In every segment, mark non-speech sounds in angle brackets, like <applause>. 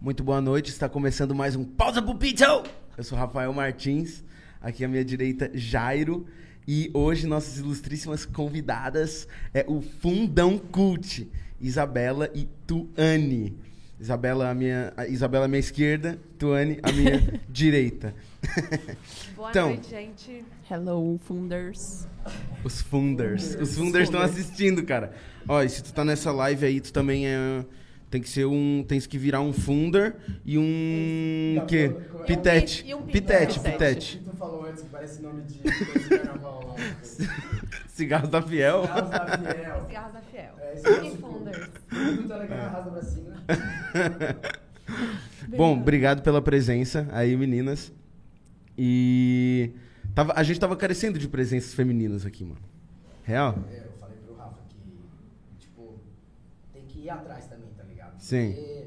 Muito boa noite, está começando mais um Pausa pro Pizza! Eu sou Rafael Martins, aqui à minha direita, Jairo. E hoje nossas ilustríssimas convidadas é o Fundão Cult, Isabela e Tuane. Isabela, a minha, a Isabela à minha esquerda, Tuane à minha direita. Boa Então. noite, gente. Hello, Funders. Os funders. Os funders estão assistindo, cara. Ó, e se tu tá nessa live aí, tu também é. Tem que ser um. Tens que virar um funder e um. quê? E um Pitete. pi- e um pi- Pitete, Pitete. pitete. que tu falou antes que parece nome <laughs> de coisa de carnaval lá. né? É Cigarros da Fiel. Carlos Gabriel. Cigarros da Fiel. É, isso E mesmo. Funders. Tudo tá É. naquela rasa <laughs> pra cima. Bom, obrigado pela presença aí, meninas. E. Tava, a gente tava carecendo de presenças femininas aqui, mano. Real? É, Eu falei pro Rafa que, tipo, tem que ir atrás também, tá ligado? Sim. Porque,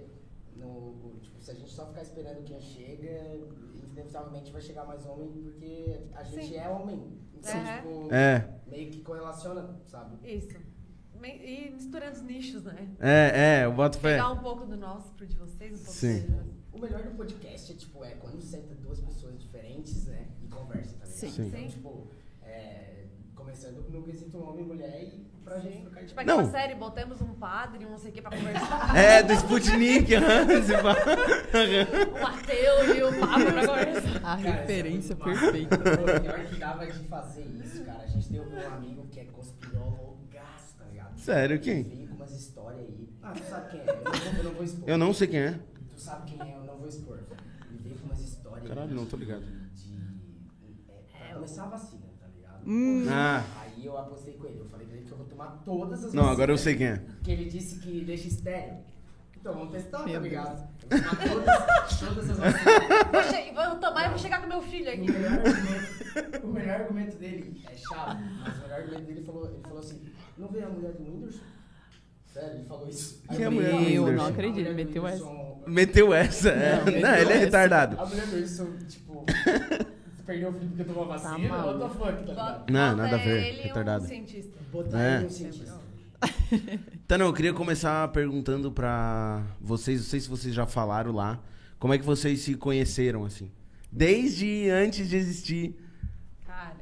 no, tipo, se a gente só ficar esperando quem chega, inevitavelmente vai chegar mais homem, porque a gente Sim. é homem. Então, Aham. tipo, É. meio que correlaciona, sabe? Isso. Me- E misturando os nichos, né? É, é, eu boto fé. Pegar um pouco do nosso pro de vocês, um pouco Sim. do de O melhor do podcast é, tipo, é quando senta duas pessoas diferentes, né? E conversa, tá ligado? Sim. Sim. Então, tipo, é, começando no quesito um homem e mulher e pra gente trocar de Tipo, aquela Não. série, botamos um padre, um não sei o que pra <laughs> conversar. <laughs> É, do Sputnik, <laughs> aham, se pá. o Mateu e o Pablo pra conversar. A Cara, referência isso é muito <laughs> perfeita. massa. O pior que dava de fazer isso, cara. A gente tem um amigo que é conspirólogaço, tá ligado? Sério, quem? Ele Veio com umas histórias aí. Ah, tu sabe quem é? Eu não vou, eu não vou expor. Eu não sei quem é. Tu sabe quem é? Eu não vou expor. Ele veio com umas histórias Caralho, não, tô ligado. de... É, pra começar a vacina, tá ligado? Hum. Ah. Aí eu apostei com ele. Eu falei pra ele que eu vou tomar todas as Não, agora eu vacinas. sei quem é. Porque ele disse que deixa estéreo. Então vamos testar, tá Meu ligado? Eu vou tomar todas, todas as vacinas. Vou, che- vou tomar e vou chegar com meu filho O aqui. melhor, argumento, o melhor argumento dele é chave, mas o melhor argumento dele falou, ele falou assim: não vê a mulher do Whindersson? Sério, ele falou isso. Aí Quem é a mulher falei, do "Não, Whindersson?" a não acredito, mulher do meteu Whindersson- Meteu essa, é. Não, Não, meteu ele é essa. retardado. A mulher do Whindersson, <laughs> tipo, perdeu o filho porque tomou vacina, Tá what the fuck, tá ligado? Bota- Não, bota nada a ver, ele e retardado. Um cientista. Botar É. ele no um cientista. Tá, não, eu queria começar perguntando pra vocês, não sei se vocês já falaram lá, como é que vocês se conheceram, assim? Desde antes de existir. Cara,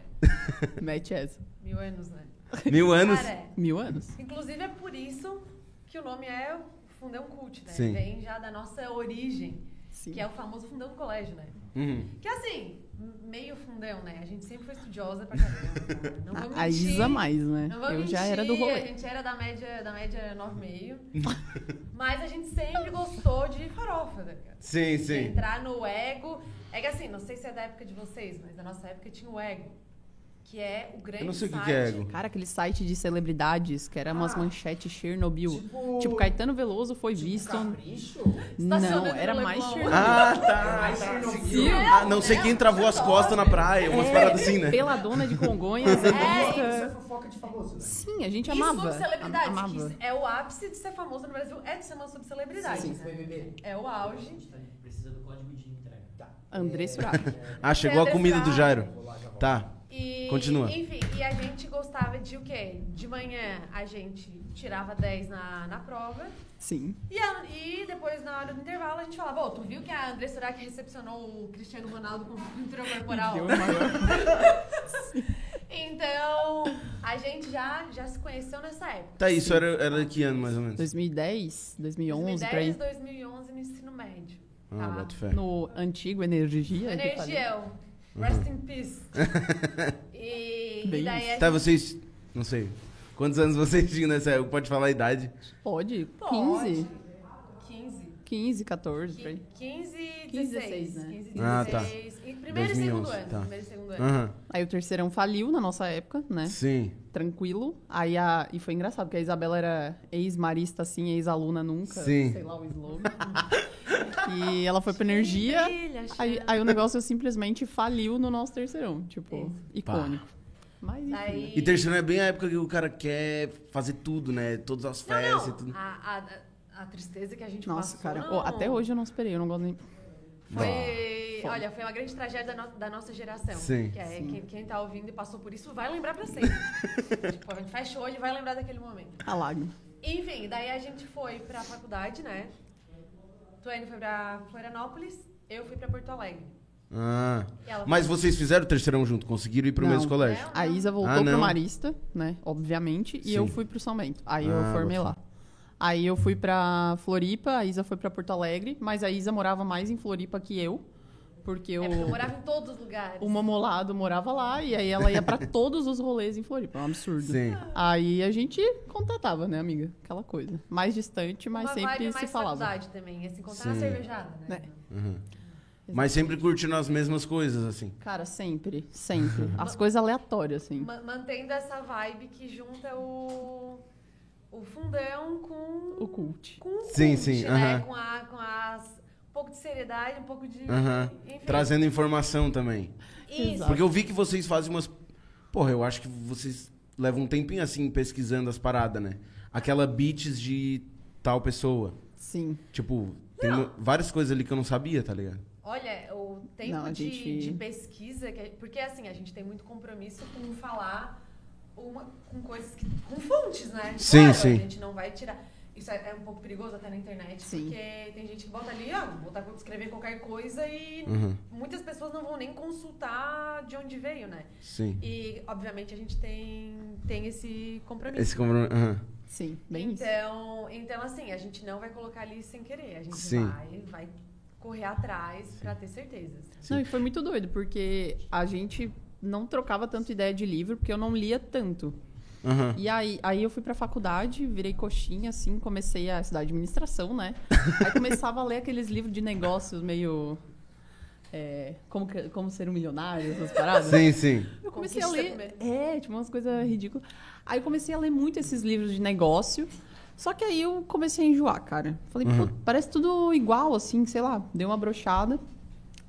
Mete essa. mil anos, né? Mil anos. Cara, Mil anos? Inclusive é por isso que o nome é o Fundão Cult, né? Sim. Vem já da nossa origem, Sim. que é o famoso Fundão do Colégio, né? Uhum. Que assim, m- meio fundão, né? A gente sempre foi estudiosa pra caramba. cara. Não vou a, a mentir. Isa mais, né? Não vou Eu já mentir, era do A rolê. gente era da média, da média 9,5. <laughs> mas a gente sempre gostou de farofa, né, cara? Sim, De sim. Entrar no ego. É que assim, não sei se é da época de vocês, mas da nossa época tinha o ego. Que é o grande Eu não sei o que site que é ego. Cara, aquele site de celebridades que era umas Ah. manchetes Chernobyl. Tipo- Tipo, um Caetano Veloso foi Tipo, visto. Capricho? Não, Estacionando era no mais Leblon. Chernobyl. Ah, tá. Ai, Chernobyl. Sim. Ah, não sei quem travou as costas na praia, umas paradas assim, né? É, Pela dona de Congonhas, é, Isso é revista. fofoca de famoso, né? Sim, a gente E amava. subcelebridade, Am- amava. que é o ápice de ser famoso no Brasil, é de ser uma subcelebridade. Sim, né? BBB. É o auge. tá precisa do código de entrega. Tá. André Surak. Ah, chegou a comida do Jairo. Vou lá, já volto. Tá. E, Continua. Enfim, e a gente gostava de o quê? De manhã a gente tirava 10 na, na prova. Sim. E, a- e depois, na hora do intervalo, a gente falava, ô, tu viu que a Andressa Surak recepcionou o Cristiano Ronaldo com pintura corporal? Deu uma- <laughs> Então, a gente já, já se conheceu nessa época. Tá, isso era, era que ano, mais ou menos? 2010, 2011, pra 2010, ir 2011, no ensino médio. Ah, tá? boto fé. no antigo Energia. que falei. Energião. Rest <laughs> in peace. e, e Bem daí a Tá, gente- vocês... Não sei. Quantos anos vocês tinham nessa época? Pode falar a idade. Pode, 15, Pode. 15. 15, 14, pra ir. 15 e 15, 16. 16, né? 15 Ah, tá. 16. E primeiro 2011, e segundo ano. tá. Primeiro e segundo ano. Aham. Aí o terceirão faliu na nossa época, né? Sim. Tranquilo. Aí a... E foi engraçado, porque a Isabela era ex-marista, assim, ex-aluna nunca. Sim. Sei lá o slogan. <laughs> e ela foi pra energia. Brilha, Aí, chama. aí o negócio simplesmente faliu no nosso terceirão. Tipo, Isso. icônico. Mas enfim, Daí- E terceiro é bem a época que o cara quer fazer tudo, né? Todas as Não, festas e não. tudo. A, a- a tristeza que a gente Nossa, passou. cara. não. ô, até hoje eu não esperei, eu não gosto nem. Foi, olha, foi uma grande tragédia da, no- da nossa geração. Sim. Que é, Quem, quem tá ouvindo e passou por isso vai lembrar <laughs> pra sempre. tipo, a gente fecha o olho e vai lembrar daquele momento. A lágrima. Enfim, daí a gente foi pra faculdade, né? Tuane foi pra Florianópolis, eu fui pra Porto Alegre. Ah. E ela Mas foi- vocês fizeram o terceirão junto, conseguiram ir pro Não. mesmo colégio. Não. A Isa voltou Ah, pro não. Marista, né? Obviamente. E eu Sim. fui pro São Bento. Aí Ah, eu formei bota lá. Aí eu fui pra Floripa, a Isa foi pra Porto Alegre, mas a Isa morava mais em Floripa que eu, porque eu, É porque eu morava em todos os lugares. o Mamolado morava lá e aí <laughs> ela ia pra todos os rolês em Floripa, é um absurdo. Sim. Aí a gente contatava, né, amiga? Aquela coisa. Mais distante, mas Uma sempre vibe se mais falava. faculdade também, é se encontrar na Sim. cervejada, né? Uhum. Mas sempre curtindo as mesmas coisas, assim. Cara, sempre, <laughs> sempre. As coisas aleatórias, assim. Ma- mantendo essa vibe que junta o, o fundão com O cult. com o Sim, cult, sim, né? aham. Com, a, com as um pouco de seriedade, um pouco de Aham. enfim. Trazendo informação também. isso. Exato. Porque eu vi que vocês fazem umas. Porra, eu acho que vocês levam um tempinho assim pesquisando as paradas, né? Aquela beats de tal pessoa. Sim. Tipo, tem uma- várias coisas ali que eu não sabia, tá ligado? Olha, o tempo Não, a de, gente- de pesquisa, que- porque assim, a gente tem muito compromisso com falar uma- com coisas que. com fontes, né? Sim, Claro, sim. A gente não vai tirar. Isso é é um pouco perigoso até na internet, Sim. porque tem gente que bota ali, ah, botar, escrever qualquer coisa e Uhum. muitas pessoas não vão nem consultar de onde veio, né? Sim. E, obviamente, a gente tem, tem esse compromisso. Esse compromisso. aham. Sim, bem isso. então, então, assim, a gente não vai colocar ali sem querer. A gente Sim. vai, vai correr atrás pra ter certezas. Não, e foi muito doido, porque a gente não trocava tanto ideia de livro, porque eu não lia tanto. Aham. E aí, aí eu fui pra faculdade, virei coxinha, assim, comecei a estudar administração, né? Aí começava a ler aqueles livros de negócios meio. é, como, que- como ser um milionário, essas paradas. Sim, sim. Eu comecei a Conquista ler. É, tipo, umas coisas ridículas. Aí eu comecei a ler muito esses livros de negócio. Só que aí eu comecei a enjoar, cara. Falei, Uhum. pô, parece tudo igual, assim, sei lá, deu uma brochada.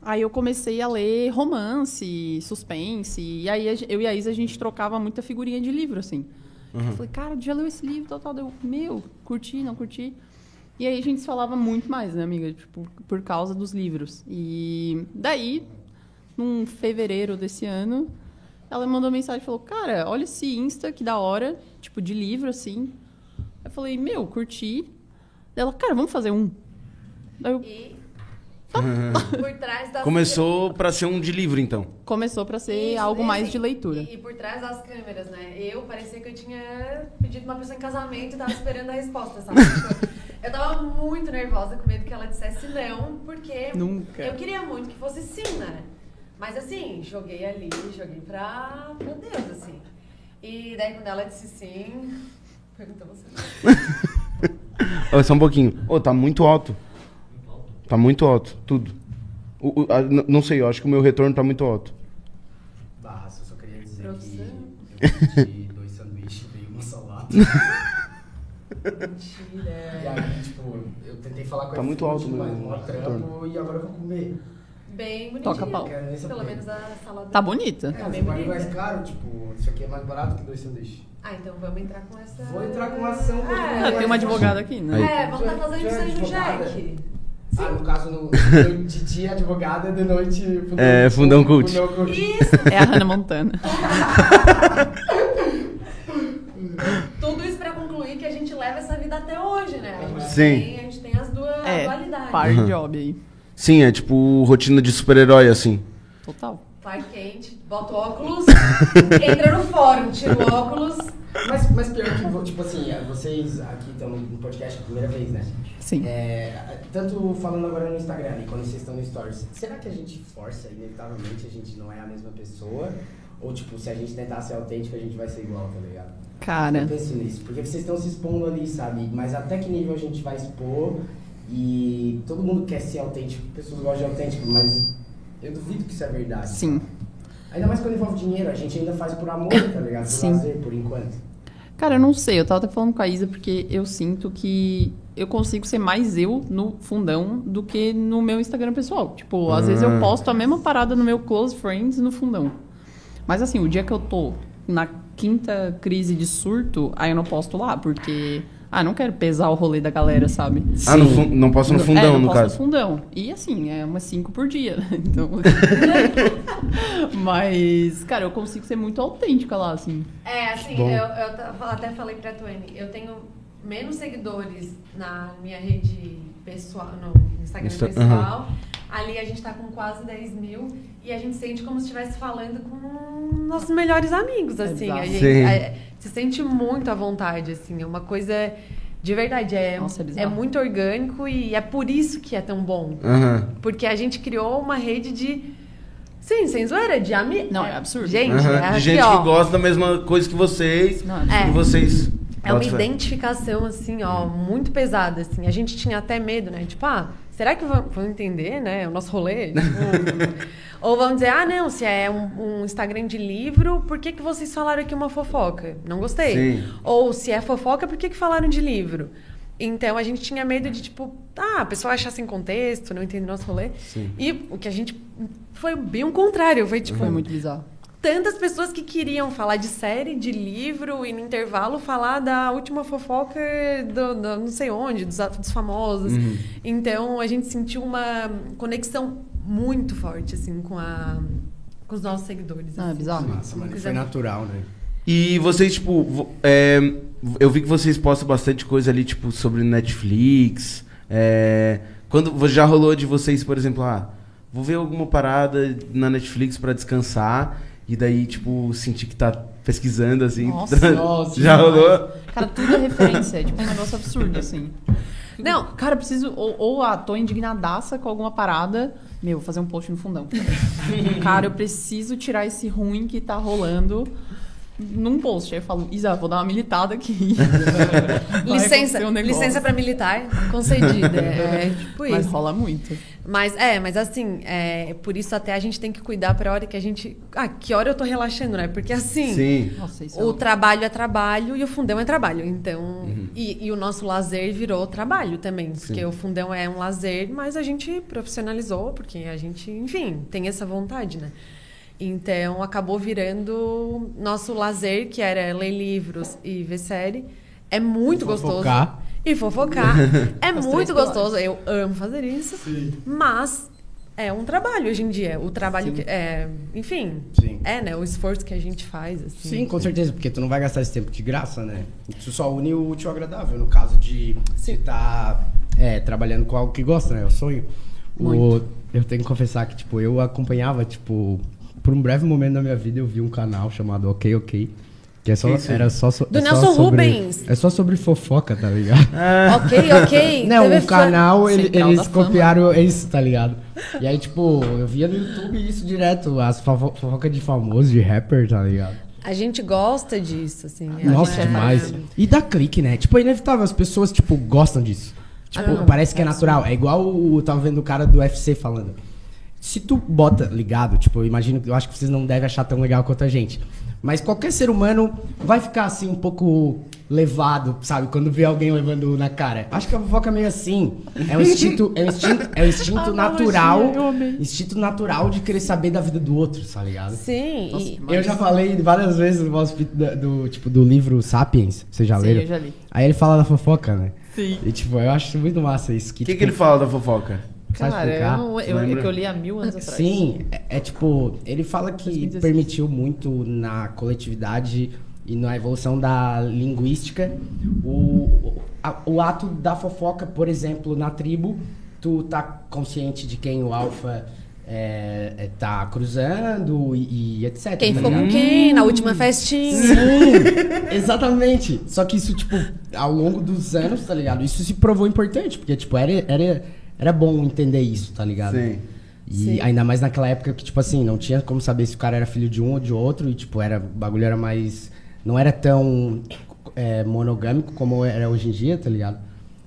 Aí eu comecei a ler romance, suspense. E aí a gen- eu e a Isa, a gente trocava muita figurinha de livro, assim. Eu falei, cara, tu já leu esse livro, tal, tal. Daí Eu, meu, curti, não curti. E aí a gente se falava muito mais, né, amiga? Tipo, por causa dos livros. E daí, num fevereiro desse ano, ela me mandou mensagem e falou, cara, olha esse Insta, que da hora, tipo, de livro, assim. Eu falei, meu, curti. Daí Ela, cara, vamos fazer um. Daí eu, E <laughs> por trás das Começou pra ser um de livro, então. começou pra ser Isso, algo e mais assim, de leitura. E, e por trás das câmeras, né? Eu parecia que eu tinha pedido uma pessoa em casamento e tava esperando a resposta, <laughs> sabe? Tipo, eu tava muito nervosa com medo que ela dissesse não, porque Nunca. eu queria muito que fosse sim, né? Mas assim, joguei ali, joguei pra, pra Deus, assim. E daí quando ela disse sim, perguntou você. Ó, só um pouquinho. Ô, tá muito alto. Tá muito alto, tudo. O- o- a- n- não sei, eu acho que o meu retorno tá muito alto. Barra, eu só queria dizer que Trouxe. eu pedi dois sanduíches e veio uma salada. E Mentira. aí, tipo, eu tentei falar com Tá a muito iFood, alto meu mas mó trampo e agora eu vou comer. Bem bonitinho. Toca pau. Quero nem saber. Pelo menos a salada. Tá bonita. É, Tá você bem paga mais bonito. caro, tipo, isso aqui é mais barato que dois sanduíches. Ah, então vamos entrar com essa. Vou entrar com uma ação contra É. o Ah, Tem uma advogada aqui, né? Aí. É, vamos estar fazendo Já é isso aí no advogada? Jack. Ah, no caso, no, no- de dia advogada, de noite fundão, É, fundão cult. fundão cult. Isso, É a Hannah Montana. tudo isso pra concluir que a gente leva essa vida até hoje, né? A gente Sim. Tem, a gente tem as duas É, dualidades. par job aí. Sim, é tipo rotina de super-herói, assim. Total. Par quente, bota o óculos, <laughs> entra no fórum, tira o óculos. Mas, mas pior que, vo- tipo assim, é, vocês aqui estão no podcast a primeira vez, né? Sim. É, tanto falando agora no Instagram, né, quando vocês estão no Stories, será que a gente força, inevitavelmente, a gente não é a mesma pessoa? Ou, tipo, se a gente tentar ser autêntico, a gente vai ser igual, tá ligado? Cara, Eu penso nisso, porque vocês estão se expondo ali, sabe? Mas até que nível a gente vai expor e todo mundo quer ser autêntico, pessoas gostam de autêntico, mas eu duvido que isso é verdade. sim. Ainda mais quando envolve dinheiro, a gente ainda faz por amor, tá ligado? Por Sim. lazer, por enquanto. Cara, eu não sei, eu tava até falando com a Isa porque eu sinto que eu consigo ser mais eu no fundão do que no meu Instagram pessoal. Tipo, às vezes eu Ah. posto a mesma parada no meu Close Friends no fundão. Mas assim, o dia que eu tô na quinta crise de surto, aí eu não posto lá, porque. Ah, não quero pesar o rolê da galera, sabe? Ah, no fun- não posso no É, fundão, não no posto caso. no fundão. E assim, é umas cinco por dia, né? <laughs> Então. <laughs> Mas, cara, eu consigo ser muito autêntica lá, assim. É, assim, Bom. eu, eu ta- até falei pra Tuane, eu tenho menos seguidores na minha rede pessoal, no Instagram Insta- pessoal. Ali a gente tá com quase 10 mil e a gente sente como se estivesse falando com nossos melhores amigos, assim. Exato. A gente Sim. é, se sente muito à vontade, assim. É uma coisa de verdade. É, Nossa, é é, bizarro. muito orgânico e é por isso que é tão bom. Aham. Porque a gente criou uma rede de. Sim, sem zoeira, de amigos. Não, é absurdo. Gente, aham. é De aqui, gente ó. que gosta da mesma coisa que vocês. Não, É. E vocês. É uma Bota fé. identificação, assim, ó, muito pesada, assim. A gente tinha até medo, né? Tipo, ah, será que vão, vão entender, né? O nosso <laughs> rolê? Tipo, ou vão dizer, ah, não, se é um, um Instagram de livro, por que, que vocês falaram aqui uma fofoca? Não gostei. Sim. Ou se é fofoca, por que, que falaram de livro? Então a gente tinha medo de, tipo, ah, a pessoa achar sem contexto, não entende o nosso rolê. Sim. E o que a gente. Foi bem o contrário, foi tipo, Foi Uhum. muito bizarro. tantas pessoas que queriam falar de série, de livro e no intervalo falar da última fofoca do, do não sei onde, dos, atos- dos famosos. Uhum. Então a gente sentiu uma conexão muito forte assim com a com os nossos seguidores. Não, é assim. bizarro. Nossa, mano, foi natural, né? E vocês, tipo, vo- é, eu vi que vocês postam bastante coisa ali, tipo, sobre Netflix. é, quando vo- já rolou de vocês, por exemplo, ah, vou ver alguma parada na Netflix pra descansar e daí, tipo, sentir que tá pesquisando assim. <laughs> Nossa, nossa, já demais. rolou? Cara, tudo é referência. É tipo um negócio absurdo, assim. Não. Cara, preciso. Ou, ou ah, tô indignadaça com alguma parada. Meu, vou fazer um post no <laughs> fundão. Cara, eu preciso tirar esse ruim que tá rolando num post. Aí eu falo, Isa, vou dar uma militada <laughs> aqui. Vai Licença, acontecer um negócio. licença para militar <laughs> concedida. É, tipo Mas isso. rola muito. Mas é, mas assim, é, por isso até a gente tem que cuidar pra hora que a gente, ah, que hora eu tô relaxando, né? Porque assim, Sim. Nossa, isso é O louco. trabalho é trabalho e o fundão é trabalho. Então, Uhum. e, e o nosso lazer virou trabalho também, porque Sim. o fundão é um lazer, mas a gente profissionalizou, porque a gente, enfim, tem essa vontade, né? Então, acabou virando nosso lazer, que era ler livros e ver série. É muito gostoso. Fofocar. E fofocar. <laughs> é Os muito três gostoso. Eu amo fazer isso. Mas é um trabalho hoje em dia. O trabalho que. É, enfim. Sim. É, né? O esforço que a gente faz. Assim. Sim, com certeza, porque tu não vai gastar esse tempo de graça, né? Tu só une o útil ao agradável, no caso de estar trabalhando com algo que gosta, né? É o sonho. O, Muito. eu tenho que confessar que, tipo, eu acompanhava, tipo, por um breve momento da minha vida, eu vi um canal chamado Ok Ok. Que é só, Que isso? era só, so- Do é só Nelson sobre- Rubens. É só sobre fofoca, tá ligado? <laughs> <laughs> Ok, ok. Não, Teve o canal, Central ele- da eles Fama. copiaram isso, tá ligado? E aí, tipo, eu via no YouTube isso direto, as fofo- fofocas de famoso, de rapper, tá ligado? A gente gosta disso, assim. a Nossa, gente é- demais. E dá clique, né? Tipo, é inevitável, as pessoas, tipo, gostam disso. Tipo, Ah, não, parece que é natural. É igual o, eu tava vendo o cara do UFC falando. Se tu bota ligado, tipo, eu imagino, eu acho que vocês não devem achar tão legal quanto a gente. Mas qualquer ser humano vai ficar assim um pouco levado, sabe? Quando vê alguém levando na cara. Acho que a fofoca é meio assim. É um instinto, é um instinto, é um instinto Analogia, natural. eu amei. Instinto natural de querer saber da vida do outro, tá ligado? Sim, Nossa, e- que Eu já falei várias vezes no vosso pit da- do, tipo, do livro Sapiens, vocês já Sim, leram? eu já li. Aí ele fala da fofoca, né? Sim. E tipo, eu acho muito massa isso. O Que, que, tipo, que ele fala da fofoca? sabe Cara, eu, explicar? não- Você eu, é lembra? que eu li há mil anos atrás. Sim, é, é tipo, ele fala que 2016. permitiu muito na coletividade e na evolução da linguística o, a- o ato da fofoca, por exemplo, na tribo, tu tá consciente de quem o alfa é, é, tá cruzando e, e etc. quem tá ficou ligado? com quem na última festinha. Sim, <laughs> exatamente. Só que isso, tipo, ao longo dos anos, tá ligado? Isso se provou importante, porque, tipo, era, era, era bom entender isso, tá ligado? Sim. E Sim. ainda mais naquela época que, tipo assim, não tinha como saber se o cara era filho de um ou de outro, e, tipo, era, o bagulho era mais. Não era tão é, monogâmico como era hoje em dia, tá ligado?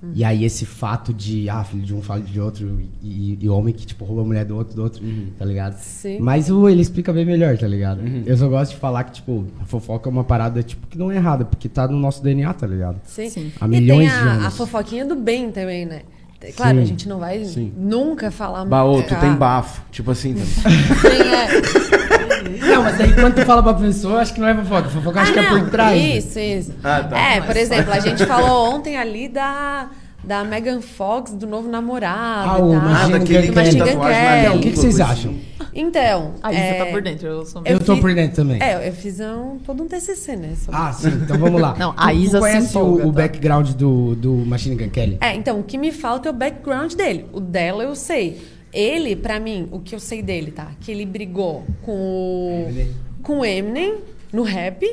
Uhum. E aí esse fato de, ah, filho de um, filho de outro, e, e homem que, tipo, roubou a mulher do outro, do outro, tá ligado? Sim. Mas o, ele explica bem melhor, tá ligado? Eu só gosto de falar que, tipo, a fofoca é uma parada, tipo, que não é errada, porque tá no nosso DNA, tá ligado? Sim. Sim. Há assim. e tem milhões de a, anos. a fofoquinha do bem também, né? Claro, Sim. a gente não vai Sim. nunca falar Baô, tu cara. tem bafo. Tipo assim. tá? Tem, <laughs> é. Não, mas aí quando tu fala pra pessoa, acho que não é fofoca. Fofoca acho Ah, que é não, por trás. né? Isso, isso. Ah, tá. <laughs> É, por exemplo, a gente falou ontem ali da da Megan Fox, do novo namorado. Ah, e o tal. Ah, Machine daquele Gun que tem Machine Gun tatuagem na Kelly. Então, o que, que vocês língua, acham? Então. Aí é, você tá por dentro, eu sou Eu, Eu tô vi- por dentro também. É, eu fiz um, todo um TCC, né? sobre- Ah, sim, então <laughs> vamos lá. Não, a Tu- Isa tu se conhece empolga, o, o tá? background do, do Machine Gun Kelly? É, então, o que me falta é o background dele. O dela eu sei. Ele, pra mim, o que eu sei dele, tá? Que ele brigou com Eminem. o com o Eminem no rap.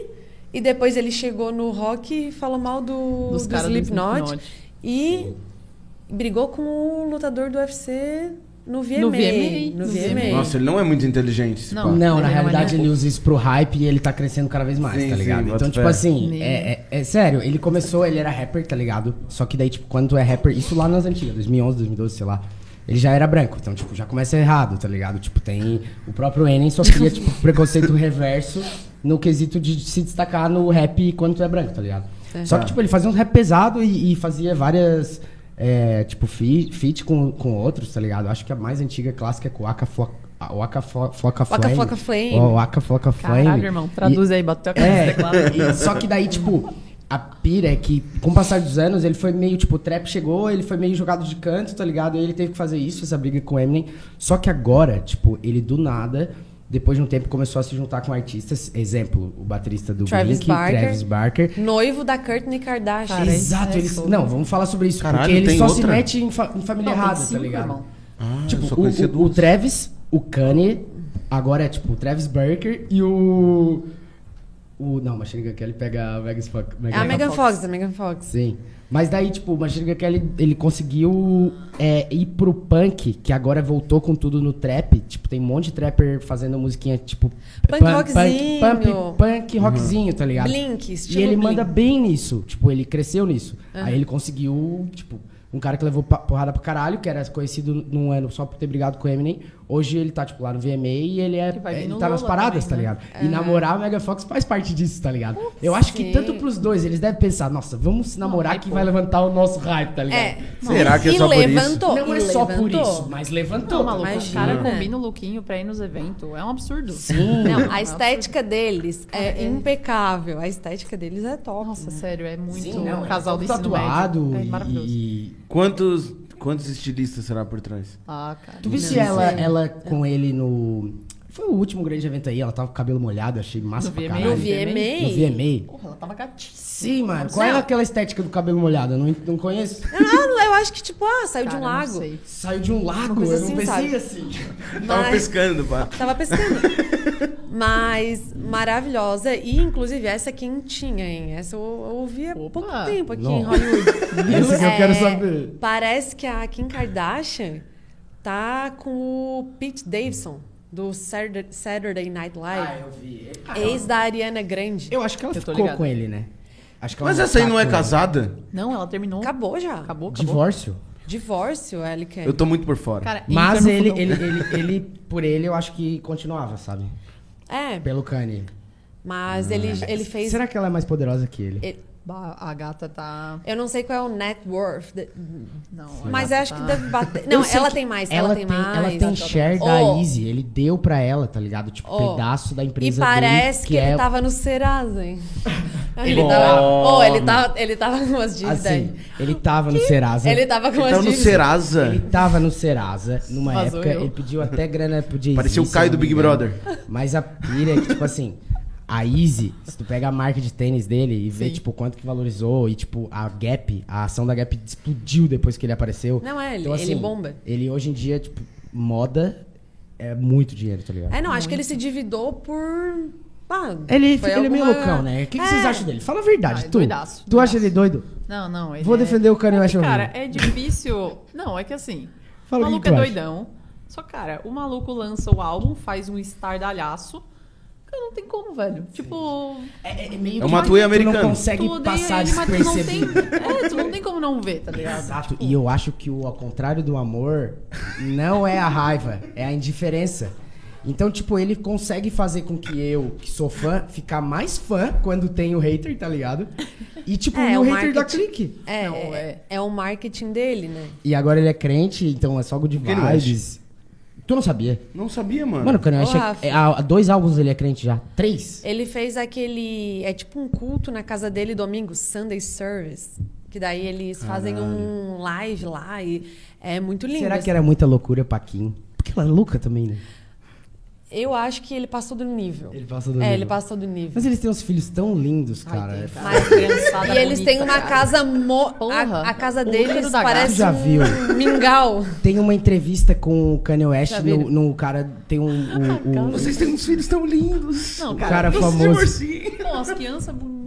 E depois ele chegou no rock e falou mal do, Dos do caras do Slipknot. Slipknot. E brigou com o lutador do UFC no VMA. No VMA, No no VMA. Nossa, ele não é muito inteligente. esse Não. pá. Não, na Ele é realidade maneiro. ele usa isso pro hype e ele tá crescendo cada vez mais, Sim, tá sim, ligado? boto então, tipo fé. assim, Sim. é, é- é sério, ele começou, ele era rapper, tá ligado? Só que daí, tipo, quando tu é rapper, isso lá nas antigas, 2011, 2012, sei lá, ele já era branco, então, tipo, já começa errado, tá ligado? Tipo, tem. O próprio Enem <laughs> sofria, tipo, preconceito reverso no quesito de se destacar no rap quando tu é branco, tá ligado? Só que, tipo, ele fazia um rap pesado e, e fazia várias. é, tipo, fi- feat com, com outros, tá ligado? Acho que a mais antiga clássica é com o Aka Fo- a- o Aka Fo- Foca Waka Flame. Flocka Flame. Ó, o Waka Floca Flame. Caralho, irmão, traduz aí, bateu a E, cabeça no é, teclado. e- só que daí, tipo, a pira é que, com o passar dos anos, ele foi meio, tipo, o trap chegou, ele foi meio jogado de canto, tá ligado? E ele teve que fazer isso, essa briga com o Eminem. Só que agora, tipo, ele do nada, depois de um tempo, começou a se juntar com artistas. Exemplo, o baterista do Travis Blink, Barker. Travis Barker. Noivo da Courtney Kardashian. Cara, isso Exato, é ele. fogo. Não, vamos falar sobre isso, Caralho, porque ele tem só se outra? mete em, fa- em família Não, tem errada, tá cinco, ligado? irmão. Ah, Tipo, eu só o, conhecia o, o duas. Travis, o Kanye, agora é tipo o Travis Barker e o. O. Não, Machine Gun Kelly pega a Megan Fox. É a Megan Fox. Fox, a Megan Fox. Sim. Mas daí, tipo, o Machine Gun Kelly, ele conseguiu é, ir pro punk, que agora voltou com tudo no trap. Tipo, tem um monte de trapper fazendo musiquinha, tipo... Punk pun- rockzinho. Punk, punk, punk rockzinho, tá ligado? Blink, E estilo ele Blink. manda bem nisso. Tipo, ele cresceu nisso. Aí ele conseguiu, tipo, um cara que levou pa- porrada pra caralho, que era conhecido num ano só por ter brigado com o Eminem. Hoje ele tá, tipo, lá no VMA e ele é. E vai vir Ele no tá nas Lola paradas, também, né? tá ligado? E namorar o Mega Fox faz parte disso, tá ligado? Eu acho que sim. tanto pros dois, eles devem pensar, nossa, vamos se namorar que vai levantar o nosso hype, tá ligado? É. Será que é e só por isso? levantou, Não e é só por levantou. isso, mas levantou. Não, tá maluco, os Imagina. caras combinam o lookinho pra ir nos eventos. É um absurdo. Sim. Não, A estética deles é, é. impecável. A estética deles é top. Nossa, né? sério, é muito Sim, não, casal do todo ensino tatuado médio. É maravilhoso. e... Quantos, quantos estilistas será por trás? Ah, cara. Tu viste Não, ela, ela com ele no... Foi o último grande evento aí, ela tava com o cabelo molhado, achei massa No pra VMA? no caralho. VMA. No VMA. Porra, ela tava gatíssima. Sim, mano. Qual é Não. aquela estética do cabelo molhado? Eu não, não conheço. Ah, eu acho que, tipo, ah, saiu de um Cara, lago. Não sei. Saiu de um lago, coisa eu não assim, pensei sabe? assim. Tava Mas- pescando, pá. Tava pescando. <laughs> Mas maravilhosa. E, inclusive, essa é quentinha, hein? Essa eu, eu ouvi há Opa. pouco tempo aqui Não. em <laughs> Hollywood. Isso que eu quero É, saber. Parece que a Kim Kardashian tá com o Pete Davidson, do Saturday Saturday Night Live. Ah, vi. Ah, ex da Ariana Grande. Eu acho que ela Eu tô ficou ligado. com ele, né? Acho que ela Mas essa aí tá não é com ele. casada? Não, ela terminou. Acabou já. Acabou, acabou. Divórcio? Divórcio, ela É. quer. Eu tô muito por fora. Cara, Mas entra no ele, fogão. ele, ele, ele, por ele, eu acho que continuava, sabe? É, Pelo Kanye. mas ele, Hum. ele fez. Será que ela é mais poderosa que ele? ele- Bah, a gata tá... Eu não sei qual é o net worth. de- Não, a Mas eu gata acho que tá- deve bater. Não, Eu sei ela que tem mais. Ela tem mais. Ela tem share Oh, da Easy. Ele deu pra ela, tá ligado? Tipo, oh. pedaço da E empresa parece dele, que, ele é... tava no <laughs> Serasa, hein? Ele Bom. tava, oh, ele tava, ele tava com umas dívidas. Assim, ele tava no Serasa. ele tava com umas Então no dívidas. Serasa. Ele tava no Serasa, numa Vazou época, eu. ele pediu até grana pro Jay-Z. Parecia o se Caio eu não do me Big engano. Brother. Mas a pira é que, tipo assim, a Easy, se tu pega a marca de tênis dele e vê, Sim. tipo, quanto que valorizou e, tipo, a Gap, a ação da Gap explodiu depois que ele apareceu. Não, é, ele- Então, ele bomba. Ele hoje em dia, tipo, moda é muito dinheiro, tá ligado? É, não, acho que ele se dividou por. Ah, Ele, foi ele é meio alguma- loucão, né? O que, que É. vocês acham dele? Fala a verdade, Ah, tu. doidaço, tu acha doidaço. ele doido? Não, não. ele Vou é- defender o Kanye É que, West. Cara, horrível. é difícil. <laughs> Não, é que assim. Fala o o maluco que que é tu acha. doidão. Só, cara, o maluco lança o álbum, faz um estardalhaço. Cara, não tem como, velho. Tipo. É, é meio É uma atuia Tu não americana. consegue tu odeia passar ele, mas tu não tem. despercebido. É, tu não tem como não ver, tá ligado? Exato. E eu acho que o ao contrário do amor não é a raiva, é a indiferença. Então, tipo, ele consegue fazer com que eu, que sou fã, ficar mais fã quando tem o hater, tá ligado? E, tipo, É, e o o hater da marketing. clique. É, Não, é, é. é o marketing dele, né? E agora ele é crente, então é só good que ele vibes. Tu não sabia? Não sabia, mano. Mano, o Kanye Ô, West é- Rafa. é- há dois álbuns ele é crente já. Três? Ele fez aquele. É tipo um culto na casa dele domingo, Sunday Service. Que daí eles fazem um live lá e é muito lindo. Será que assim. era muita loucura pra Kim? Porque ela é louca também, né? Eu acho que ele passou do nível. Ele passou do É, nível. ele passou do nível. Mas eles têm uns filhos tão lindos, Ai, cara. tem, cara. É f- Mas criançada E eles têm bonita, uma cara. casa mo... Porra. a, a casa O deles útero da gata. parece Já viu. um mingau. Tem uma entrevista com o Kanye West Já no, viram? no cara. Tem um. o- o- Vocês têm uns filhos tão lindos. Ah, Não, o cara, cara Vocês famoso. divorciem. Pô, as crianças bonitas.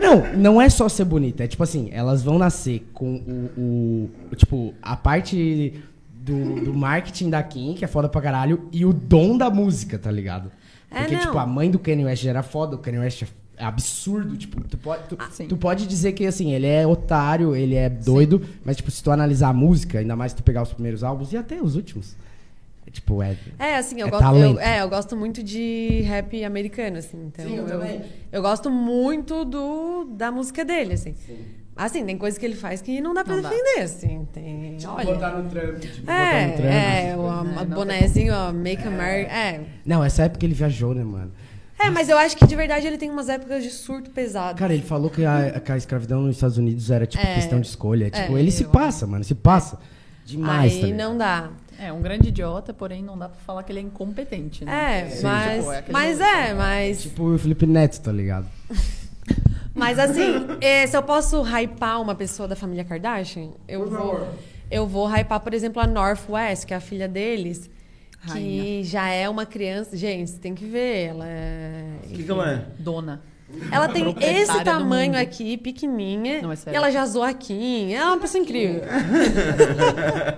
Não, não é só ser bonita. É tipo assim, elas vão nascer com o. o- tipo, a parte do, do marketing da Kim, que é foda pra caralho, e o dom da música, tá ligado? É, Porque, não. tipo, a mãe do Kanye West já era foda, o Kanye West é absurdo. Tipo, tu pode, tu, Ah, sim. tu pode dizer que, assim, ele é otário, ele é doido, mas, tipo, se tu analisar a música, ainda mais se tu pegar os primeiros álbuns e até os últimos, é, tipo, é. É, assim, eu, É gosto, talento. eu, é, eu gosto muito de rap americano, assim. Então, Sim, eu também. eu gosto muito do, da música dele, assim. Assim, tem coisa que ele faz que não dá pra Não dá. defender, assim. Tem, olha, no trampo, tipo, é, é, o coisas, né? a- Não bonézinho, ó, Make America. É. Não, essa época ele viajou, né, mano? é, mas eu acho que de verdade ele tem umas épocas de surto pesado. Cara, ele falou que a, que a escravidão nos Estados Unidos era, tipo, É. questão de escolha. Tipo, ele se eu- passa, mano, se passa. Demais, tá Aí ligado? não dá. É, um grande idiota, porém não dá pra falar que ele é incompetente, né? É, Sim. mas, Tipo, aquele mas maluco. é, mas. Tipo, o Felipe Neto, tá ligado? Mas <laughs> assim, eh, se eu posso hypar uma pessoa da família Kardashian, eu vou. Eu vou hypar, por exemplo, a Northwest, que é a filha deles. Que Rainha. já é uma criança. Gente, você tem que ver. Ela é. O que, que ela é? Dona. Ela tem Proprietária esse do tamanho mundo. aqui, pequenininha. Não, é e sério. ela já zoou a Kim. Ela é uma pessoa incrível.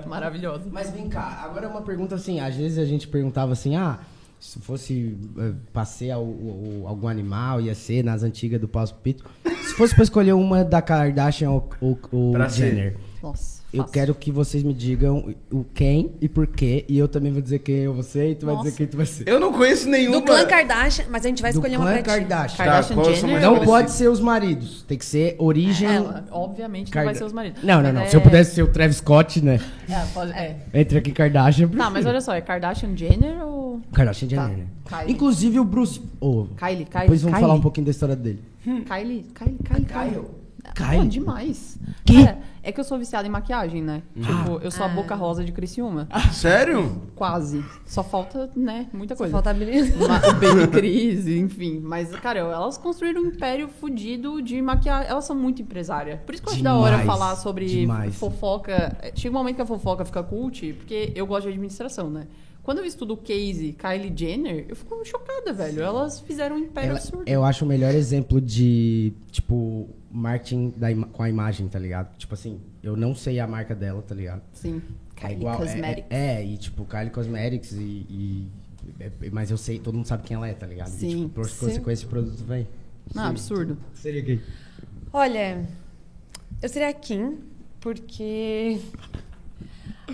Maravilhosa. Mas vem cá, agora é uma pergunta assim, às vezes a gente perguntava assim, ah, se fosse eh, passear o- o- o- algum animal, ia ser nas antigas do Passo Pito. Se fosse pra escolher uma da Kardashian ou, ou, ou Pra ser. Jenner, Nossa. eu fácil. quero que vocês me digam o quem e por quê, e eu também vou dizer quem eu vou ser e tu vai Nossa. dizer quem tu vai ser. Eu não conheço nenhuma. Do clã Kardashian, mas a gente vai Do escolher uma pra clã ti. Kardashian. Tá, é Kardashian qual eu sou Jenner. mais Não parecido? pode ser os maridos, tem que ser origem... Ela, É, obviamente, não vai ser os maridos. Não, não, não. Mas é- Se eu pudesse ser o Travis Scott, né? É, pode- é. Entre aqui Kardashian. eu Tá, mas prefiro. olha só, é Kardashian Jenner ou. Kardashian Jenner, Tá. né? Kylie. Inclusive o Bruce. Oh, Kylie, Kylie. depois vamos Kylie. falar um pouquinho da história dele. Kylie, Kylie, Kylie, Kylie. Kylie? Pô, demais. Que? Ah. Cara, é que eu sou viciada em maquiagem, né? Tipo, eu sou a Ah. boca rosa de Criciúma. Sério? Quase. Só falta, né, muita Só coisa. Falta habilidade. Uma <laughs> o baby crise, enfim. Mas, cara, elas construíram um império fudido de maquiagem. Elas são muito empresárias. Por isso que eu acho da hora Demais, falar sobre demais. fofoca. Chega um momento que a fofoca fica cult, porque eu gosto de administração, né? Quando eu estudo o Casey, Kylie Jenner, eu fico chocada, velho. Elas fizeram um império Ela- é absurdo. eu acho o melhor exemplo de, tipo, marketing da ima- com a imagem, tá ligado? Tipo assim, eu não sei a marca dela, tá ligado? Sim. É assim. Kylie igual- é- Cosmetics. É, é, e tipo, Kylie Cosmetics e. e- é- mas eu sei, todo mundo sabe quem ela é, tá ligado? e, Sim, tipo, por sim. consequência, esse produto vem. Não, é absurdo. Seria quem? Olha, eu seria a Kim, porque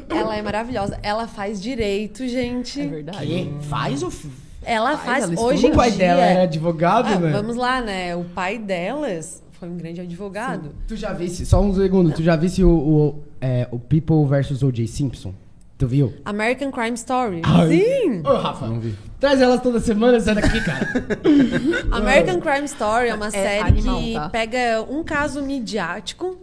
ela é maravilhosa. Ela faz direito, gente. É verdade. Faz o. f- Ela Faz, faz, ela hoje estuda. em O pai dia. dela era advogado, Ah, né? Vamos lá, né? O pai delas foi um grande advogado. Tu já visse, só um segundo, tu já visse o, o, é, o People versus O.J. Simpson? Tu viu? American Crime Story. Ai. Sim! Ô, Rafa, traz elas toda semana, sai daqui, cara. Ah. American Crime Story é uma série animal, que tá? pega um caso midiático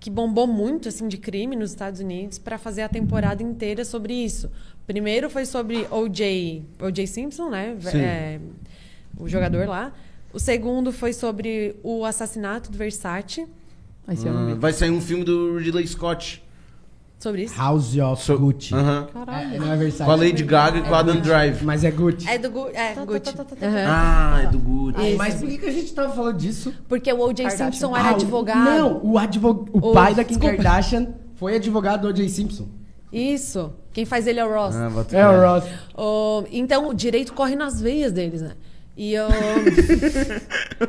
que bombou muito assim de crime nos Estados Unidos pra fazer a temporada inteira sobre isso. Primeiro foi sobre O.J. O.J. Simpson, né? Sim. É, o jogador lá. O segundo foi sobre o assassinato do Versace. Aí é você não Hum. Ah, vi. vai sair um filme do Ridley Scott. Sobre isso. <laughs> House of So- Gucci. Aham. Caralho. É, não é Versace. Com a Lady Gaga e com a Adam Drive. Mas é Gucci. É do Gu é, Gucci. tá, tá, tá, Aham. Ah, é do Gucci. Ai, mas por que, que a gente tava falando disso? Porque o O.J. Kardashian. Simpson Então, era Ah, o- advogado. Não, o, advog... o, O- pai da Kim desculpa. Kardashian foi advogado do O.J. Simpson. Isso. Quem faz ele é o Ross. Ah, bota É, fé. <laughs> o Ross. Oh, então, o direito corre nas veias deles, né? E eu...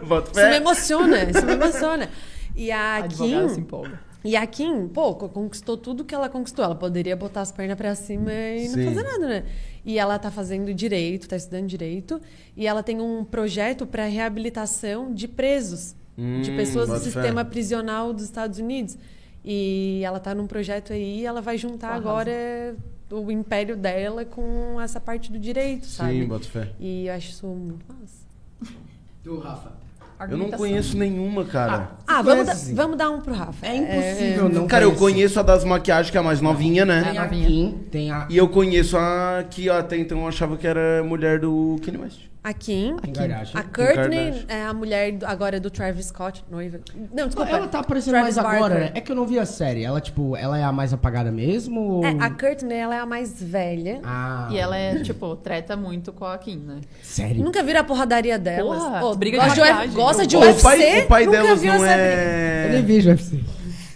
Bota isso me fé. emociona, isso me emociona. E A a advogada tá se Kim, empolga. e a Kim, pô, co- conquistou tudo que ela conquistou. Ela poderia botar as pernas pra cima e Sim. não fazer nada, né? E ela tá fazendo direito, tá estudando direito. E ela tem um projeto pra reabilitação de presos, de Hum, pessoas do bota fé. sistema prisional dos Estados Unidos. E ela tá num projeto aí, e ela vai juntar Arrasa. agora o império dela com essa parte do direito, sabe? Sim, bota fé. E eu acho isso muito massa. Tu, Rafa. Eu não argumentação. conheço nenhuma, cara. Ah, Você vamos, conhece? dar- vamos dar um pro Rafa. É impossível não cara, eu conhecer. conheço a das maquiagens, que é a mais novinha, né? É. a Tem a Kim, tem a E eu conheço a que até então eu achava que era mulher do Kanye West. A Kim. Kim Kardashian. A Courtney Kardashian. é a mulher do- agora do Travis Scott, noiva. Não, desculpa. Ela tá aparecendo Travis mais agora, né? Barker. É que eu não vi a série. Ela, tipo, ela é a mais apagada mesmo? Ou... É, a Courtney, ela é a mais velha. Ah, E ela é, tipo, treta muito com a Kim, né? sério? Nunca viram a porradaria delas. Porra, Ô, briga de gosta maquiagem. U- gosta de Pô, UFC, o pai, o pai nunca delas viu não essa briga. Eu nem é. vejo UFC.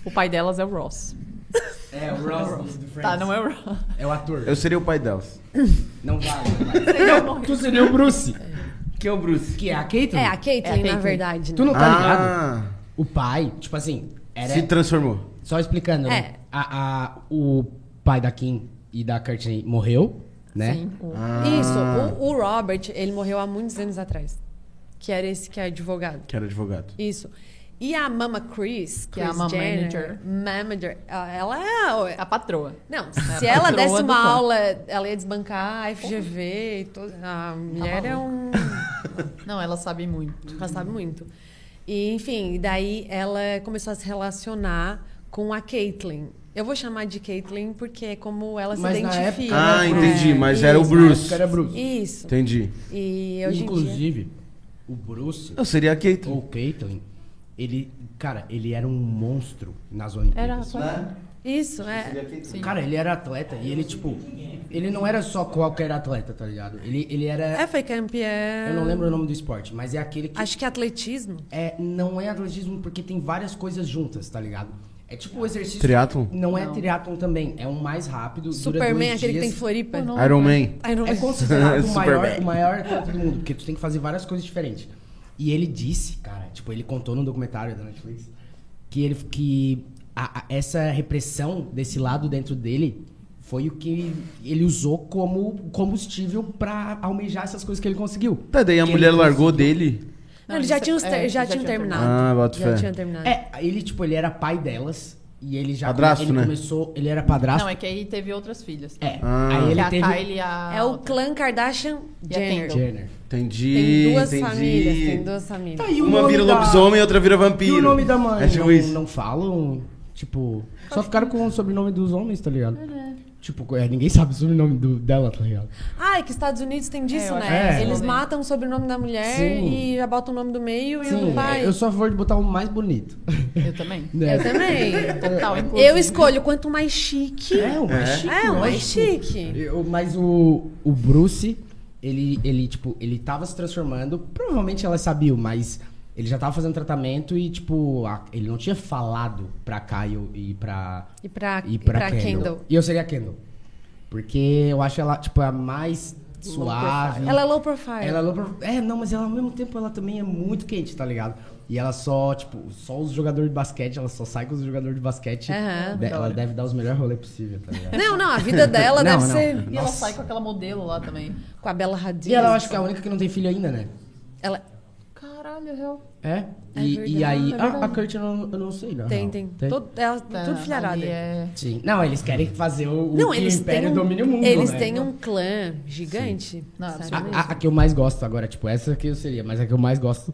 O pai delas é o Ross. É, o Ross do Friends. Tá, não é o Ross. É o ator. Eu seria o pai delas. Não vale. Não, tu seria o Bruce. Quem é o Bruce? Que é a Kate? É, a Caitlyn, na Caitlyn. verdade. Tu né? não tá ligado? Ah, O pai, tipo assim, era... se transformou. Só explicando, né? É. A, a- o pai da Kim e da Courtney morreu, né? Sim. o- Ah, Isso, o, o Robert, ele morreu há muitos anos atrás. Que era esse que é advogado. Que era advogado. Isso. E a Mama Chris, Que é a Kris mama Jenner, manager. manager, ah, ela é... A patroa. Não, É, a se ela patroa desse do uma clã. aula, ela ia desbancar a FGV e tudo. A mulher Tá é um... tipo, Não, ela sabe muito. Ela sabe muito. E, enfim, e daí ela começou a se relacionar com a Caitlyn. Eu vou chamar de Caitlyn porque é como ela Mas se na né? identifica. época- Ah, É, entendi, mas isso. né? era o Bruce. Era Bruce. Isso. Entendi. E hoje em dia... Inclusive, o Bruce... Eu seria a Kate. ou Caitlyn, ele, cara, ele era um monstro nas Olimpíadas. Era Isso, é. Sim. Cara, ele era atleta e ele, tipo, ele não era só qualquer atleta, tá ligado? Ele, ele era, É, foi campeã. eu não lembro o nome do esporte, mas é aquele que É Acho que atletismo. é, não é atletismo porque tem várias coisas juntas, tá ligado? É tipo o exercício... Triatlon? Não é triatlon também, é um mais rápido, dura Superman, dois aquele que tem dias. em Floripa. Não. Iron Man. Ai, não É lembro. considerado o maior, Superman. o maior atleta do mundo, porque tu tem que fazer várias coisas diferentes. E ele disse, cara, tipo, ele contou num documentário da Netflix que ele que a- a- essa repressão desse lado dentro dele foi o que ele usou como combustível pra almejar essas coisas que ele conseguiu. Tá, daí a Que mulher ele é largou dele. Não, eles já isso- tinham, é, já tinham terminado. Ah, boto já fé. tinha terminado. É, ele tipo, ele era pai delas e ele já Padrasto, ele né? começou, ele era padrasto. Não, é tá, que aí teve outras filhas. É. Ah. Aí Que ele a teve Kylie e a... É o clã Kardashian E a Jenner. Kendall. Jenner. Entendi. Tem duas entendi. famílias, tem duas famílias. Tá, e o Uma nome vira da- lobisomem e outra vira E vampiro. o nome da mãe? É tipo não, isso. não falam? Tipo, só ficaram com o sobrenome dos homens, tá ligado? Tipo, é, ninguém sabe o sobrenome do- dela, tá ligado? Ah, é que Estados Unidos tem disso, eu acho né? que é. Eles É. matam o sobrenome da mulher Sim. e já botam o nome do meio e o Sim, é, do um pai. é eu sou a favor de botar o <laughs> mais bonito. É. Eu também. Eu <laughs> também. Total, inclusive. eu escolho quanto mais chique. É, o É. mais chique. É, o mais lógico. chique. Eu- mas o, o Bruce, ele, ele, tipo, ele tava se transformando. Provavelmente ela sabia, mas ele já tava fazendo tratamento e, tipo, a- ele não tinha falado pra Kyle e pra, E pra, e pra, Kendall. Kendall. E eu seria a Kendall. Porque eu acho ela, tipo, a mais suave. Ela é low profile. Ah, Ela é low prof- É, não, mas ela ao mesmo tempo ela também é muito quente, tá ligado? E ela só, tipo, só os jogadores de basquete, ela só sai com os jogadores de basquete. Aham. De- Ela deve dar os melhores rolês possível, tá <laughs> ligado? Não, não, a vida <laughs> dela Não, deve não. ser E ela sai com aquela modelo lá também. com a Bela Hadid. E ela eu acho que é a única que não tem filho ainda, né? Ela- Caralho, é real. É? É E, e verdade, aí. é ah, a verdade. Kurt eu não, eu não sei, Ah, não. Tem, tem. Todo, ela, tudo filharada. ali É... Sim. Não, eles querem fazer o, o Não, que eles o Império têm um, domine o mundo. Eles né? têm um clã gigante. Não, sabe? absurdo. A, a- a que eu mais gosto agora, tipo, essa que eu seria, mas a que eu mais gosto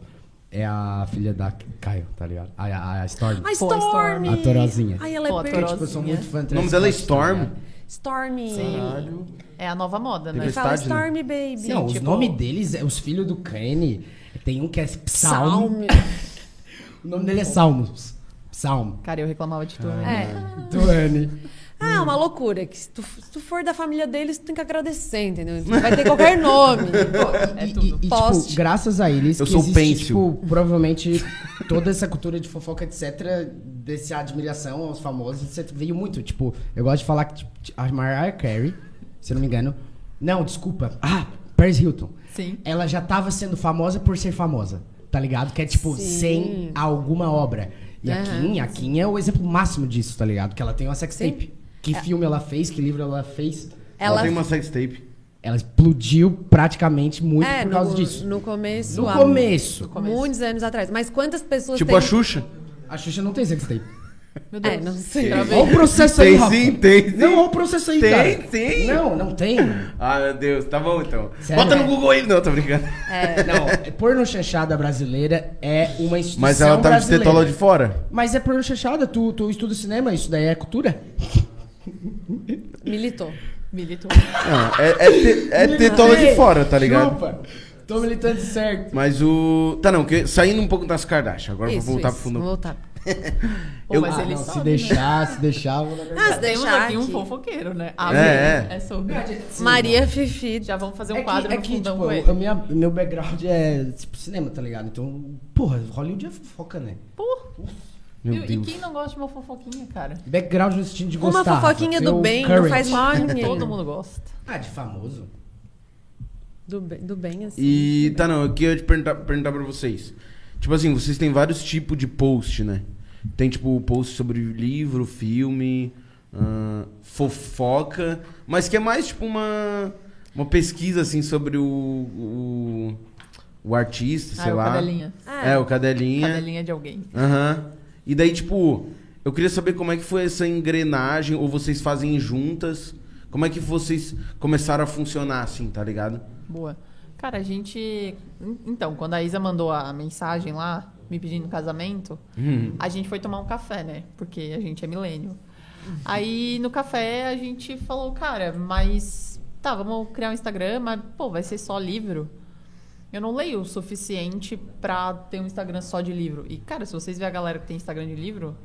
é a filha da Caio, tá ligado? A, a, a Storm. A Pô, a Storm. Storm. A Torozinha. Ai, ela Pô, é a perfeita. Tipo, eu sou muito fã de O nome dela é Transformers, tá Storm? ligado? Stormy. é a nova moda, né? Ele Fala Tempestade, né? Stormy, baby. Sim, não, os tipo- nomes deles, é- os filhos do Kanye, tem um que é Psalm. Salme. O nome dele é Salmos. Psalm. Cara, eu reclamava de tudo. né? É. Do Annie. Ah, é uma loucura. Que se, tu, se tu for da família deles, tu tem que agradecer, entendeu? Então, Vai ter qualquer nome. E, É e- tudo. e, tipo, Poste. graças a eles Eu que sou o existe, pêncil. tipo, provavelmente toda essa cultura de fofoca, etc, dessa admiração aos famosos, etc, veio muito, tipo, eu gosto de falar que tipo, a Mariah Carey, se eu não me engano, não, desculpa, ah, Paris Hilton. Sim. Ela já tava sendo famosa por ser famosa, tá ligado? Que é, tipo, Sim. sem alguma obra. E a Aham. Kim, a Kim é o exemplo máximo disso, tá ligado? Que ela tem uma sextape. É. Que filme ela fez, que livro <laughs> ela fez. Ela Ela- tem uma sextape. Ela explodiu praticamente muito é, por causa no, disso. no começo. No há começo. Muitos anos atrás. Mas quantas pessoas um Tipo têm... a Xuxa. A Xuxa não tem sextape. Meu Deus. É, não sei. Travei. Olha o processo aí, Tem Rafa. sim, tem sim. Não, olha o processo aí, Tem, cara. tem. Não, <laughs> não tem. Ah, meu Deus, tá bom então. Sério? né? Bota no Google aí. Não, tô brincando. É, não. Porno chanchada brasileira é uma instituição Mas ela tá de brasileira. tetola de fora? Mas é porno chanchada, tu, tu estuda cinema, isso daí é cultura. Militou. Militou. Não, é, é, te- é tetola de Ei, fora, tá ligado? Chupa. Tô militando certo. Mas o. Tá, não, que... saindo um pouco das Kardashian. Agora eu Isso, vou voltar isso. pro fundo. Vou voltar. Pô, Eu- mas Ah, ele não, sabe, se né? deixar, se deixar, eu vou na verdade. Ah, se Nós temos deixar aqui um aqui. fofoqueiro, né? É, é. é. sobre. Maria Fifi. Já vamos fazer um É que, quadro é no que fundão tipo, com eu, ele. minha, meu background é tipo cinema, tá ligado? Então, porra, Hollywood é fofoca, né? Pô, Meu e, e Deus. quem não gosta de uma fofoquinha, cara? Background no sentido de Uma gostar. fofoquinha fazer do o bem não current. faz mal <laughs> a ninguém. Todo mundo gosta. Ah, de famoso. Do, be- do bem, assim. E tá, não, eu queria te perguntar, perguntar pra vocês. Tipo assim, vocês têm vários tipos de post, né? Tem tipo post sobre livro, filme, ah, fofoca, mas que é mais tipo uma, uma pesquisa assim sobre o, o, o artista, Ah, sei é o lá. Cadelinha. Ah, É, o Cadelinha. Cadelinha de alguém. Aham. E daí, tipo, eu queria saber como é que foi essa engrenagem, ou vocês fazem juntas. Como é que vocês começaram a funcionar assim, tá ligado? Boa. Cara, a gente. Então, quando a Isa mandou a mensagem lá, me pedindo casamento, a gente foi tomar um café, né? Porque a gente é milênio. Aí no café a gente falou, cara, mas tá, vamos criar um Instagram, mas pô, vai ser só livro. Eu não leio o suficiente pra ter um Instagram só de livro. E, cara, se vocês verem a galera que tem Instagram de livro,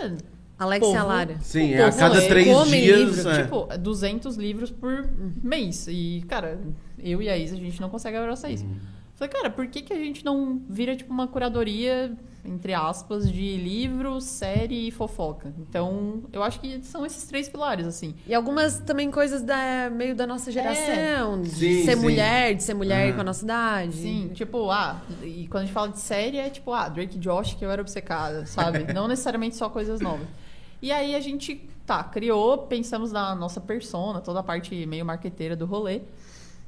é, Alex e Povo. a Lara. Sim, O é a povo cada lê, três come dias. livro, é. Tipo, 200 livros por mês. E, cara, eu e a Isa, a gente não consegue abraçar isso. Falei, cara, por que, que a gente não vira, tipo, uma curadoria, entre aspas, de livro, série e fofoca? Então, eu acho que são esses três pilares, assim. E algumas também coisas da, meio da nossa geração. É. De Sim, ser sim. mulher, de ser mulher Aham. com a nossa idade. Sim, tipo, ah, e quando a gente fala de série, é tipo, ah, Drake e Josh, que eu era <laughs> obcecada, sabe? não necessariamente só coisas novas. E aí a gente, tá, criou, pensamos na nossa persona, toda a parte meio marqueteira do rolê.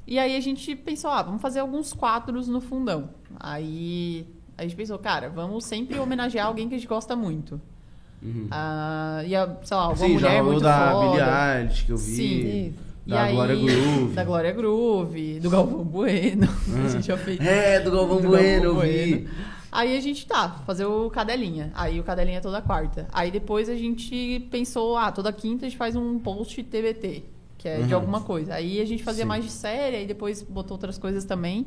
E aí a gente pensou, ah, vamos fazer alguns quadros no fundão. Aí a gente pensou, cara, vamos sempre homenagear alguém que a gente gosta muito. Ah, e a, sei lá, alguma Uhum. Sim, já mulher falou muito da foda. Billie Eilish que eu vi. Sim. Da e aí, Glória Groove. Da Glória Groove, do Galvão Bueno. <laughs> A gente já fez. É, do Galvão Do Bueno, Galvão eu vi. Aí a gente tá, fazer o cadelinha. Aí o cadelinha é toda quarta. Aí depois a gente pensou, ah, toda quinta a gente faz um post TBT, que é de alguma coisa. Aí a gente fazia Uhum. Sim. mais de série, aí depois botou outras coisas também.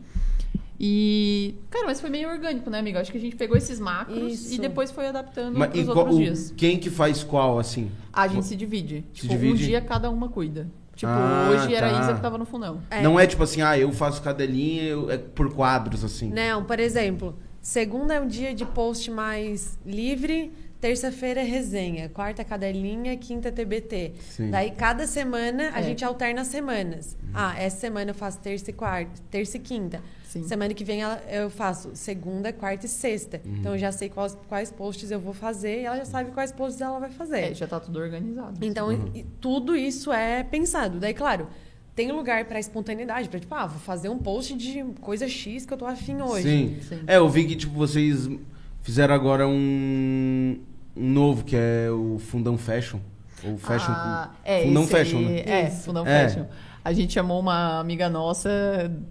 E, cara, mas foi meio orgânico, né, amiga? Acho que a gente pegou esses macros Isso. e depois foi adaptando Mas e pros qual- outros o- dias. quem que faz qual, assim? A gente se divide. Tipo, um divide? dia cada uma cuida. Tipo, Ah, hoje era tá. a Isa que tava no fundão. É. Não é tipo assim, ah, eu faço cadelinha, eu- é por quadros, assim. Não, né, um, por exemplo, segunda é um dia de post mais livre, terça-feira é resenha, quarta cadelinha, quinta é TBT. Sim. Uhum. Daí cada semana a É. gente alterna as semanas. Ah, essa semana eu faço terça e quarta, terça e quinta. Sim. Semana que vem ela- eu faço segunda, quarta e sexta. Uhum. Então eu já sei quais, quais posts eu vou fazer e ela já sabe quais posts ela vai fazer. É, já tá tudo organizado. Então, e- tudo isso é pensado. Daí, claro, tem lugar pra espontaneidade, pra tipo, ah, vou fazer um post de coisa X que eu tô afim hoje. Sim. Sim. É, eu vi que, tipo, vocês fizeram agora um, um novo, que é o Fundão Fashion. Ou Fashion. Ah, é, Fundão esse Fashion, aí- né? É, Isso. Fundão É. Fashion. A gente chamou uma amiga nossa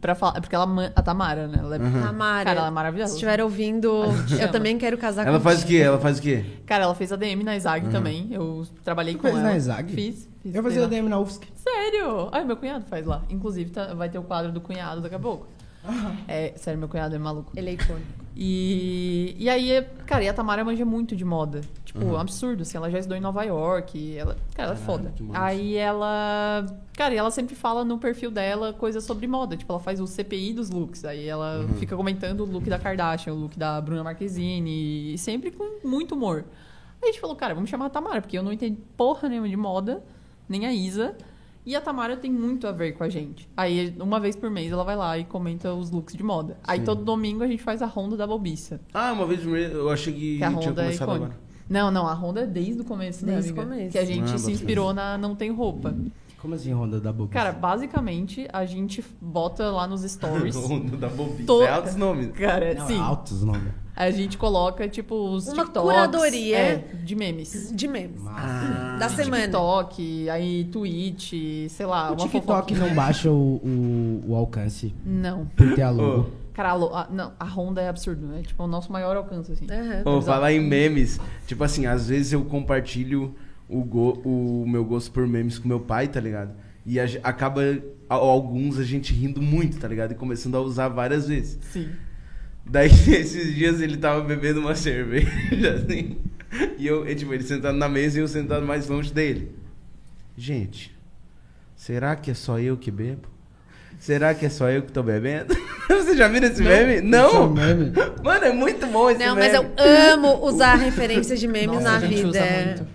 pra falar. é Porque ela. man- A Tamara, né? Ela é, Tamara. Cara, ela é Se maravilhosa. estiver ouvindo, A gente eu ama. também quero casar com Ela faz o quê? Ela faz o quê? Cara, ela fez ADM na ISAG também. Eu trabalhei Tu com fez ela. na ISAG? Fiz. fiz Eu fazia sei lá. DM na UFSC. Sério? Ai, meu cunhado faz lá. Inclusive, tá- vai ter o quadro do cunhado daqui a pouco. É, sério, meu cunhado é maluco. Ele é icônico. E, e aí, cara, e a Tamara manja muito de moda. Tipo, absurdo, assim, ela já estudou em Nova York. e Ela, cara, ela é foda. que massa. Aí ela. Cara, e ela sempre fala no perfil dela coisas sobre moda. Tipo, ela faz o CPI dos looks. Aí ela Uhum. fica comentando o look da Kardashian, o look da Bruna Marquezine. E sempre com muito humor. Aí a gente falou, cara, vamos chamar a Tamara, porque eu não entendo porra nenhuma de moda, nem a Isa. E a Tamara tem muito a ver com a gente. Aí, uma vez por mês, ela vai lá e comenta os looks de moda. Aí, todo domingo, a gente faz a ronda da bobiça. Ah, uma vez eu achei que Que a tinha Honda é começado icônica. agora. Não, não, a Honda é desde o começo, né, Desde o amiga? começo. Que a Ah, gente bota se inspirou na Não Tem Roupa. Como assim, Ronda da Boca? Cara, basicamente, a gente bota lá nos <laughs> stories. Ronda da Bobice. Tô- É altos nomes. Cara, Não, né? sim. altos nomes. A gente coloca, tipo, os é Uma TikToks. curadoria. é, de memes. De memes. Ah, da semana. TikTok, aí Twitch, sei lá. Ah, O uma TikTok fofoquinha. não baixa o, o, o alcance Não. por ter a logo. Cara, a, lo- a- não, a Honda é absurdo, né? Tipo, o nosso maior alcance, assim. Aham. Ô, falar em memes, tipo assim, às vezes eu compartilho o, go- o meu gosto por memes com meu pai, tá ligado? E a ge- acaba a- alguns a gente rindo muito, tá ligado? E começando a usar várias vezes. Sim. Daí, <laughs> esses dias ele tava bebendo uma cerveja, <laughs> assim. E eu, e, tipo, ele sentado na mesa e eu sentado mais longe dele. Gente, será que é só eu que bebo? Será que é só eu que tô bebendo? <laughs> Você já viram esse meme? Isso é um Não! meme. Mano, é muito bom esse Não, meme. mas é eu amo usar referências de memes Nossa, na a gente vida. usa muito.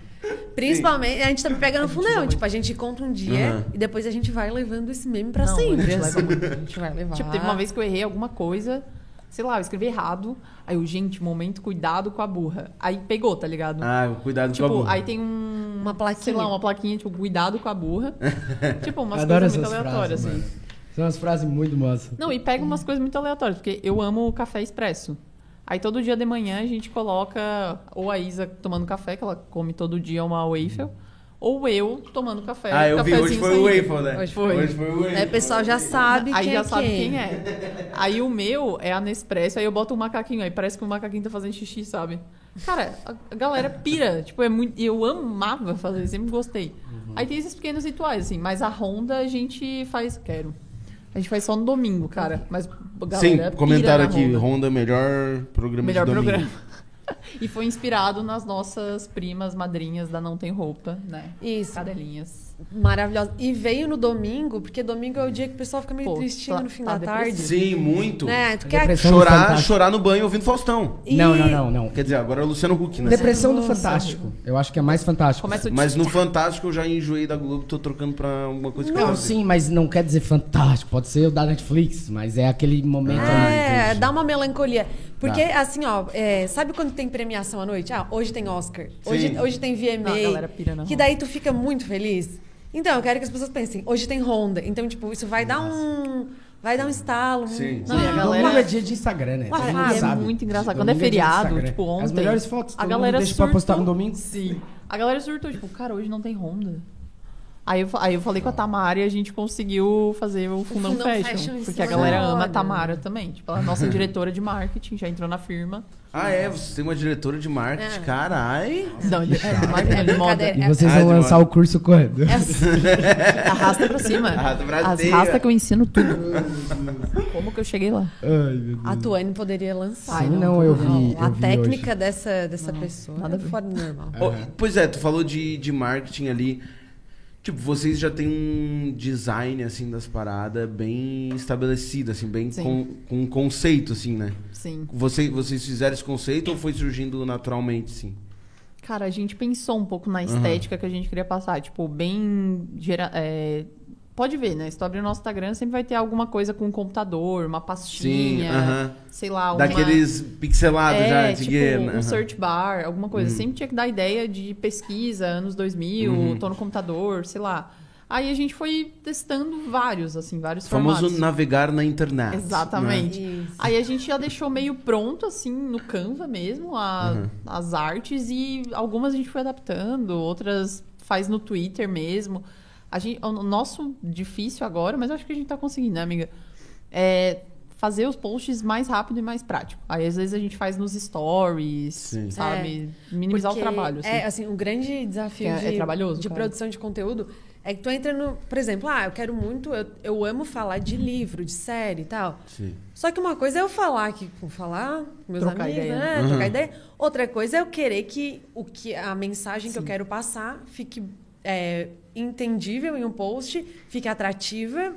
Principalmente, a gente também pega no fundão. usa Tipo, a gente conta um dia Aham. e depois a gente vai levando esse meme pra Não, sempre. A gente, leva assim. muito, a gente vai levar. Tipo, teve uma vez que eu errei alguma coisa, sei lá, eu escrevi errado. Aí eu, gente, momento, cuidado com a burra. Aí pegou, tá ligado? Ah, cuidado tipo, com a burra. aí tem um. Uma plaquinha. Sei lá, uma plaquinha, tipo, cuidado com a <laughs> burra. tipo, umas Adoro coisas essas muito aleatórias, frases, né? assim. mano. São umas frases muito massas. Não, e pega umas coisas muito aleatórias, porque eu amo o café expresso. Aí todo dia de manhã a gente coloca ou a Isa tomando café, que ela come todo dia uma waffle, ou eu tomando café. Ah, eu vi, hoje cafezinho foi o saindo. Waffle, né? Hoje foi. Hoje foi o Waffle. É, o pessoal já sabe Aí quem já é sabe quem é. Aí o meu é a Nespresso, aí eu boto um macaquinho, aí parece que o macaquinho tá fazendo xixi, sabe? Cara, a- a galera pira, tipo, é muito. Eu amava fazer, sempre gostei. Uhum. Aí tem esses pequenos rituais, assim, mas a Honda a gente faz. Quero. A gente faz só no domingo, cara. Mas a Sim, galera. pira comentaram na aqui, Honda. Honda, melhor programa Melhor de domingo. programa. E foi inspirado nas nossas primas madrinhas da Não Tem Roupa, né? Isso. Cadelinhas. Maravilhosa. E veio no domingo, porque domingo é o dia que o pessoal fica meio Pô, tristinho tá- no fim tá da tarde. depressivo. Sim, <laughs> muito. É. Né? Tu A quer... depressão- Chorar, Fantástico. chorar no banho ouvindo Faustão. E- Não, não, não, não. Quer dizer, agora é o Luciano Huck, né? Depressão do Nossa. Fantástico. Eu acho que é mais fantástico. Começa o Mas no Fantástico eu já enjoei da Globo, tô trocando pra alguma coisa que eu Não, gosto. sim, mas não quer dizer fantástico. Pode ser o da Netflix, mas é aquele momento Ah, ali. É, entendi. Tá. dá uma melancolia. Porque, assim, ó, é, sabe quando tem premiação à noite? Ah, hoje tem Oscar, hoje, Sim. hoje tem VMA. Não, a galera pira na que Honda. daí tu fica muito feliz. Então, eu quero que as pessoas pensem, hoje tem Honda. Então, tipo, isso vai dar um. Vai dar um estalo. um- Sim. Não, e a Domingo galera- é dia de Instagram, né? Uma Todo mundo fase. é sabe. muito engraçado. Quando Domingo é dia de feriado, Instagram. tipo ontem. As melhores fotos, a todo galera mundo deixa pra surtou. postar no domingo. Sim. A galera surtou, tipo, cara, hoje não tem Honda. Aí eu, fa- aí eu falei com a Tamara e a gente conseguiu fazer o Fundão, Fundão Fashion. Fashion é em porque cima a galera da ama a hora. Tamara também. Tipo, ela é <laughs> nossa diretora de marketing, já entrou na firma. Ah, é, você tem uma diretora de marketing, É. carai. Não, ele, é, de marketing, é de moda. brincadeira. E É- vocês Ah, vão de lançar moda. o <laughs> curso quando? É assim. Arrasta pra cima. Arrasta pra cima. Arrasta que eu ensino <laughs> tudo. Como que eu cheguei lá? Ai, meu a Deus. Tuane poderia lançar. Ai, Sim, não, não, eu vi. Não, a eu vi técnica dessa, dessa pessoa nada a é ver. fora do normal. Ó, pois é, tu falou de, de marketing ali. Tipo, vocês já têm um design, assim, das paradas bem estabelecido, assim, bem Sim. com, com um conceito, assim, né? Sim. Você, vocês fizeram esse conceito ou foi surgindo naturalmente, sim? Cara, a gente pensou um pouco Uhum. na estética que a gente queria passar. Tipo, bem. Gera... é, Pode ver, né? Se tu abrir o nosso Instagram, sempre vai ter alguma coisa com um computador, uma pastinha, aham. sei lá, uma... Daqueles pixelados é, já, tipo, antigueiro, um né? search bar, alguma coisa. Uhum. Sempre tinha que dar ideia de pesquisa, anos 2000, Uhum. tô no computador, sei lá. Aí a gente foi testando vários, assim, vários O famoso formatos. navegar na internet. né? Exatamente. Isso. Aí a gente já deixou meio pronto, assim, no Canva mesmo, a- Uhum. as artes, e algumas a gente foi adaptando, outras faz no Twitter mesmo. A gente, o nosso difícil agora, mas eu acho que a gente tá conseguindo, né, amiga? É fazer os posts mais rápido e mais prático. Aí às vezes a gente faz nos stories, Sim. sabe? Minimizar É, Porque o trabalho. assim. É, assim, o grande desafio É- de, é trabalhoso, de cara. produção de conteúdo é que tu entra no. Por exemplo, ah, eu quero muito, eu, eu amo falar de livro, de série e tal. Né? Sim. Só que uma coisa é eu falar aqui, com- falar com meus Trocar amigos, ideia, né? né? Trocar Uhum. ideia. Outra coisa é eu querer que, o que a mensagem que eu quero passar fique é, entendível em um post, fique atrativa,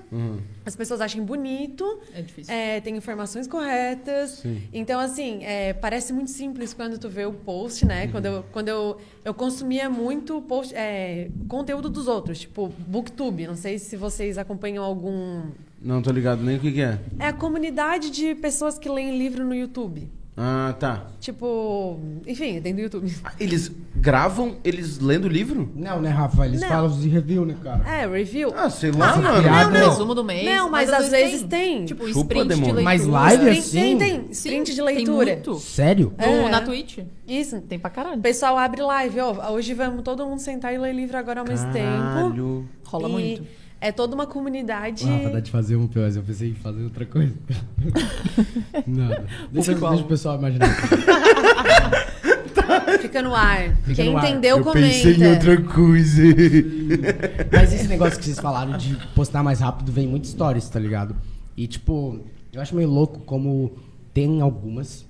as pessoas achem bonito. É difícil. É, tem informações corretas. Então, assim, é, parece muito simples quando tu vê o post, né? Uhum. Quando, eu, quando eu, eu consumia muito post, é, conteúdo dos outros, tipo Booktube. Não sei se vocês acompanham algum. Não tô ligado nem o que, que é. É a comunidade de pessoas que leem livro no YouTube. Ah, tá. Tipo, enfim, tem do YouTube. <laughs> Eles gravam eles lendo o livro? Não, né, Rafa? Eles Não. falam de review, né, cara? É, review. Ah, sei lá, mano. piada. Não, Resumo do mês. é, Não, mas às vezes tem. Tipo, Chupa, sprint de demônio. é leitura. Mas live Tem- assim? Tem, tem. Sprint de Tem leitura. muito. Sério? É. No- na Twitch. Isso. Tem pra caralho. O pessoal abre live, ó. Hoje vamos todo mundo sentar e ler livro agora ao mesmo tempo. Caralho. Rola E muito. É toda uma comunidade. Rafa, dá de fazer um pior, eu pensei em fazer outra coisa. Nada. Deixa, Igual. deixa o pessoal imaginar. Fica no ar. Fica Quem no ar. entendeu, comenta. coisa. Mas esse negócio que vocês falaram de postar mais rápido vem muito stories, tá ligado? E, tipo, eu acho meio louco como tem algumas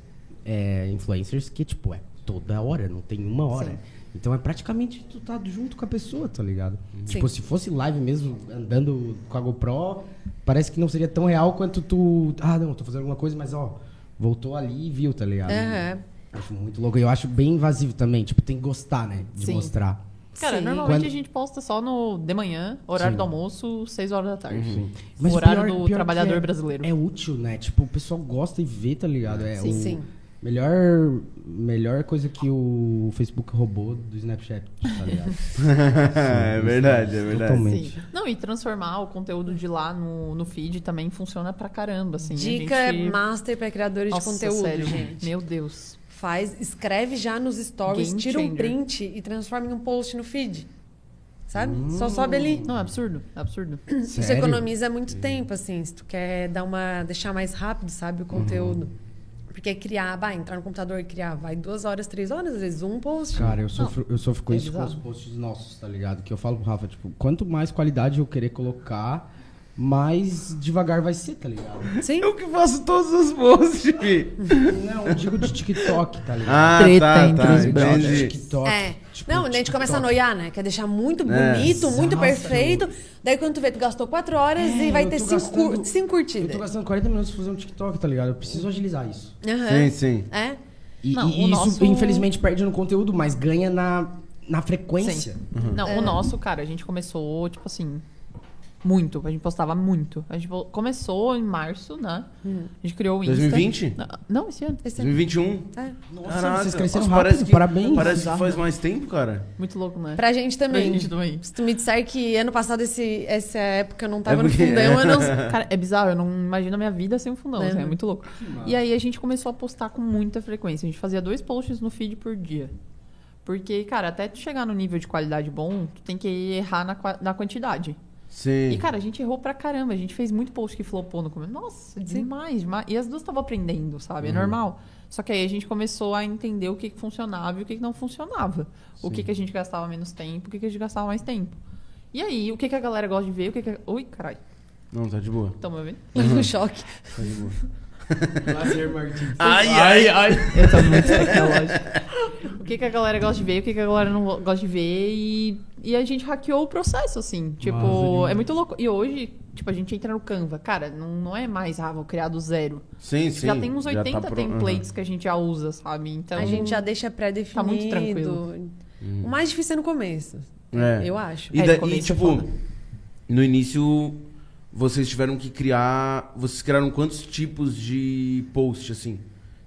é, influencers que, tipo, é toda hora, não tem uma hora. Então é praticamente tu tá junto com a pessoa, tá ligado? Tipo, se fosse live mesmo, andando com a GoPro, parece que não seria tão real quanto tu. Ah, não, tô fazendo alguma coisa, mas ó, voltou ali e viu, tá ligado? Aham. Acho muito louco. E Eu acho bem invasivo também. Tipo, tem que gostar, né? De Sim. mostrar. Cara, Sim. normalmente Quando- a gente posta só no de manhã, horário do almoço, 6 horas da tarde. Mas o o horário pior- do pior que trabalhador é- brasileiro. É útil, né? Tipo, o pessoal gosta e vê, tá ligado? É Sim, o sim. Melhor, melhor coisa que o Facebook roubou do Snapchat, tá <laughs> ligado? <laughs> é verdade, é verdade. Totalmente. Sim. Não, e transformar o conteúdo de lá no, no feed também funciona pra caramba, assim. A Dica gente- master pra criadores Nossa, de conteúdo, sério, gente. Meu Deus. Faz, escreve já nos stories, Game tira um changer. print e transforma em um post no feed. Sabe? Só sobe ali. Não, é absurdo, é <coughs> absurdo. Isso Hum, Sério? economiza muito tempo, assim, se tu quer dar uma. deixar mais rápido, sabe, Uhum. o conteúdo. Porque criar, vai, entrar no computador e criar, vai duas horas, três horas, às vezes um post. Cara, eu sofro, eu sofro com é isso com os bizarro. posts nossos, tá ligado? Que eu falo pro Rafa, tipo, quanto mais qualidade eu querer colocar, mais devagar vai ser, tá ligado? Sim? Eu que faço todos os posts, fi. Não, eu digo de TikTok, tá ligado? Ah, Treta tá, entre tá. os de Entendi. TikTok. É. tipo, não, daí a gente começa a TikTok. noiar, né? Quer deixar muito É, bonito, muito exato. perfeito. Daí quando tu vê, tu gastou quatro horas É, e vai eu ter tô cinco, gastando- cur- cinco Eu tô curtidas. gastando 40 minutos pra fazer um TikTok, tá ligado? Eu preciso agilizar isso. Sim, Aham. sim. É. E, Não, e- e o isso, nosso- infelizmente, perde no conteúdo, mas ganha na, na frequência. <laughs> Sim. Não, É. o nosso, cara, a gente começou, tipo assim, muito. A gente postava muito. A gente po- começou em março, né? Hum. A gente criou o Insta. 2020? Não, Não, esse ano. Esse é- 2021. é. Nossa, Caraca, vocês cresceram nossa, rápido, parece que, parabéns. Parece que faz mais tempo, cara. Muito louco, né? Pra gente também. Pra gente também. Se tu me disser que ano passado esse, essa época eu não tava É no porque- fundão, <laughs> eu não. <laughs> Cara, é bizarro, eu não imagino a minha vida sem um fundão, um Né? assim, é muito louco. E aí a gente começou a postar com muita frequência. A gente fazia dois posts no feed por dia. Porque, cara, até tu chegar no nível de qualidade bom, tu tem que errar na, qua- na quantidade. Sim. E, cara, a gente errou pra caramba. A gente fez muito post que flopou no começo. Nossa, demais, demais. E as duas estavam aprendendo, sabe? É normal. Só que aí a gente começou a entender o que, que funcionava e o que, que não funcionava. O que, que a gente gastava menos tempo, o que, que a gente gastava mais tempo. E aí, o que, que a galera gosta de ver, o que que... a- Ui, caralho. Não, tá de boa. Tão me ouvindo? No um choque. Tá de boa. Lazer, Martins. Ai, ai, ai. Eu tô muito lógico. O que, que a galera gosta de ver, o que, que a galera não go- gosta de ver. E, e a gente hackeou o processo, assim. Tipo, Massa demais. é muito louco. E hoje, tipo, a gente entra no Canva. Cara, não, não é mais, ah, vou criar do zero. Sim, sim. já tem uns 80 tá pro- templates que a gente já usa, sabe? Então, A gente já deixa Tá pré-definido. muito tranquilo. O mais difícil é no começo. É. Eu acho. E, É, da- no começo e, é tipo, foda. no início, vocês tiveram que criar. Vocês criaram quantos tipos de post, assim?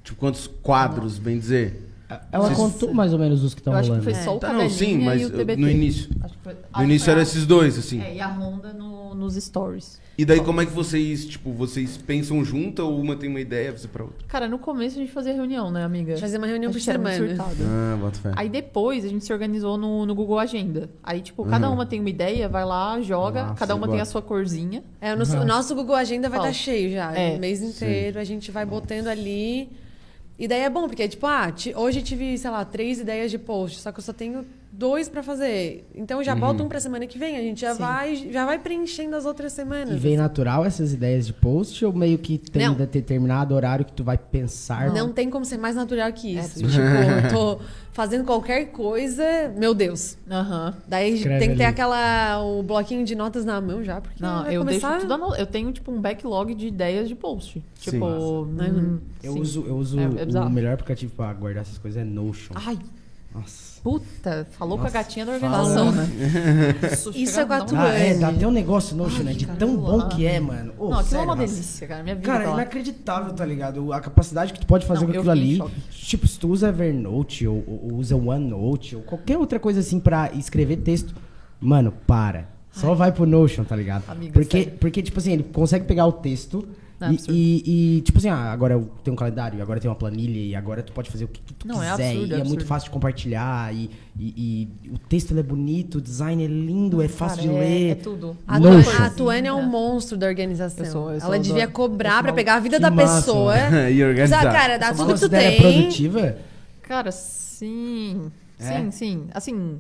Tipo, quantos quadros, bem dizer? <laughs> Ela Vocês- contou mais ou menos os que estão eu acho rolando. que foi só o Tá, não, cadelinha sim, mas e o eu- TBT. no início. Acho que foi- acho No que início foi eram a- esses dois, assim. Ah, tá. É, e a Honda no- nos stories. E daí, como é que vocês, tipo, vocês pensam junto ou uma tem uma ideia, você pra outra? Cara, no começo a gente fazia reunião, né, amiga? A gente fazia uma reunião A por gente era muito semana. surtada. Ah, bota fé. Aí depois a gente se organizou no, no Google Agenda. Aí, tipo, Uhum. cada uma tem uma ideia, vai lá, joga, Nossa, cada uma bota. tem a sua corzinha. É, o nosso, Uhum. o nosso Google Agenda vai estar Fala. cheio já. É. O mês inteiro a gente vai botando ali. E daí é bom, porque, tipo, ah, ti- hoje eu tive, sei lá, três ideias de post, só que eu só tenho dois pra fazer. Então eu já Uhum. boto um pra semana que vem, a gente já, Sim. vai, já vai preenchendo as outras E semanas. vem assim. natural essas ideias de post ou meio que tem Não. de- determinado horário que tu vai pensar? Não tem como ser mais natural que isso. tipo, É, eu <laughs> tô fazendo qualquer coisa, meu Deus. Aham. Daí Escreve tem que ter ali. aquela o bloquinho de notas na mão já, porque Não, vai eu começar... deixo tudo anotado. Eu tenho, tipo, um backlog de ideias de post. Sim. Tipo, Massa. hum, Eu Uhum. sim. uso, eu uso É- é bizarro. Ah. o melhor aplicativo pra guardar essas coisas é Notion. Ai, Nossa. Puta, falou Nossa, com a gatinha da fala. organização, <laughs> né? Isso é quatro Não, Ah, é, anos. dá até um negócio nojo, né? De cara, tão vamos bom lá. que é, mano. Ô, não, aquilo é sério, uma Rafa. delícia, cara. Minha vida Cara, é tá lá. inacreditável, tá ligado? A capacidade que tu pode fazer Não, com eu aquilo fiquei em ali. choque. Tipo, se tu usa Evernote ou, ou usa OneNote ou qualquer outra coisa assim pra escrever texto, mano, para. Só vai pro Notion, tá ligado? Amiga, porque, sério. porque, tipo assim, ele consegue pegar o texto Não, é e- absurdo. e, e, tipo assim, ah, agora eu tenho um calendário, agora eu tenho uma planilha e agora tu pode fazer o que, que tu Não, é quiser. absurdo, é e é absurdo. muito fácil de compartilhar e, e- e o texto ele é bonito, o design é lindo, é fácil Cara, de é- ler. É tudo. A, Nojo. Tuane- a Tuane é um monstro da organização. Eu sou- eu sou Ela do- devia eu cobrar sou um pra maluco. pegar a vida Que da massa. pessoa. <laughs> <laughs> né? E organizar. Mas, Cara, dá Você tudo que tu considera tem. produtiva? Cara, sim. É? Sim, sim. Assim,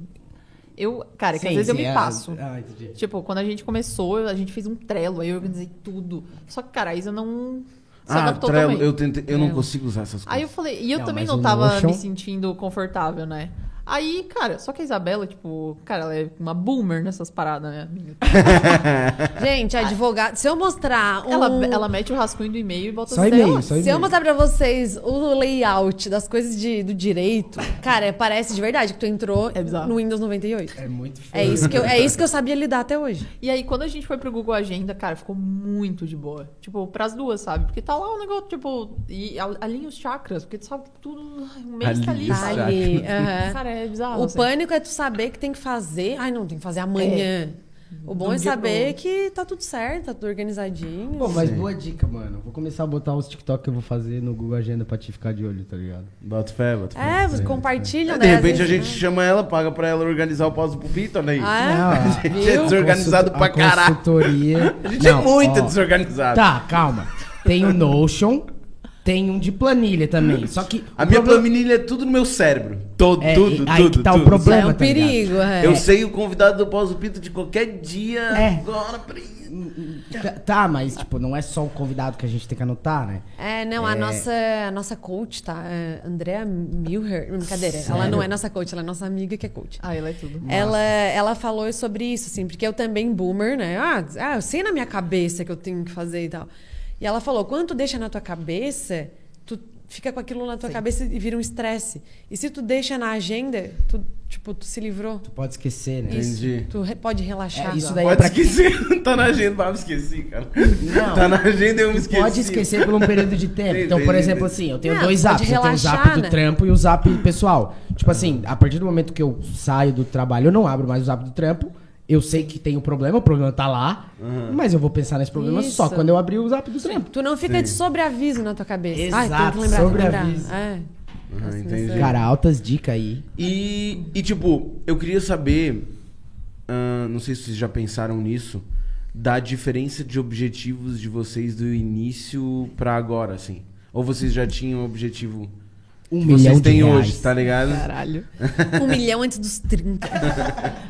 eu. Cara, que às Sim, vezes eu sim, me é- passo. Ah, entendi. Tipo, quando a gente começou, a gente fez um trelo, aí eu organizei tudo. Só que, cara, a Isa não se Ah, adaptou trelo, também. eu, tentei- eu não É. consigo usar essas coisas. Aí eu falei, e eu Não, também mas não o tava Notion- me sentindo confortável, né? Aí, cara, só que a Isabela, tipo, cara, ela é uma boomer nessas paradas, né? <laughs> amiga? Gente, advogado. Se eu mostrar um. <laughs> Ela, ela mete o rascunho do e-mail e bota Só as e-mail, dela. só Se eu mostrar pra vocês o layout das coisas de- do direito, cara, parece de verdade que tu entrou É bizarro. no Windows 98. É muito foda. É isso, que eu, é isso que eu sabia lidar até hoje. E aí, quando a gente foi pro Google Agenda, cara, ficou muito de boa. Tipo, pras duas, sabe? Porque tá lá o negócio, tipo, e a- alinha os chakras, porque tu sabe que tudo. ai, O mês tá ali, Alinha os sabe? Tá ali, aham. Cara, é bizarro. O assim. pânico é tu saber que tem que fazer. Ai, não, tem que fazer amanhã. O bom De um é dia saber pro que tá tudo certo, tá tudo organizadinho. <laughs> Pô, mas boa dica, mano. Vou começar a botar os TikTok que eu vou fazer no Google Agenda pra te ficar de olho, tá ligado? Boto fé, boto fé. é, você compartilha, de né? repente a Às gente vezes, chama ela, paga pra ela organizar o pause pupito, né? Ah, <laughs> a <laughs> gente é desorganizado pra caralho. caralho. Consultoria. <laughs> A gente é muito desorganizado. Tá, calma. Tem o Notion, tem um de planilha também. Só que. A o minha problema- planilha é tudo no meu cérebro. Todo, É, tudo, aí tudo, que tá o tudo. problema. é um tá ligado? perigo, é. Eu sei o convidado do pause pupito de qualquer dia. É. Agora, peraí. Tá, tá, mas, tipo, não é só o convidado que a gente tem que anotar, né? É, não, a, É. nossa, a nossa coach, tá? É, Andrea Milher. Brincadeira. Ela Sério? não é nossa coach, ela é nossa amiga que é coach. Ah, ela é tudo. Ela, ela falou sobre isso, assim, porque eu também, boomer, né? Ah, ah, eu sei na minha cabeça que eu tenho que fazer e tal. E ela falou: quando tu deixa na tua cabeça, tu fica com aquilo na tua cabeça e vira um estresse. E se tu deixa na agenda, tu, tipo, tu se livrou. Tu pode esquecer, né? Isso, Entendi. tu re- pode relaxar. É, isso daí é Pode pra esquecer. <laughs> tá na agenda, mas eu me esqueci, cara. Não. Tá na agenda e eu me esqueci. Pode esquecer por um período de tempo. Então, por Entendi. exemplo, assim, eu tenho Ah, dois pode apps. eu tenho o relaxar, zap do né? trampo e o zap pessoal. Tipo assim, a partir do momento que eu saio do trabalho, eu não abro mais o zap do trampo. Eu sei que tem um problema, o problema tá lá. Uhum. Mas eu vou pensar nesse problema só Isso. quando eu abrir o zap do trampo. Tu não fica de sobreaviso na tua cabeça. Ai, tem Exato, que lembrar, tem que lembrar. sobreaviso. É. Ah, entendi. Cara, altas dicas aí. E, e, tipo, eu queria saber, ahn, não sei se vocês já pensaram nisso, da diferença de objetivos de vocês do início pra agora, assim. Ou vocês já tinham um objetivo Um que milhão vocês de têm reais. hoje, tá ligado? Caralho. Um milhão antes dos 30.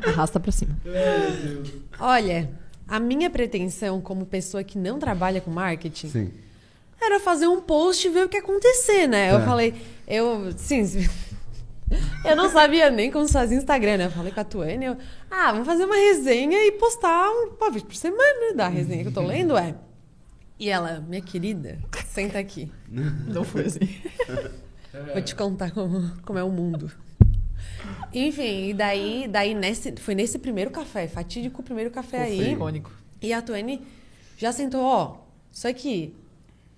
Arrasta pra cima. Olha, a minha pretensão como pessoa que não trabalha com marketing Sim. era fazer um post e ver o que ia acontecer, né? Eu Tá. falei, eu. Sim. <laughs> se- Eu não sabia nem como fazer Instagram, né? Eu falei com a Tuane, eu, ah, vamos fazer uma resenha e postar um- uma vez por semana da resenha que eu tô lendo, é. E ela, minha querida, senta aqui. Não foi assim. Vou te contar como, como é o mundo. Enfim, e daí, daí nesse, foi nesse primeiro café, fatídico primeiro café Foi aí. icônico. E a Tuane já sentou, ó, isso aqui,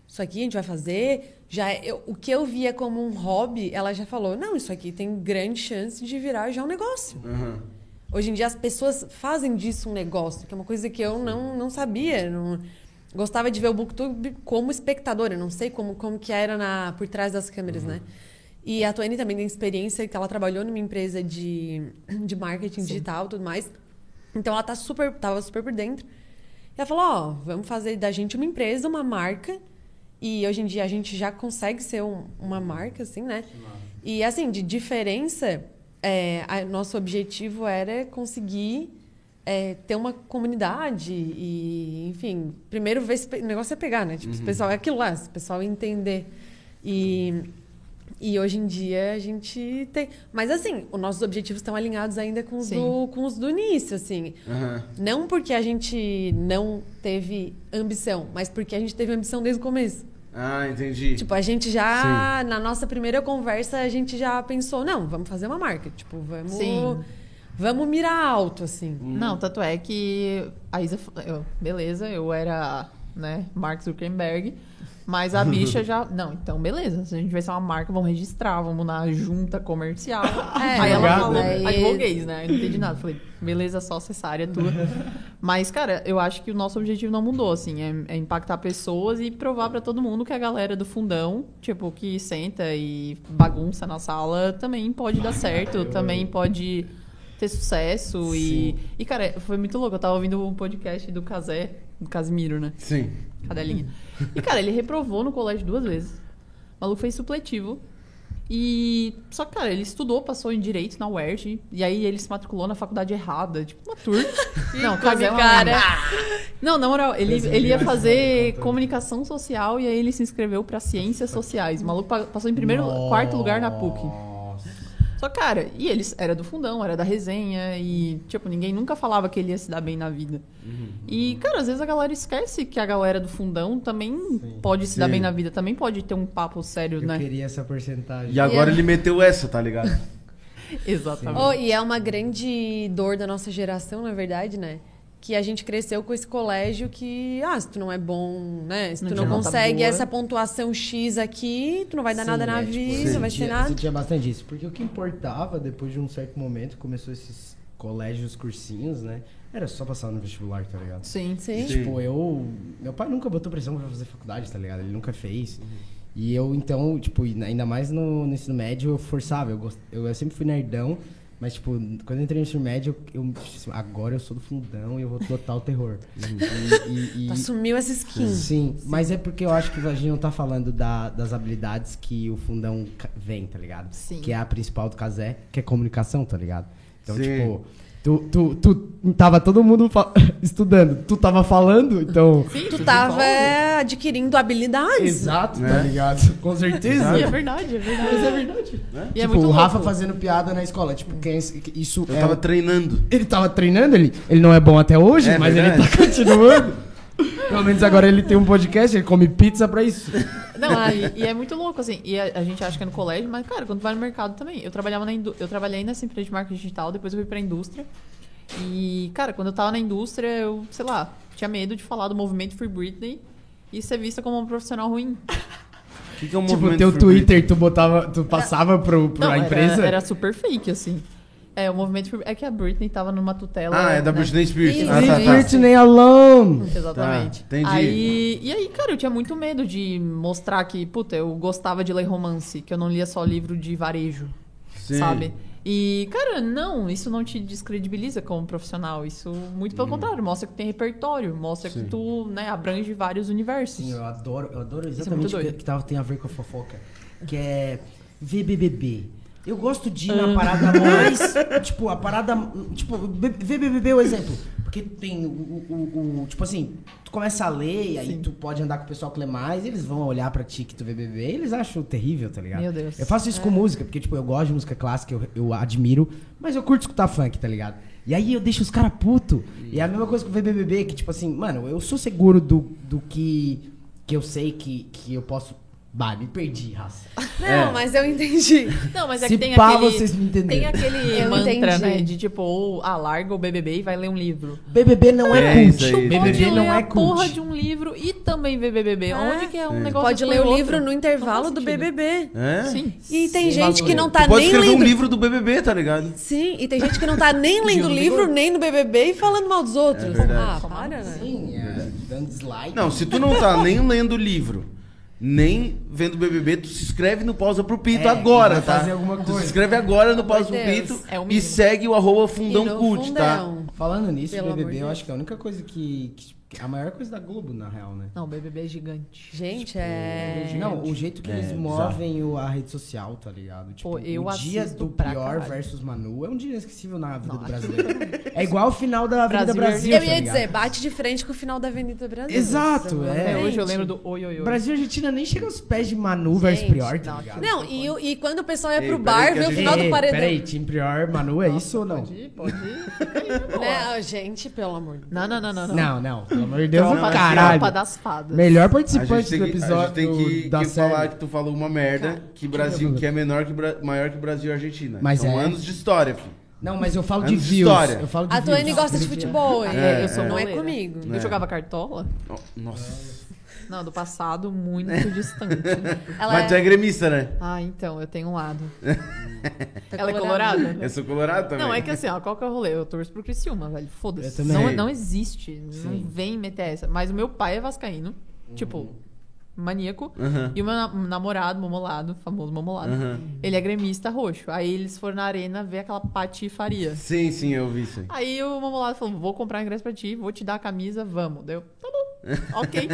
isso aqui a gente vai fazer. Já é- eu- o que eu via como um hobby, ela já falou, não, isso aqui tem grande chance de virar já um negócio. Aham. Hoje em dia as pessoas fazem disso um negócio, que é uma coisa que eu não, não sabia. Não... Gostava de ver o Booktube como espectadora, não sei como, como que era na, por trás das câmeras, né? E a Tuane também tem experiência, que ela trabalhou numa empresa de, de marketing digital e tudo mais. Então ela tá super, tava super por dentro. E ela falou, ó, vamos fazer da gente uma empresa, uma marca. E hoje em dia a gente já consegue ser um- uma marca, assim, né? E assim, de diferença, é, a- nosso objetivo era conseguir é, ter uma comunidade e, enfim, primeiro ver se pe- o negócio é pegar, né? Tipo, se o pessoal é aquilo lá, se o pessoal entender. E, e hoje em dia a gente tem. Mas assim, os nossos objetivos estão alinhados ainda com os, Sim. do, com os do início, assim. Aham. Não porque a gente não teve ambição, mas porque a gente teve ambição desde o começo. Ah, entendi. Tipo, a gente já, na nossa primeira conversa, a gente já pensou, não, vamos fazer uma marca. Tipo, vamos. Sim. Vamos mirar alto, assim. Não, tanto é que a Isa. fa- eu- beleza, eu era, né, Mark Zuckerberg. Mas a bicha já. Não, então beleza. Se a gente vai ser uma marca, vamos registrar, vamos na junta comercial. É, aí ela Obrigado. falou. Aí- Advoguês, né? Eu não entendi nada. Falei, beleza, só essa área é tua. Mas, cara, eu acho que o nosso objetivo não mudou, assim. É, é impactar pessoas e provar pra todo mundo que a galera do fundão, tipo, que senta e bagunça na sala, também pode dar certo, também pode ter sucesso. E, e, cara, foi muito louco. Eu tava ouvindo um podcast do Casé, do Casimiro, né? Sim. Cadelinha. E, cara, ele reprovou no colégio duas vezes. O maluco fez supletivo. E. Só que, cara, ele estudou, passou em direito na UERJ. E aí ele se matriculou na faculdade errada. Tipo, uma turma. Não, Casé é uma cara. lenda. Não, na moral, ele, Deus me ele ia livre. fazer comunicação social e aí ele se inscreveu pra ciências sociais. O maluco pa- passou em primeiro, quarto lugar na PUC. Nossa. Só, cara, e eles era do fundão, era da resenha, e, tipo, ninguém nunca falava que ele ia se dar bem na vida. E, cara, às vezes a galera esquece que a galera do fundão também pode se dar Sim. bem na vida, também pode ter um papo sério, Eu né? queria essa porcentagem. E agora E é- ele meteu essa, tá ligado? <laughs> Exatamente. Oh, e é uma grande dor da nossa geração, na verdade, né? Que a gente cresceu com esse colégio que, ah, se tu não é bom, né? Se Não tu tinha não, nota consegue boa. essa pontuação X aqui, tu não vai dar Sim, nada na é, tipo, vida, você não vai ser tinha- nada. Você tinha bastante isso. Porque o que importava, depois de um certo momento, começou esses colégios, cursinhos, né? Era só passar no vestibular, tá ligado? Sim. Sim. Sim. Tipo, eu. Meu pai nunca botou pressão pra fazer faculdade, tá ligado? Ele nunca fez. E eu, então, tipo, e na- ainda mais no, no ensino médio, eu forçava. Eu, gost- eu, eu sempre fui nerdão, mas, tipo, quando eu entrei no ensino médio, eu, eu disse, agora eu sou do fundão e eu vou total terror. E- e- e- Tu assumiu essa skin. Sim, mas é porque eu acho que a gente não tá falando da- das habilidades que o fundão ca- vem, tá ligado? Sim. Que é a principal do Casé, que é comunicação, tá ligado? Então, Sim. tipo, tu, tu, tu tava todo mundo fa- <laughs> estudando, tu tava falando, então. Sim, Tu tudo tava bom. adquirindo habilidades. Exato, Né? tá ligado? Com certeza. é. E é verdade, é verdade. é verdade. E é tipo, muito o Rafa louco. fazendo piada na escola. Tipo, quem é esse- isso Eu é- tava treinando. Ele tava treinando, ele, ele não é bom até hoje, É mas verdade. ele tá <laughs> continuando. Pelo menos agora ele tem um podcast, ele come pizza pra isso. Não, e, e é muito louco, assim. E a, a gente acha que é no colégio, mas, cara, quando tu vai no mercado também. Eu trabalhava na indú- eu trabalhei nessa empresa de marketing digital, depois eu fui pra indústria. E, cara, quando eu tava na indústria, eu, sei lá, tinha medo de falar do movimento Free Britney e ser vista como um profissional ruim. O que, que é um Tipo, movimento teu free Twitter, tu botava, tu passava pro, pra Não, era- empresa? Era, super fake, assim. É, o movimento Free É que a Britney tava numa tutela. Ah, é da né? Britney Spears. Isso. Ah, tá, tá. Britney alone! Exatamente. Tá, entendi. Aí, e aí, cara, eu tinha muito medo de mostrar que, puta, eu gostava de ler romance, que eu não lia só livro de varejo. Sim. sabe? E, cara, não, isso não te descredibiliza como profissional. Isso, muito pelo contrário, mostra que tem repertório, mostra Sim. que tu né, abrange vários universos. Sim, eu adoro, eu adoro é exatamente muito o que, doido. <laughs> que tava, tem a ver com a fofoca. Que é VBBB. Eu gosto de ir na parada <laughs> mais. tipo, a parada. Tipo, B- VBBB é o exemplo. Porque tem o, o- o- o- Tipo assim, tu começa a ler e aí tu pode andar com o pessoal que lê mais, e eles vão olhar pra ti que tu vê BBB e eles acham terrível, tá ligado? Meu Deus. Eu faço isso com música, porque, tipo, eu gosto de música clássica, eu, eu admiro, mas eu curto escutar funk, tá ligado? E aí eu deixo os caras puto. E é a mesma coisa com o VBBB, que, tipo assim, mano, eu sou seguro do, do que, que eu sei que, que eu posso. Bah, me perdi, raça. Não, É. mas eu entendi. Não, mas é Se que tem pá, aquele. vocês me Tem entenderam. aquele Eu mantra, entendi. né? De tipo, ou ah, larga o BBB e vai ler um livro. BBB não é, É cult. isso aí. Pode BBB ler não é a porra cult. de um livro e também ver BBB. É. Onde que é um Sim. negócio Pode com ler o outro? livro no intervalo Não do faz sentido. BBB. É? Sim. E tem gente que não Tu tá pode nem escrever lendo. um livro do BBB, tá ligado? Sim, e tem gente que não tá nem lendo o livro, nem no BBB e falando mal dos outros. ah, verdade. para, né? Sim, é, dando dislike. Não, se tu não <laughs> tá nem lendo o livro, nem vendo o BBB, tu se inscreve no Pausa pro Pito É, agora, vai tá? fazer alguma Tu coisa. se inscreve agora no Pelo Pausa amor pro de Deus. Pito É o e mínimo. segue o arroba fundão E no cult, tá? fundão. Falando nisso, Pelo o amor de BBB, eu Deus. acho que é a única coisa que, que- que- A maior coisa da Globo, na real, né? Não, BBB é gigante. Gente, é. Tipo, Não, o jeito que É, eles bizarro. movem o- a rede social, tá ligado? Tipo, Pô, eu o dia assisto do pra pior caralho. versus Manu é um dia inesquecível na vida do Não, brasileiro. É igual o final da Avenida Brasil, Brasil, Eu tá ia ligado? dizer, bate de frente com o final da Avenida Brasil. né? Exato, Nossa, é. É, hoje eu gente. lembro do oi, oi, oi. Brasil e Argentina nem chega aos pés de Manu versus Gente, Prior, tá não, ligado? Não, e, o- e quando o pessoal ia Ei, pro peraí bar que ver a o gente- final do Ei, paredão. Peraí, Tim Prior, Manu, é isso ou não? Pode ir, pode ir. Fica aí, <laughs> Né? Ah, Gente, pelo amor de Deus. Não, não, não, não. não. Não, não. não. Pelo amor de Deus, Não, o não, assim, caralho. Tropa das fadas. Melhor A gente participante tem do que, a gente episódio tem que, da que série. falar que tu falou uma merda que Brasil que é menor que Bra- maior que Brasil e Argentina. Mas São é. anos de história, filho. Não, mas eu falo Anos de de views. história. Eu falo de A views. Tuane gosta de futebol, hein? É, eu sou é. Não é goleira. comigo. É. Eu jogava cartola? Nossa. Não, do <laughs> passado, muito distante. Ela Mas tu é é... gremista, né? Ah, então, eu tenho um lado. Tá Ela é colorada? colorada? Eu sou colorado também. Não, é que assim, ó, qual que é o rolê? Eu torço pro Criciúma, velho. Eu Foda-se. também. Não, Sim. não existe. Sim. Não vem meter essa. Mas o meu pai é vascaíno. Tipo, Uhum. maníaco. Aham. E o meu na- um namorado, Momolado, famoso Momolado, Aham. ele é gremista roxo. Aí eles foram na arena ver aquela patifaria. Sim, sim, eu vi isso aí. Aí o Momolado falou, vou comprar ingresso pra ti, vou te dar a camisa, vamos. Deu, <laughs> tá bom, ok.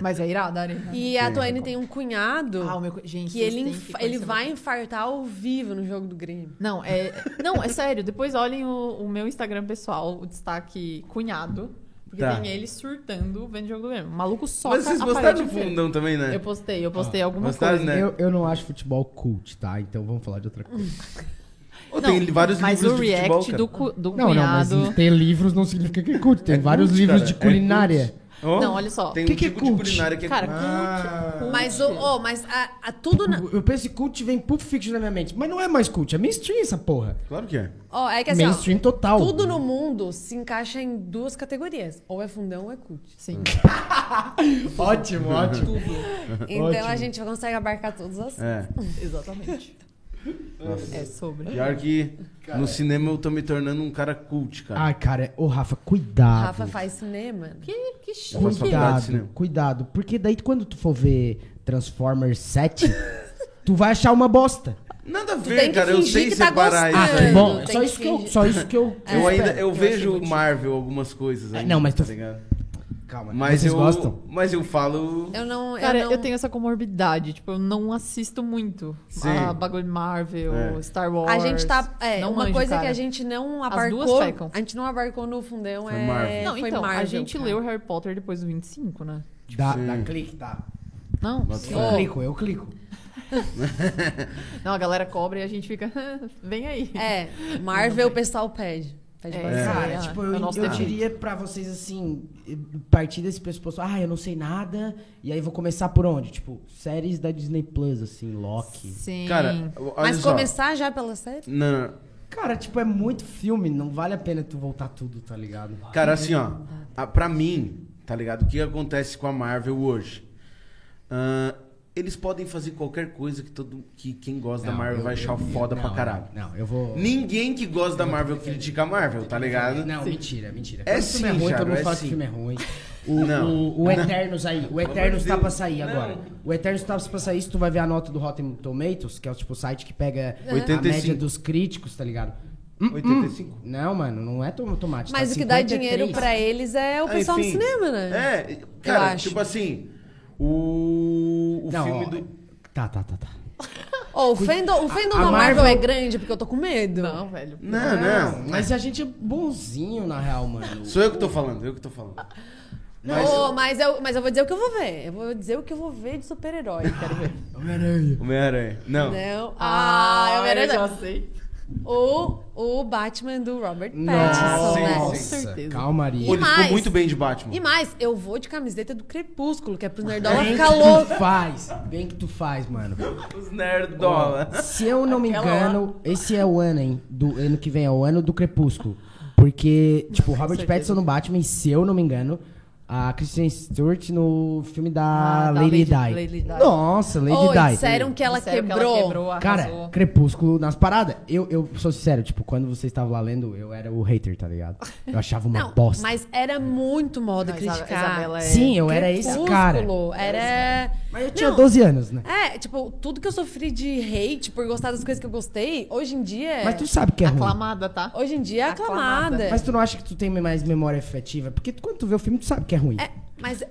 Mas é irado a arena. E a Tuane tem um cunhado Ah, o meu... co- Gente, que vocês ele, têm inf- conhecer ele meu vai infartar ao vivo no jogo do Grêmio. Não, <laughs> é. Não, é sério. Depois olhem o, o meu Instagram pessoal, o destaque cunhado. Porque Tá. tem ele surtando vendo jogo do Grêmio. O maluco só. é Mas vocês postaram no fundão também, né? Eu postei, eu postei alguma Gostaram, coisa. né? Eu, eu não acho futebol cult, tá? Então vamos falar de outra coisa. Ou tem Não, vários mas livros o de react futebol, cara? do, cu- do Não, não, mas cunhado. ter livros não significa que é cult. Tem vários Cult, livros cara, de é culinária. cult. Ó, Não, olha só. Tem um Que que é tipo de cult? culinária que é Cara, cult. cult- cult. Mas, o, oh, mas a, a tudo. Na... Eu penso em cult vem Pulp Fiction na minha mente. Mas não é mais cult, é mainstream essa porra. Claro que é. ó, é que assim, ó, mainstream total. <laughs> tudo no mundo se encaixa em duas categorias: ou é fundão ou é <laughs> cult. Sim. Ótimo, ótimo. Então Ótimo. a gente consegue abarcar todos os assuntos. É. Exatamente. Nossa. É sobre. Pior que no cinema eu tô me tornando um cara cult, cara. é. Ai, cara, ô Rafa, cuidado. Rafa faz cinema. Que, que chique. faço faculdade de cinema. Cuidado, cuidado. Porque daí quando tu for ver Transformers 7, <laughs> tu vai achar uma bosta. Nada a Tu ver, tem que cara. Eu fingir sei que tá separar gostando. isso. Ah, aí. Bom, tem só que É. isso que, eu, fingir. só isso que É, eu. Eu ainda eu, Eu vejo achei muito- Marvel algumas coisas É, ainda. não, mas tô- tá ligado? Calma, Mas vocês eu gostam? mas eu falo Eu não. Cara, eu, eu, não... tenho essa comorbidade. Tipo, eu não assisto muito. Sim. Ah, bagulho de Marvel, É. Star Wars. A gente tá. É, Não uma manjo, coisa que cara. a gente não As abarcou. duas pecam. a gente não abarcou no fundão. Foi é, Marvel. Não, foi então, Marvel, a gente cara. leu Harry Potter depois do 25, né? Dá, Sim. dá clique, tá. Não, Bota Eu fé. clico, eu clico. Não, a galera cobra e a gente fica, <laughs> vem aí. É, Marvel o pessoal pede. Pede É, bastante. Cara, é, tipo, é eu, o nosso eu defeito. diria pra vocês assim, partir desse pressuposto, ah, eu não sei nada, e aí vou começar por onde? Tipo, séries da Disney Plus, assim, Loki. Sim. Cara, olha Mas só. começar já pela série? Não, não. Cara, tipo, é muito filme, não vale a pena tu voltar tudo, tá ligado? Cara, assim, ó, a, pra mim, tá ligado? O que acontece com a Marvel hoje? Ahn, eles podem fazer qualquer coisa que todo que quem gosta da Não, Marvel eu- vai achar eu- foda não, pra caralho. Não, eu vou. Ninguém que gosta da Marvel critica a Marvel, tá ligado? Não, mentira, mentira. É Quando o filme sim, é ruim, Thiago, todo mundo é fala que sim. o filme é ruim. O, Não. o, o Eternos aí, o Eternos de tá Deus. pra sair Não. agora. O Eternos tá pra sair, se tu vai ver a nota do Rotten Tomatoes, que é o tipo site que pega a 85. média dos críticos, tá ligado? 85. Não, mano, não é tom- tomate. Mas tá o que dá 53. dinheiro pra eles é o Ah, pessoal enfim. do cinema, né? É, cara, acho. tipo assim, o, o Não, filme ó, do. Tá, tá, tá, tá. Ó, o fandom, o fandom a da Marvel, Marvel- é grande porque eu tô com medo. Não, velho. Não, não. Mas a gente é bonzinho, na real, mano. Sou eu que tô falando, eu que tô falando. Ah, Não, Mas- ô, mas, eu, mas eu vou dizer o que eu vou ver. Eu vou dizer o que eu vou ver de super-herói, quero <laughs> ver. Homem-Aranha. Homem-Aranha. Não. Não. Ah, é o eu já Homem-Aranha. sei. Ou o Batman do Robert Ah, Pattinson, sim, né? sim. Nossa, certeza. calmaria. Pô, ele ficou mais? muito bem de Batman. E mais, eu vou de camiseta do Crepúsculo, que é pro Nerdola Bem ficar que louco. tu faz, bem que tu faz, mano. Os nerdola. Se eu não me Aquela lá. engano, esse é o ano, hein? Do ano que vem é o ano do Crepúsculo. Porque, tipo, com Robert certeza. Pattinson no Batman, e se eu não me engano, a Kristen Stewart no filme da, Ah, da Lady, Lady- Di. Lady Di. Nossa, <laughs> Lady Ou Di. disseram que ela Disseram que quebrou. Cara, arrasou. Crepúsculo nas paradas. Eu, eu sou sincero, tipo, quando você estava lá lendo, eu era o hater, tá ligado? Eu achava uma Não, bosta. mas era muito moda Não, Isa- criticar. Isabela é- Sim, eu era esse cara. Crepúsculo, Era. Mas eu tinha Não, 12 anos, né? É, tipo, tudo que eu sofri de hate por gostar das coisas que eu gostei, hoje em dia. é- Mas tu sabe que é ruim. Aclamada, tá? Hoje em dia é aclamada. Aclamada. Mas tu não acha que tu tem mais memória afetiva? Porque tu- quando tu vê o filme, tu sabe que é ruim. Tá É, mas.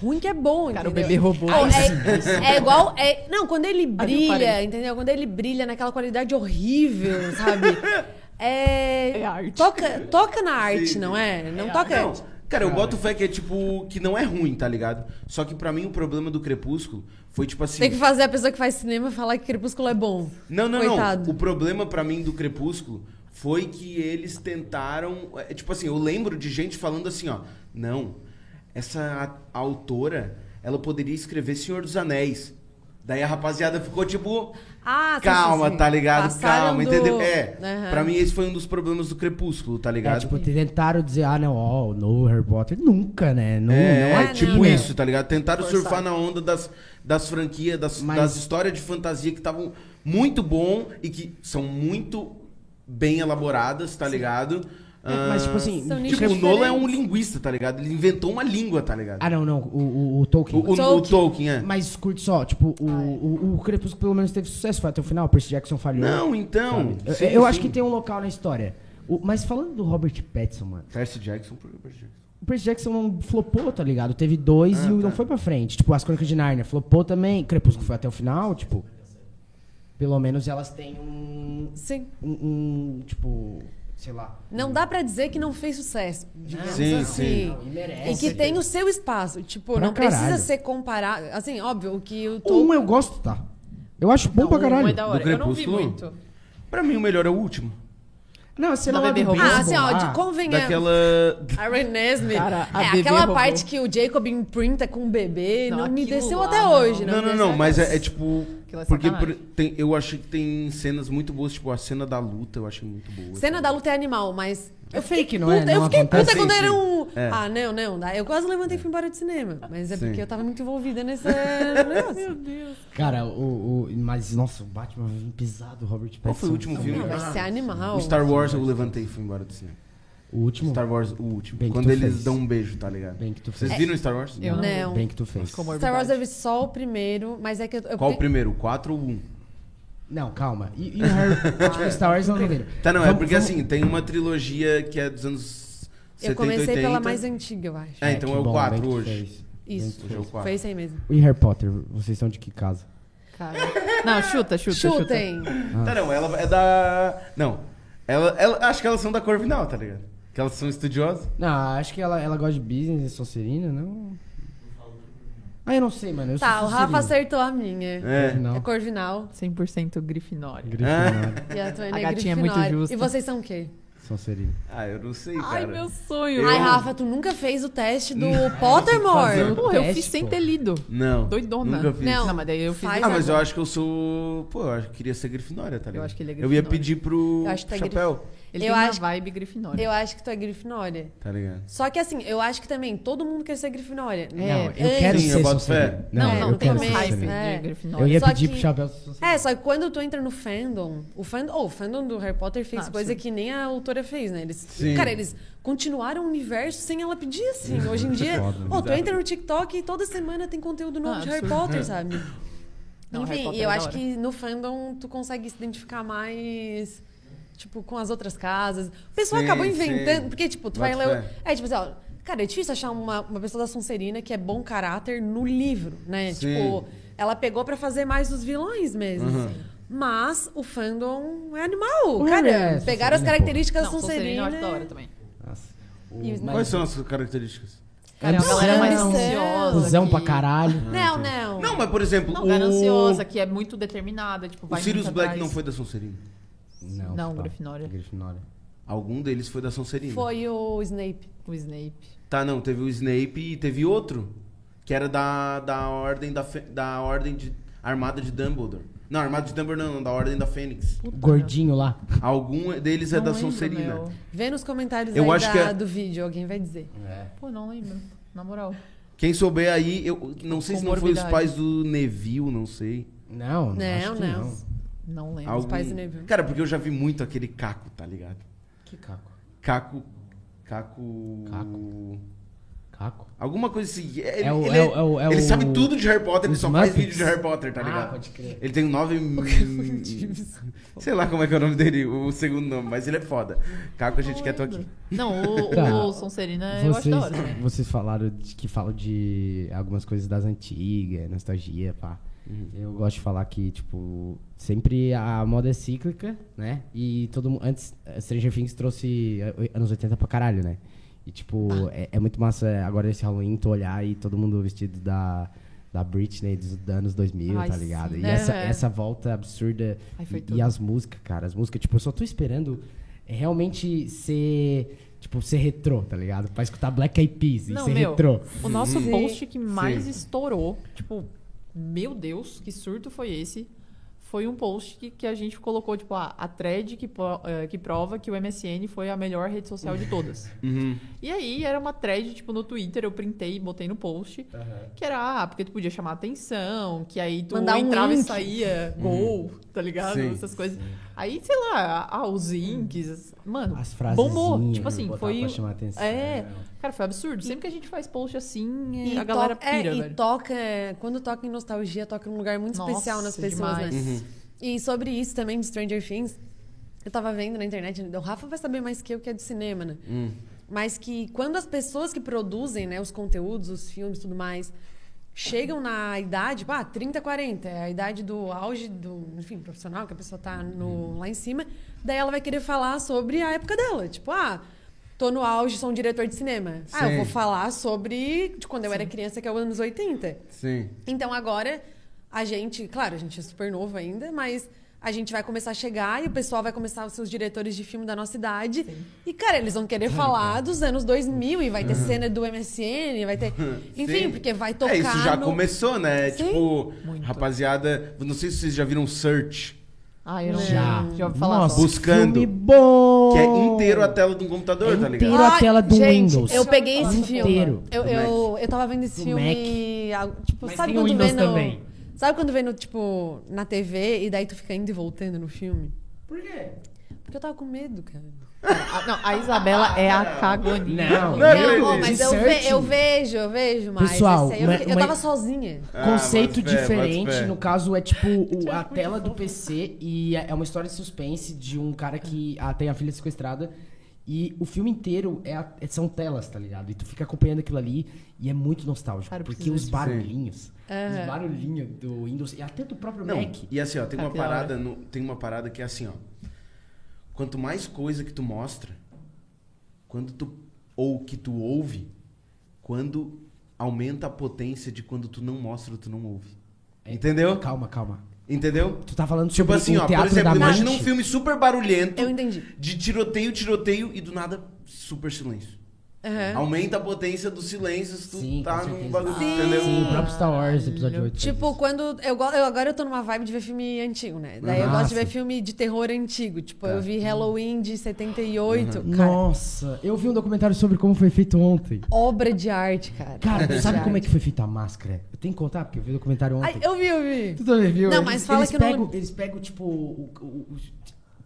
Ruim que é bom, Cara, entendeu? o bebê robô. Ó, <laughs> é, é igual. É, não, quando ele brilha, parei. entendeu? Quando ele brilha naquela qualidade horrível, <laughs> sabe? É. É arte. Toca, toca na arte, Sim. não é? Não toca. Não, cara, eu boto fé que é tipo. Que não é ruim, tá ligado? Só que pra mim o problema do Crepúsculo foi tipo assim. Tem que fazer a pessoa que faz cinema falar que Crepúsculo é bom. Não, não, Coitado. não. O problema pra mim do Crepúsculo foi que eles tentaram. é, Tipo assim, eu lembro de gente falando assim, ó. Não, essa a- autora, ela poderia escrever Senhor dos Anéis. Daí a rapaziada ficou tipo. Ah, sim, calma, sim, sim. tá ligado? Passaram calma, do- entendeu? É. Aham. Pra mim, esse foi um dos problemas do Crepúsculo, tá ligado? É, tipo, tentaram dizer, ah, não, ó, no Harry Potter. Nunca, né? Não, É, não é tipo não. isso, tá ligado? Tentaram Forçado. surfar na onda das, das franquias, das, Mas- das histórias de fantasia que estavam muito bom e que são muito bem elaboradas, tá ligado? É, mas, tipo Ah, assim, São tipo, nichos o Nolan é um diferentes. linguista, tá ligado? Ele inventou uma língua, tá ligado? Ah, não, não. O, o, o Tolkien. O, o- o Tolkien. Tolkien. é. Mas curte só, tipo, o, o, o Crepúsculo pelo menos teve sucesso, foi até o final, Percy Jackson falhou. Não, então. Eu, sim, eu acho sim. que tem um local na história. O- mas falando do Robert Pattinson, mano, Percy Jackson, por que Percy Jackson? o Percy Jackson não flopou, tá ligado? Teve dois Ah, e o tá. não foi pra frente. Tipo, as Crônicas de Narnia flopou também, Crepúsculo foi até o final, tipo... Pelo menos elas têm um... Sim. um, um, tipo, sei lá... Não dá pra dizer que não fez sucesso. digamos Sim, assim. sim. Não, e merece. E que tem o seu espaço. Tipo, Pra não precisa caralho. ser comparado. Assim, óbvio que o Um Tolkien. eu gosto, tá? Eu acho bom Não, pra um caralho. É da hora. Do Eu não vi Crepúsculo? muito. Pra mim, o melhor é o último. Não, sei Da lá, Bebê do Robô. Ah, beisebol assim, ó, lá. de convenhamos. Daquela. A Renesme. Cara, a é bebê aquela roubou. parte que o Jacob imprinta com o bebê. Não, Não, me aquilo desceu lá, até não. hoje. Não, não, me não, desceu mas até é, é hoje. tipo. Aquilo é porque sacanagem. por- tem- eu achei que tem cenas muito boas, tipo a cena da luta, eu achei muito boa. Cena da luta é animal, mas. É Eu fiquei fake, não puta, é? Não eu fiquei acontece. puta quando Sim, era sim. um. É. Ah, não, não. dá. Eu quase levantei e fui embora do cinema. Mas é Sim. porque eu tava muito envolvida nesse negócio. Meu Deus. Ah, Cara, o, o- Mas, nossa, o Batman é um pesado, Robert Pattinson. Qual foi o último filme? Não, vai ser animal. O Star Wars eu levantei e fui embora do cinema. O último? Star Wars, o último. Bem que Quando tu eles fez. dão um beijo, tá ligado? Bem que tu Vocês fez. viram Star Wars? Eu Não. não. Não. Bem que tu fez. é Star Wars eu vi só o primeiro, mas é que eu. eu Qual o primeiro? O 4 ou o 1? Não, calma. E, e <laughs> o Harry... tipo, Star Wars eu não vi. Tá, não, é Vamos- porque vamos- assim, tem uma trilogia que é dos anos 70, Eu comecei 80. pela mais antiga, eu acho. É, então que é o bom, 4 bem que tu hoje. fez. Isso. Hoje é o 4. Foi isso aí mesmo. E Harry Potter, vocês são de que casa? Cara. Não, chuta, chuta, chuta. Chutem. Tá, não, ela é da... Não. Ela, ela- acho que elas são da Corvinal, tá ligado? Que elas são estudiosas. Não, acho que ela, ela gosta de business e Sonserina, não... Ah, eu não sei, mano. Eu Tá, sou o Rafa Sonserina. acertou a minha. É. É Não. Corvinal. 100% Grifinória. Grifinória, E a Tony A é gatinha é muito Grifinória. justa. E vocês são o quê? Sonserina. Ah, eu não sei, cara. Ai, meu sonho. Eu- Ai, Rafa, tu nunca fez o teste do Pottermore? fazer. Porra, eu Teste, fiz sem pô. ter lido. Não. Doidona. Nunca fiz. Não. Não, mas daí eu fiz. Faz Ah, Mas mas eu agora- acho que eu sou. Pô, eu acho que queria ser Grifinória, tá ligado? acho que ele é Eu ia Grifinória. pedir pro Eu acho que tá Chapéu, Ele Eu tem acho- uma vibe Grifinória. Eu acho que tu é Grifinória. tá ligado? Só que assim, eu acho que também todo mundo quer ser Grifinória. Não, É, eu é. quero Sim, eu ser boto Sonserina. fé. Não, Não, eu não quero tem ser mais, Sonserina. né? de Eu Grifinória. ia Só pedir que- pro Chapéu ser Sonserina. É, só que quando tu entra no fandom, o fandom, oh, o fandom do Harry Potter fez Ah, coisa sim. que nem a autora fez, né? Eles, Sim. Cara, eles continuaram o universo sem ela pedir, assim. Hoje em dia, Foda, né? oh, tu entra no TikTok e toda semana tem conteúdo novo Ah, de Harry absurdo. Potter, sabe? Não, Harry Enfim, Potter e eu é da acho hora. que no fandom tu consegue se identificar mais, tipo, com as outras casas. O pessoal Sim, acabou sim. inventando, porque, tipo, tu vai Boto ler... fé. É, tipo assim, ó, cara, é difícil achar uma, uma pessoa da Sonserina que é bom caráter no livro, né? Sim. Tipo, ela pegou pra fazer mais os vilões mesmo. Uhum. assim. Mas o fandom é Uhum. animal, Ué, cara. é, pegaram as Sonserina, características Não, da Sonserina Sonserina. eu É acho da hora também. Nossa. E- Quais O- mas- são as suas características? Cara, é uma Ambição, galera mais ambição. ansiosa. Cusão que- pra caralho. Não, não. Não, mas por exemplo. Não, o... gananciosa, que é muito determinada. Tipo, O vai Sirius muito Black atrás. não foi da Sonserina. Não, Não, pá. Grifinória. Grifinória. Algum deles foi da Sonserina. Foi o Snape. O Snape. Tá, não. Teve o Snape e teve outro. Que era da, da ordem da, Fe- da ordem de. Armada de Dumbledore. Não, Armada de Dumbledore não, não, da Ordem da Fênix. Puta, Gordinho lá. Algum deles é meu. da Não lembro, Sonserina. meu. Vê nos comentários Eu aí acho da- que é- do vídeo, alguém vai dizer. É. Pô, não lembro. Na moral. Quem souber aí, eu não sei se não foi os Comorbidade. pais do Neville, não sei. Não, não. Não, acho que não. não. Não lembro. Algum... pais do Neville. Cara, porque eu já vi muito aquele Caco, tá ligado? Que caco? Caco. Caco. Caco. Caco? Alguma coisa assim. É- Ele, É o- ele, é o- é o- é ele o- sabe tudo de Harry Potter, ele os só faz Muppets. vídeo de Harry Potter, tá Ah, ligado? pode crer. Ele tem um <laughs> nove. Sei lá como é que é o nome dele, o segundo nome, mas ele é foda. Caco, a gente quer tu aqui. Não, o, Tá. o Sonserina Ah, eu acho da hora também. Vocês, vocês falaram de- que falam de algumas coisas das antigas, nostalgia, pá. Eu gosto de falar que, tipo, sempre a moda é cíclica, né? E todo mundo. Antes, eh, Stranger Things trouxe eh, anos 80 pra caralho, né? E, tipo, Ah. é, é muito massa agora esse Halloween tu olhar e todo mundo vestido da, da Britney dos anos 2000, Ai, tá ligado? sim. né, E essa, Aham. essa volta absurda Ai, foi e- e tudo. as músicas, cara, as músicas, tipo, eu só tô esperando é realmente ser. Tipo, ser retrô, tá ligado? Pra escutar Black Eyed Peas e Não, ser meu, retrô. o nosso Sim. post que mais Sim. estourou, tipo, meu Deus, que surto foi esse? Foi um post que, que a gente colocou, tipo, ah, a thread que, po- eh, que prova que o MSN foi a melhor rede social de todas. Uhum. E aí era uma thread, tipo, no Twitter, eu printei e botei no post, que era, ah, porque tu podia chamar atenção, que aí tu Mandar um entrava e link. saía, gol, tá ligado? Sim. Essas coisas. Aí, sei lá, ah, os inks, mano, As frases. bombou. Tipo assim, foi... Pra chamar atenção. É, cara, foi absurdo. Sempre que a gente faz post assim, E a galera to- é, pira, e velho. toca, quando toca em nostalgia, toca num lugar muito Nossa, especial nas pessoas, demais. né? E sobre isso também de Stranger Things, eu tava vendo na internet, o Rafa vai saber mais que eu que é de cinema, né? Mas que quando as pessoas que produzem, né, os conteúdos, os filmes e tudo mais, chegam na idade, tipo, pá, 30, 40, é a idade do auge do, enfim, profissional que a pessoa tá no, lá em cima, daí ela vai querer falar sobre a época dela, tipo, ah, tô no auge, sou um diretor de cinema. Ah, Sim. eu vou falar sobre de quando eu era criança, que é os anos 80. Sim. Então agora a gente, claro, a gente é super novo ainda, mas a gente vai começar a chegar e o pessoal vai começar os seus diretores de filme da nossa idade. E cara, eles vão <laughs> querer É. falar dos anos 2000 e vai ter cena do MSN, vai ter, enfim, Uhum. Sim. porque vai tocar É, isso já no- começou, né? Sim. Tipo, Muito. rapaziada, não sei se vocês já viram Search, Ah, eu não Já. já ouvi falar Nossa, só. Buscando. Filme bom! que é inteiro a tela de um computador, tá ligado? Oh. Inteiro a Ai, tela do gente, Windows. Eu peguei esse filme. Inteiro. Eu, Do eu, eu tava vendo esse Do filme. ah, Tipo, Mas sabe tem o quando Windows vê no. também. Sabe quando vê no, tipo, na TV e daí tu fica indo e voltando no filme? Por quê? Porque eu tava com medo, cara. Ah, não, a Isabela é a cagoninha. Não, Não, Não, acredito. amor, mas eu, Search. ve- eu vejo, eu vejo mais. Pessoal, Esse aí eu, uma- fiquei- eu uma- tava sozinha. Ah, Conceito bota fé, diferente, bota fé. no caso é tipo o- a tela do PC e é é uma história de suspense de um cara que ah, tem a filha sequestrada e o filme inteiro é a- é- são telas, tá ligado? E tu fica acompanhando aquilo ali e é muito nostálgico, Cara, eu porque preciso os disso. barulhinhos, os barulhinhos do Windows e até do próprio Não, Mac. Tá e assim, ó, tem uma Cara, que da parada, no- tem uma parada que é assim, ó. Quanto mais coisa que tu mostra, quando tu ou que tu ouve, quando aumenta a potência de quando tu não mostra, tu não ouve. Entendeu? É, Calma, calma. Entendeu? Tu tá falando Tipo sobre assim, o ó, por teatro exemplo, da imagina mente. um filme super barulhento, Eu entendi. de tiroteio, tiroteio e do nada super silêncio. Aham. Aumenta a potência do silêncio se tu Sim, tá com num certeza. bagulho, Sim. entendeu? Sim, o próprio Star Wars, episódio 8. Tipo, quando. Eu, go- eu agora eu tô numa vibe de ver filme antigo, né? Daí eu Nossa. Tá. gosto de ver filme de terror antigo. Tipo, eu vi Halloween de 78. Cara, Uhum. Tipo, Nossa, eu vi um documentário sobre como foi feito ontem. obra de arte, cara. Cara, Obra tu de sabe arte. como é que foi feita a máscara? Eu tenho que contar, porque eu vi o documentário ontem. Ai, eu vi, eu vi. Tu também viu? né? Não, Eles- mas fala eles que eu não pegam, lembro. Eles pegam, tipo, o, o, o-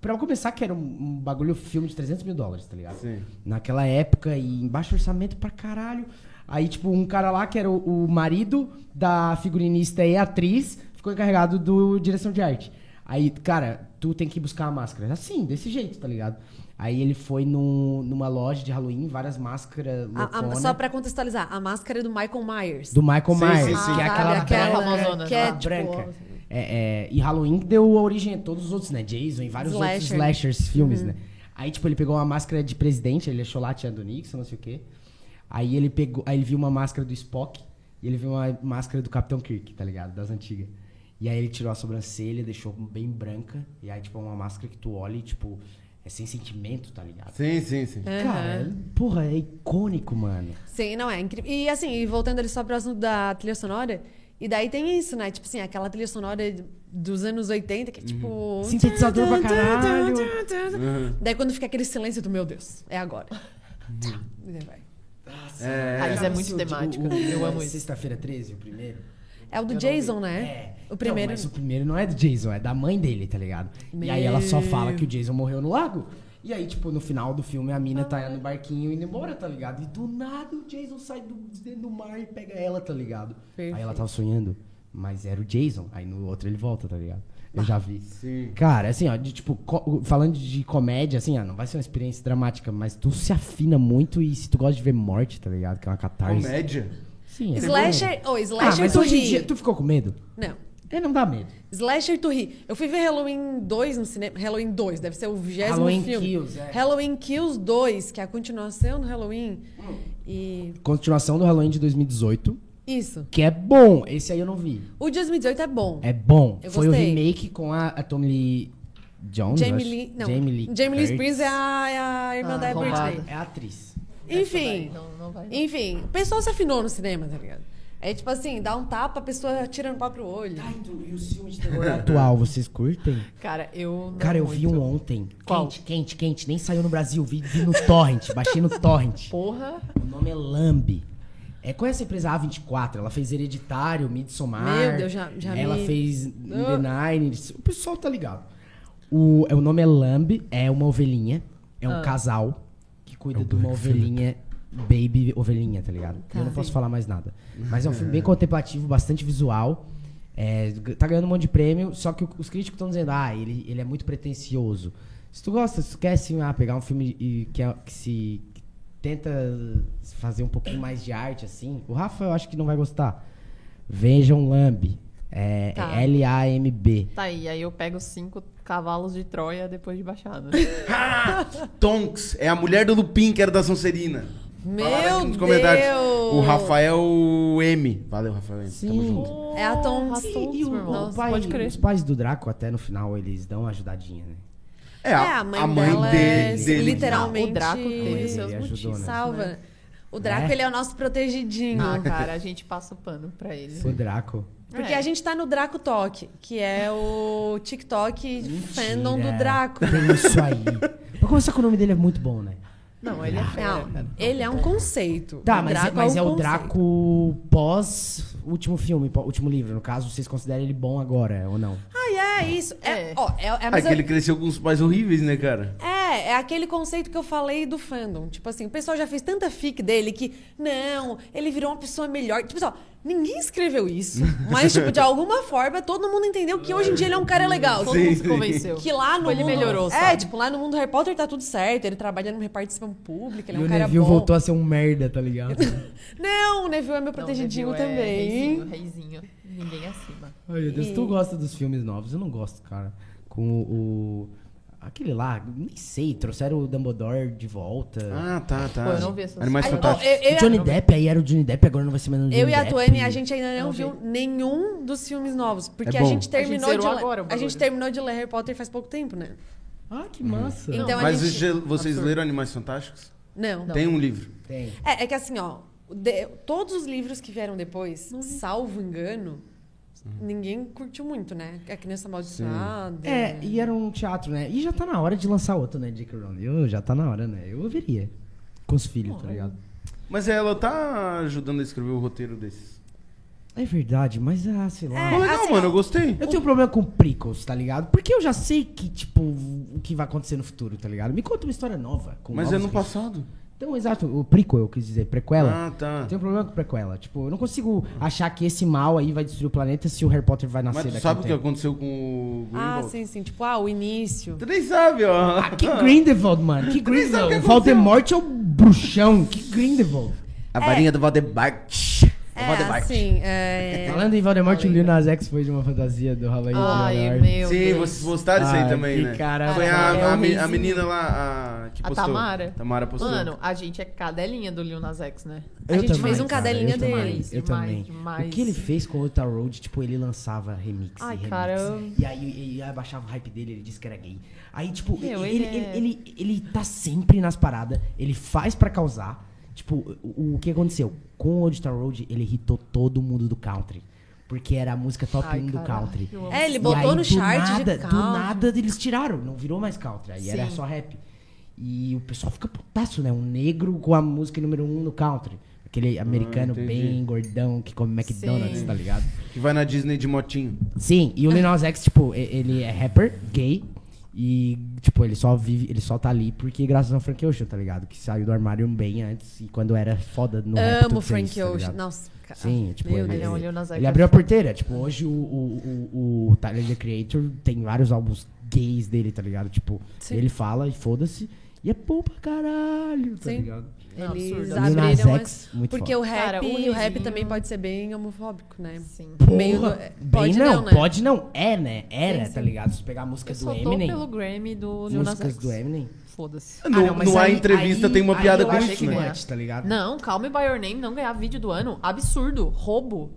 Pra começar, que era um, um bagulho filme de 300 mil dólares, tá ligado? Sim. Naquela época, e em baixo orçamento pra caralho. Aí, tipo, um cara lá, que era o, o marido da figurinista e atriz, ficou encarregado do direção de arte. Aí, cara, tu tem que buscar a máscara. Assim, desse jeito, tá ligado? Aí ele foi num- numa loja de Halloween, várias máscaras A- a- loucona, só pra contextualizar, a máscara é do Michael Myers. do Michael Sim, Myers, sim, sim. que é Sabe? aquela, Ah, aquela branca, famosona. que é, aquela tipo, branca. É, é, e Halloween que deu origem a todos os outros, né? Jason e vários outros Slasher. slashers filmes, né? Aí, tipo, ele pegou uma máscara de presidente, ele achou lá a tia do Nixon, não sei o quê. Aí ele pegou, aí ele viu uma máscara do Spock e ele viu uma máscara do Capitão Kirk, tá ligado? Das antigas. E aí ele tirou a sobrancelha, deixou bem branca. E aí, tipo, é uma máscara que tu olha e, tipo, é sem sentimento, tá ligado? Sim, sim, sim. Cara, porra, é icônico, mano. Sim, não é incrível. E assim, e voltando ali só pro assunto da trilha sonora, e daí tem isso, né? Tipo assim, aquela trilha sonora dos anos 80, que é tipo. Uhum. Sintetizador pra caralho. Daí quando fica aquele silêncio do meu Deus, é agora. Tá. Uhum. E daí vai. É, Raiz é Sabe muito se o- temática. o- o- eu amo isso. É Sexta-feira 13, o primeiro. É o do Eu não Jason, vi. né? É. O primeiro. Não, mas o primeiro não é do Jason, é da mãe dele, tá ligado? E aí ela só fala que o Jason morreu no lago. E aí, tipo, no final do filme, a mina tá no barquinho indo embora, tá ligado? E do nada o Jason sai do, de dentro do mar e pega ela, tá ligado? Aí ela Perfeito. tava sonhando, mas era o Jason. Aí no outro ele volta, tá ligado? Ah, Eu já vi. Sim. Cara, assim, ó, de, tipo, co- falando de comédia, assim, ó, não vai ser uma experiência dramática, mas tu se afina muito e se tu gosta de ver morte, tá ligado? Que é uma catarse. Comédia. Sim, é Slasher. Ô, Ah, Slasher mas tu hoje em ri. dia, tu ficou com medo? Não. É, não dá medo. Slasher tu ri. Eu fui ver Halloween 2 no cinema. Halloween 2, deve ser o vigésimo Halloween filme. Kills, é. Halloween Kills 2, que é a continuação do Halloween. Hum. E. Continuação do Halloween de 2018, Isso. que é bom. Esse aí eu não vi. O de 2018 é bom. É bom. Eu Foi o gostei. remake com a, a Tommy Lee Jones? Jamie acho. Lee. Não. Jamie Lee. Jamie Lee Curtis. Spears é a, é a irmã Ah, da arrombada. Britney. É atriz. Enfim. Não, não vai. Enfim, o pessoal se afinou no cinema, tá ligado? É tipo assim, dá um tapa, a pessoa tira no próprio olho. Tá, então, e os filmes de terror É atual, vocês curtem? Cara, eu. não Cara, eu muito. vi um ontem. Qual? Quente, quente, quente. Nem saiu no Brasil. Vi, vi no Torrent. Baixei no Torrent. Porra. O nome é Lambi. É, conhece a empresa A24? Ela fez Hereditário, Midsommar. Meu Deus, já- já Ela vi. Ah. fez The Nine. O pessoal tá ligado. O, é, o nome é Lambi, é uma ovelhinha. É Ah. um casal que cuida de uma ovelhinha, baby ovelhinha, tá ligado? Eu não posso falar mais nada. Mas é um filme bem contemplativo, bastante visual. É, g- tá ganhando um monte de prêmio, só que o- os críticos estão dizendo, ah, ele, ele é muito pretencioso. Se tu gosta, se tu quer assim, ah, pegar um filme e, que, é- que se que tenta fazer um pouquinho mais de arte, assim, o Rafa eu acho que não vai gostar. Vejam Lamb. É, Tá. é L-A-M-B. Tá aí, aí eu pego cinco cavalos de Troia depois de baixada. Ah, Tonks, é a mulher do Lupin, que era da Sonserina. Meu Falaram aqui Deus! O Rafael M. Valeu, Rafael M. Tamo junto. É a Tom- Porra, Sim, todos, E o, meu irmão. o pai- Pode crer. os pais do Draco, até no final, eles dão uma ajudinha, né? É, a, a mãe, dela é dele, dele. literalmente... O Draco teve os seus Ele ajudou, motivos. né? Salva. né? O Draco, Né? ele é o nosso protegidinho. Ah, cara, a gente passa o pano pra ele. O Draco. Porque É. a gente tá no Draco Talk, que é o TikTok fandom do Mentira. Draco. Tem isso aí. Pra começar que o nome dele é muito bom, né? Não, ele é fera, cara. Não, ele é um conceito. Tá, O mas, Draco é, mas é, um o conceito. Draco pós último filme, pó- último livro. No caso, vocês consideram ele bom agora, ou não? Ah, é isso. É, É. ó, é, é a Ah, que mesma- ele cresceu com os pais horríveis, né, cara? É, é aquele conceito que eu falei do fandom. Tipo assim, o pessoal já fez tanta fic dele que, não, ele virou uma pessoa melhor. Tipo, só, ninguém escreveu <laughs> isso. Mas, tipo, de alguma forma, todo mundo entendeu que hoje em dia ele é um cara legal. Tipo, Todo Sim, mundo se sim. convenceu. Que lá no Ou ele mundo- melhorou, É, sabe? tipo, lá no mundo do Harry Potter tá tudo certo. Ele trabalha numa repartição pública, ele é e um o cara Neville bom. voltou a ser um merda, <laughs> tá ligado? Não, o Neville é meu Não, protegidinho Neville é também. Reizinho, reizinho. Ninguém acima. Ai, meu Deus, tu gosta dos filmes novos? Eu não gosto, cara. Com o. o- Aquele lá, nem sei, trouxeram o Dumbledore de volta. Ah, tá, tá. Pô, eu não vi essas Animais coisas. Fantásticos. eu, eu o e a- Johnny Depp, aí era o Johnny Depp, agora não vai ser mais o Johnny eu e a Depp. Tuane, a gente ainda não Não viu vi. nenhum dos filmes novos. Porque É a bom. gente A gente terminou de zerou ler. agora o a gente bagulho. terminou de ler Harry Potter faz pouco tempo, né? Ah, que massa. Então a Mas gente- vocês- vocês Absurdo. leram Animais Fantásticos? Não. Tem um livro. Tem. É, é que assim, ó, de- todos os livros que vieram depois, salvo engano, ninguém curtiu muito, né? A criança amaldiçoada. É, e era um teatro, né? E já tá na hora de lançar outro, né, J.K. Rowling? Eu, já tá na hora, né? Eu veria. Com os filhos, tá ligado? Mas ela tá ajudando a escrever o roteiro desses. É verdade, mas ah, sei lá. Pô, legal, assim, mano, ó, eu gostei. Eu tenho um problema com prequels, tá ligado? Porque eu já sei que, tipo, o que vai acontecer no futuro, tá ligado? Me conta uma história nova. Com Mas é novos no personagens. passado. Então, exato, o prequel, eu quis dizer, prequela. Ah, tá. Eu tenho um problema com prequela. Tipo, eu não consigo achar que esse mal aí vai destruir o planeta se o Harry Potter vai nascer Mas tu daqui sabe o a um que <laughs> tempo. aconteceu com o Ah, Grindelwald? sim, sim. Tipo, ah, o início. Tu nem sabe, ó. Ah, <laughs> que Grindelwald, mano. sabe Que o que Grindelwald. O aconteceu. Voldemort é o bruxão. Que Grindelwald. A É. varinha do Valdebart. É, assim, <laughs> é... Falando em Voldemort, o Lil Nas X foi de uma fantasia do Halloween. Ai, meu Sim, Deus. vocês postaram isso aí Ah, também, que né? cara- Foi a, Cara, é a o me- a reizinho. menina lá a, que A postou. Tamara? Tamara postou. Mano, a gente é cadelinha do Lil Nas X, né? a gente fez um cadelinha eu também, deles. eu Demais, também. demais. O que ele fez com o Outer Road, tipo, ele lançava remix. e Ai, remix. cara, eu- E aí e- e aí abaixava o hype dele, ele disse que era gay. Aí, tipo, Meu, ele, ele, ele é- ele, ele- ele tá sempre nas paradas, ele faz pra causar. Tipo, o, o que aconteceu? Com o Outer Road, ele irritou todo mundo do country. Porque era a música top Ai, 1 do caralho, country. eu amo É, ele E botou aí, no do chart nada, de Do calma. nada eles tiraram, não virou mais country. Aí era Sim. só rap. E o pessoal fica putaço, né? Um negro com a música número um no country. Aquele americano entendi. bem gordão que come McDonald's, Sim. tá ligado? Que vai na Disney de motinho. Sim, e o Lil Nas X, tipo, e- ele é rapper, gay. E, tipo, ele só vive, ele só tá ali porque graças ao Frank Ocean, tá ligado? Que saiu do armário bem antes e quando era foda no rap. Amo tudo fez, Frank tá Ocean. ligado? Nossa, cara. Sim, tipo, Meu ele, Deus. Ele é um Lil Nas X. ele abriu a porteira. Tipo, hoje o, o, o, o Tyler, The Creator, tem vários álbuns gays dele, tá ligado? Tipo, Sim. ele fala e foda-se. E é bom pra caralho, tá Sim. ligado? Não, Eles absurdo. Lil abriram Nas as... X, muito Porque foda. o rap, Cara, e o o rap reizinho- também pode ser bem homofóbico, né? Sim. meio Porra, do- é, bem pode não, não, né? pode não. É, né? Era, Sim, sim. tá ligado? Se tu pegar a música Eu do só tô Eminem, pelo Grammy do Lil Nas músicas X. do Eminem. Ah, Foda-se. No, não, mas no A aí- Ah, entrevista aí- tem uma aí piada eu com achei isso, que né? ganha. tá ligado? Não, Calm Me By Your Name não ganhar vídeo do ano. Absurdo. Roubo.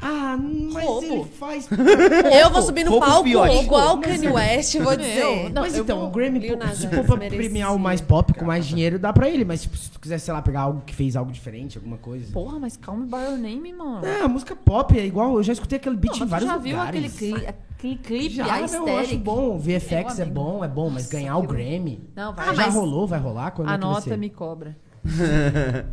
Ah, mas Roubo. ele faz. Eu vou subir no Pouco palco fiote. igual o Kanye West, vou dizer. Não, mas eu então, vou- o Grammy, Lil pô, Nas se X for pra merecia. premiar o mais pop com mais dinheiro, dá pra ele. Mas tipo, se tu quiser, sei lá, pegar algo que fez algo diferente, alguma coisa. Porra, mas calma by your name, mano. É, a música pop é igual, eu já escutei aquele beat Não, mas em tu vários já viu aquele, lugares. cli aquele clipe, já, a não, eu acho estética? bom, o VFX é, amigo. bom, é bom, mas ganhar o Grammy. Não, vai. Ah, já mas rolou, vai rolar quando a é que vai nota ser? me <laughs> cobra.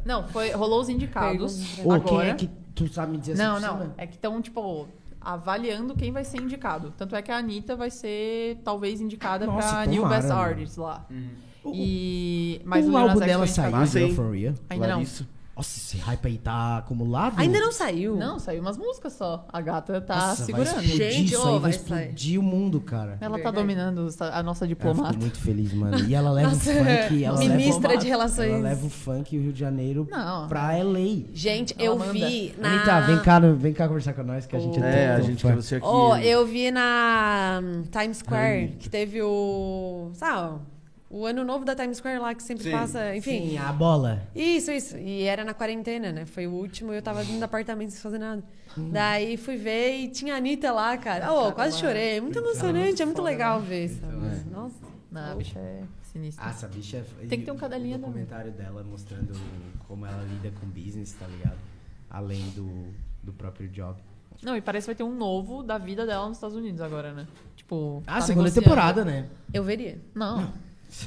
não, foi, rolou os indicados. Ô, agora. quem é que tu sabe me dizer assim Não, por não. cima? É que estão, tipo, avaliando quem vai ser indicado. Tanto é que a Anitta vai ser, talvez, indicada Nossa, pra tomara, New Best mano. Artist lá. O- E... Mas o Lil Nas álbum X dela foi saiu, indicado. Mas aí- Euphoria. Ainda não. Larissa. Nossa, esse hype aí tá acumulado. Ainda não saiu. Não, saiu umas músicas só. A gata tá Nossa, segurando. Vai explodir Gente, isso ô, aí, vai vai sair. explodir o mundo, cara. Ela Verdade. tá dominando os- a nossa Eu fico diplomata. muito feliz, mano. E ela leva o funk, ela ministra leva de o... Ela relações. leva um o funk e o Rio de Janeiro Não. pra LA. Gente, Ela eu manda. vi na. Anitta, tá, vem cá, no- vem cá conversar com nós, que a gente é, É, teu- a teu gente fã. quer você aqui. Oh, eu vi na hum, Times Square que teve o. Sabe? O ano novo da Times Square lá que sempre Sim. passa. Enfim. Sim, a bola. Isso, isso. E era na quarentena, né? Foi o último e eu tava dentro do apartamento sem fazer nada. Daí fui ver e tinha a Anitta lá, cara. Ô, quase chorei. É muito emocionante, é muito né? legal ver isso. Nossa. Não, a bicha é sinistra. Ah, essa bicha é... Tem que ter um cadelinha O também. comentário dela mostrando como ela lida com business, tá ligado? Além do, do próprio job. Não, e parece que vai ter um novo da vida dela nos Estados Unidos agora, né? Tipo. Ah, tá segunda negociando. temporada, né? Eu veria. Não,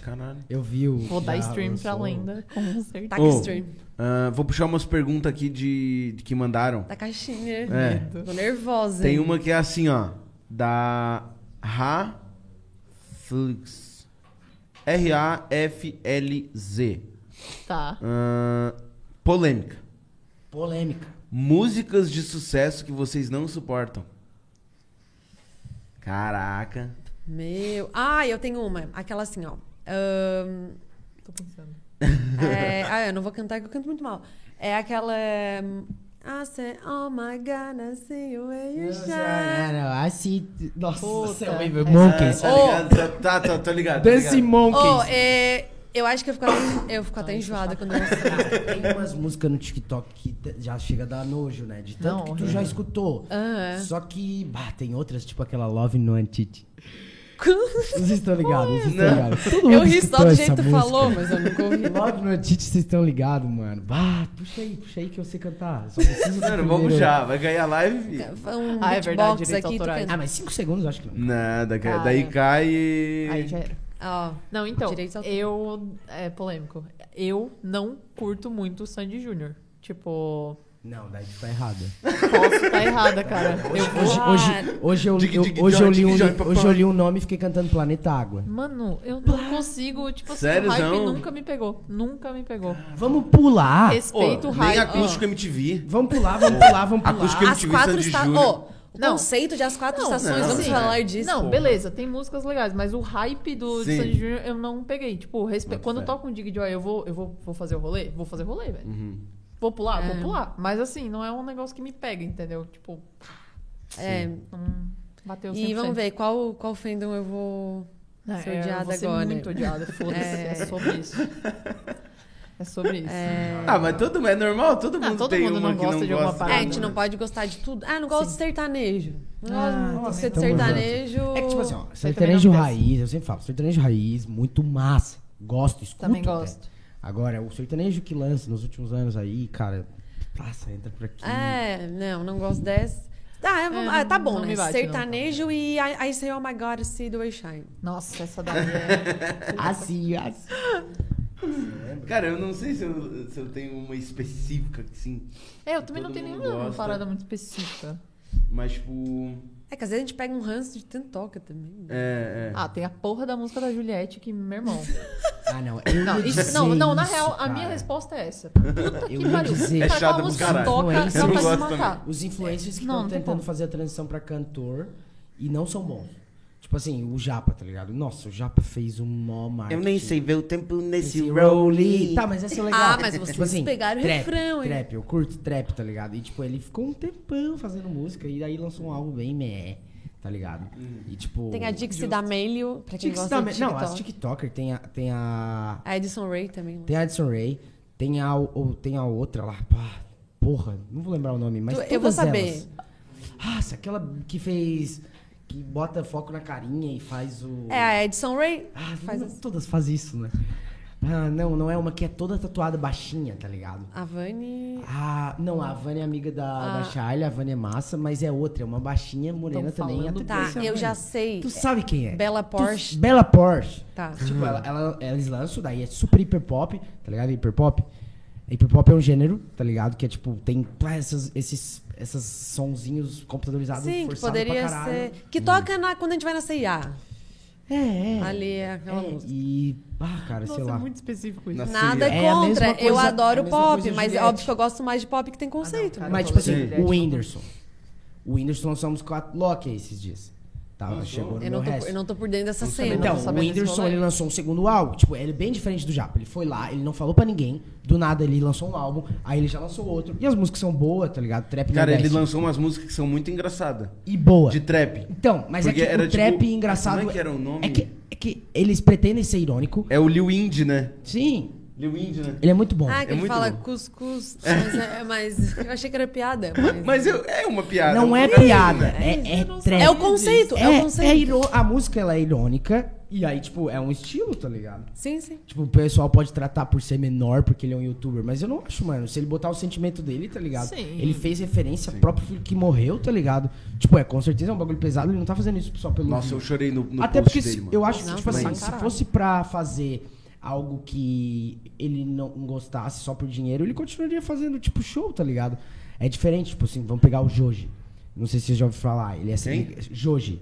Caralho. Eu vi o... vou dar já stream pra lançou- lenda, com certeza. Tac Ô, stream. ah, vou puxar umas perguntas aqui de, de que Tá mandaram. Da caixinha. É. Tô nervosa. Tem uma que é assim, ó. Da Ra Flux. R-A-F-L-Z. Tá. Ah, polêmica. Polêmica. Músicas de sucesso que vocês não suportam. Caraca. Meu. Ah, eu tenho uma. Aquela assim, ó. Ahn, Tô pensando. é- <laughs> Ah, eu não vou cantar que eu canto muito mal. É aquela. hum, I say, oh my god, I see you when you shine. Ah, se... Nossa, Puta. isso é horrível. É. Monkeys. Ah, Ô. tá ligado? Tá, tá, tô ligado. tô Dance ligado. Monkeys. Oh, é, eu acho que eu fico até, eu fico até é enjoada quando eu <laughs> Tem umas músicas no TikTok que te- já chega a dar nojo, né? De Não, tanto que tu é. já escutou. Só que, bah, tem outras, tipo aquela Love No Antite. Vocês estão ligados? Vocês estão Não. ligados? Todo Eu mundo ri só escutou do essa jeito que tu música. falou, mas eu nunca <laughs> ouvi. Love No Antite, vocês estão ligados, mano. Bah, puxa aí, puxa aí que eu sei cantar. Só preciso do Mano, vamos primeiro. puxar. Vai ganhar live. <laughs> um Ah, é beatbox verdade, direitos aqui, tu autorais. Ah, canta. mas 5 segundos eu acho que não. Nada, Ah, daí é. cai e. Aí já é era. Ó, Não, então, Direitos autorais. eu. É polêmico. Eu não curto muito o Sandy Júnior. Tipo, Não, daí tu tá errado. posso tá errada, cara. Eu Tipo, Hoje, ah, vou. hoje, hoje, eu, Dig, eu- dig, hoje, eu li dig, um, dig, hoje eu li um nome e fiquei cantando Planeta Água. Mano, eu não consigo. Tipo assim, Sério, o hype não? nunca me pegou. Nunca me pegou. Vamos pular. Ô, Respeito Ah. o nem hype. acústico MTV. Vamos pular, vamos pular, vamos pular. Acústica as MTV quatro Sandy estações. Júnior. o Não. conceito de as quatro Não, assim, estações, é não, vamos sim. falar disso. Não, Porra. beleza, tem músicas legais, mas o hype do Sim. Sandy Júnior eu não peguei. Tipo, respe- Boto quando fé. toca um Dig Joy, eu vou, eu vou, vou fazer o rolê? Vou fazer o rolê, velho. Uhum. Vou pular? Vou pular. Mas assim, não é um negócio que me pega, entendeu? Tipo, É, não bateu 100%. e vamos ver qual, qual fandom eu vou. É, ser eu odiada vou ser agora. muito odiada, foda-se. É. É. sobre isso. É sobre isso. Ah, mas todo é normal, todo Ah, mundo todo tem mundo uma não que gosta não de alguma gosta. É, parada, né? a gente não pode gostar de tudo. Ah, não gosto de sertanejo. Não gosto Ah, de música de então exato. sertanejo. É que, tipo assim, ó, Isso aí também sertanejo não acontece. raiz, eu sempre falo, sertanejo raiz, muito massa. Gosto, escuto. Também até. gosto. Agora, o sertanejo que lança nos últimos anos aí, cara, passa, entra por aqui. É, não, não gosto dessa. Ah, eu vou- É, ah, tá não- bom, não né? me bate, não. sertanejo e I, I Say Oh My God, See The Way Shine. Nossa, essa daí é. Assim, assim. Cara, eu não sei se eu, se eu tenho uma específica, assim. É, eu também não Todo tenho mundo nenhuma gosta. parada muito específica. Mas, tipo. É que às vezes a gente pega um ranço de tanto toca também. É, é. Ah, tem a porra da música da Juliette que, meu irmão. Ah, não. Eu Não, ia isso- dizer não, não, na isso, real, a cara. minha resposta é essa. Puta Eu que ia pariu. dizer. É Cara, chato aquela pra música caralho. toca, ela Influencer. Eu vai não se gosto matar. Os influencers que Não, estão não tem tentando como. fazer a transição pra cantor e não são bons. Tipo assim, o Japa, tá ligado? Nossa, o Japa fez um mó marketing. ver o tempo nesse Esse Rowley. Tá, mas esse é legal. assim, Ah, mas vocês pegaram o trap, refrão, hein? Trap, eu curto trap, tá ligado? E tipo, ele ficou um tempão fazendo música e aí lançou um álbum bem meh, tá ligado? E tipo. Tem a Dixie D'Amelio, pra quem Dixie gosta também. de Não, TikTok. as TikToker tem a. Tem a. A Edison Ray também. Tem a Addison Ray, tem a, ou, tem a outra lá. pá, Porra, não vou lembrar o nome, mas. Tu- eu todas vou saber. elas. Nossa, aquela que fez. Que bota foco na carinha e faz o. É a Edson Ray. Ah, faz não- assim. todas fazem isso, né? Ah, não, não é uma que é toda tatuada baixinha, tá ligado? A Vani. Ah, não, a Vânia é amiga da, Ah. da Charlie, a Vânia é massa, mas é outra, é uma baixinha morena Tão também. falando a Tá, tatuagem. eu já sei. Tu sabe quem é? Bela Tu- Porsche. Bela Porsche. Tá. Tipo, ela, ela- eles lançam, daí é super hiper pop, tá ligado? Hiper pop. Hiper pop é um gênero, tá ligado? Que é tipo, tem pá, essas- esses, esses sonzinhos computadorizados Sim, que forçados pra poderia caralho. ser. Que toca na, quando a gente vai na CIA. É, é. Ali é aquela é, música. E. Ah, cara, Nossa, sei lá. é muito específico isso. Nossa, Nada É a mesma contra. eu coisa- é a adoro mesma pop, coisa, mas é Juliette. óbvio que eu gosto mais de pop que tem Ah, conceito. né? Mas, tipo Sim. assim, o Whindersson. O Whindersson lançou a música com a Loki esses dias. Tá, chegou no eu, meu não tô, resto. por- eu não tô por dentro dessa cena. Então, não tô o sabendo desse Whindersson, rolê. ele lançou um segundo álbum. Tipo, ele é bem diferente do Japa. Ele foi lá, ele não falou pra ninguém. Do nada, ele lançou um álbum. Aí ele já lançou outro. E as músicas são boas, tá ligado? Trap Cara, ele nordeste. lançou umas músicas que são muito engraçadas. E boa. De trap. Então, mas Porque é que era, o tipo, trap como é engraçado... que era o nome? É que, é que eles pretendem ser irônico. É o Lil Indy, né? Sim, Lil Indy, né? ele é muito bom. Ah, que É ele muito fala bom. cuscuz. Mas, é- mas eu achei que era <laughs> piada. Mas... Mas eu- é uma piada. não é uma piada, né? é, é trap. É o conceito, é, o conceito. é iro- a música ela é irônica e aí, tipo, é um estilo, tá ligado? Sim, sim. Tipo, o pessoal pode tratar por ser menor porque ele é um youtuber, mas eu não acho, mano. Se ele botar o sentimento dele, tá ligado? Sim. Ele fez referência ao próprio filho que morreu, tá ligado? Tipo, é com certeza é um bagulho pesado, ele não tá fazendo isso só pelo. Nossa, eu chorei no, no Até post porque se- dele, mano. eu acho que, Não, tipo também. assim, se Caralho. fosse pra fazer algo que ele não gostasse só por dinheiro, ele continuaria fazendo, tipo, show, tá ligado? É diferente, tipo assim, vamos pegar o Joji. Não sei se você já ouviu falar. Ele é Quem? Joji.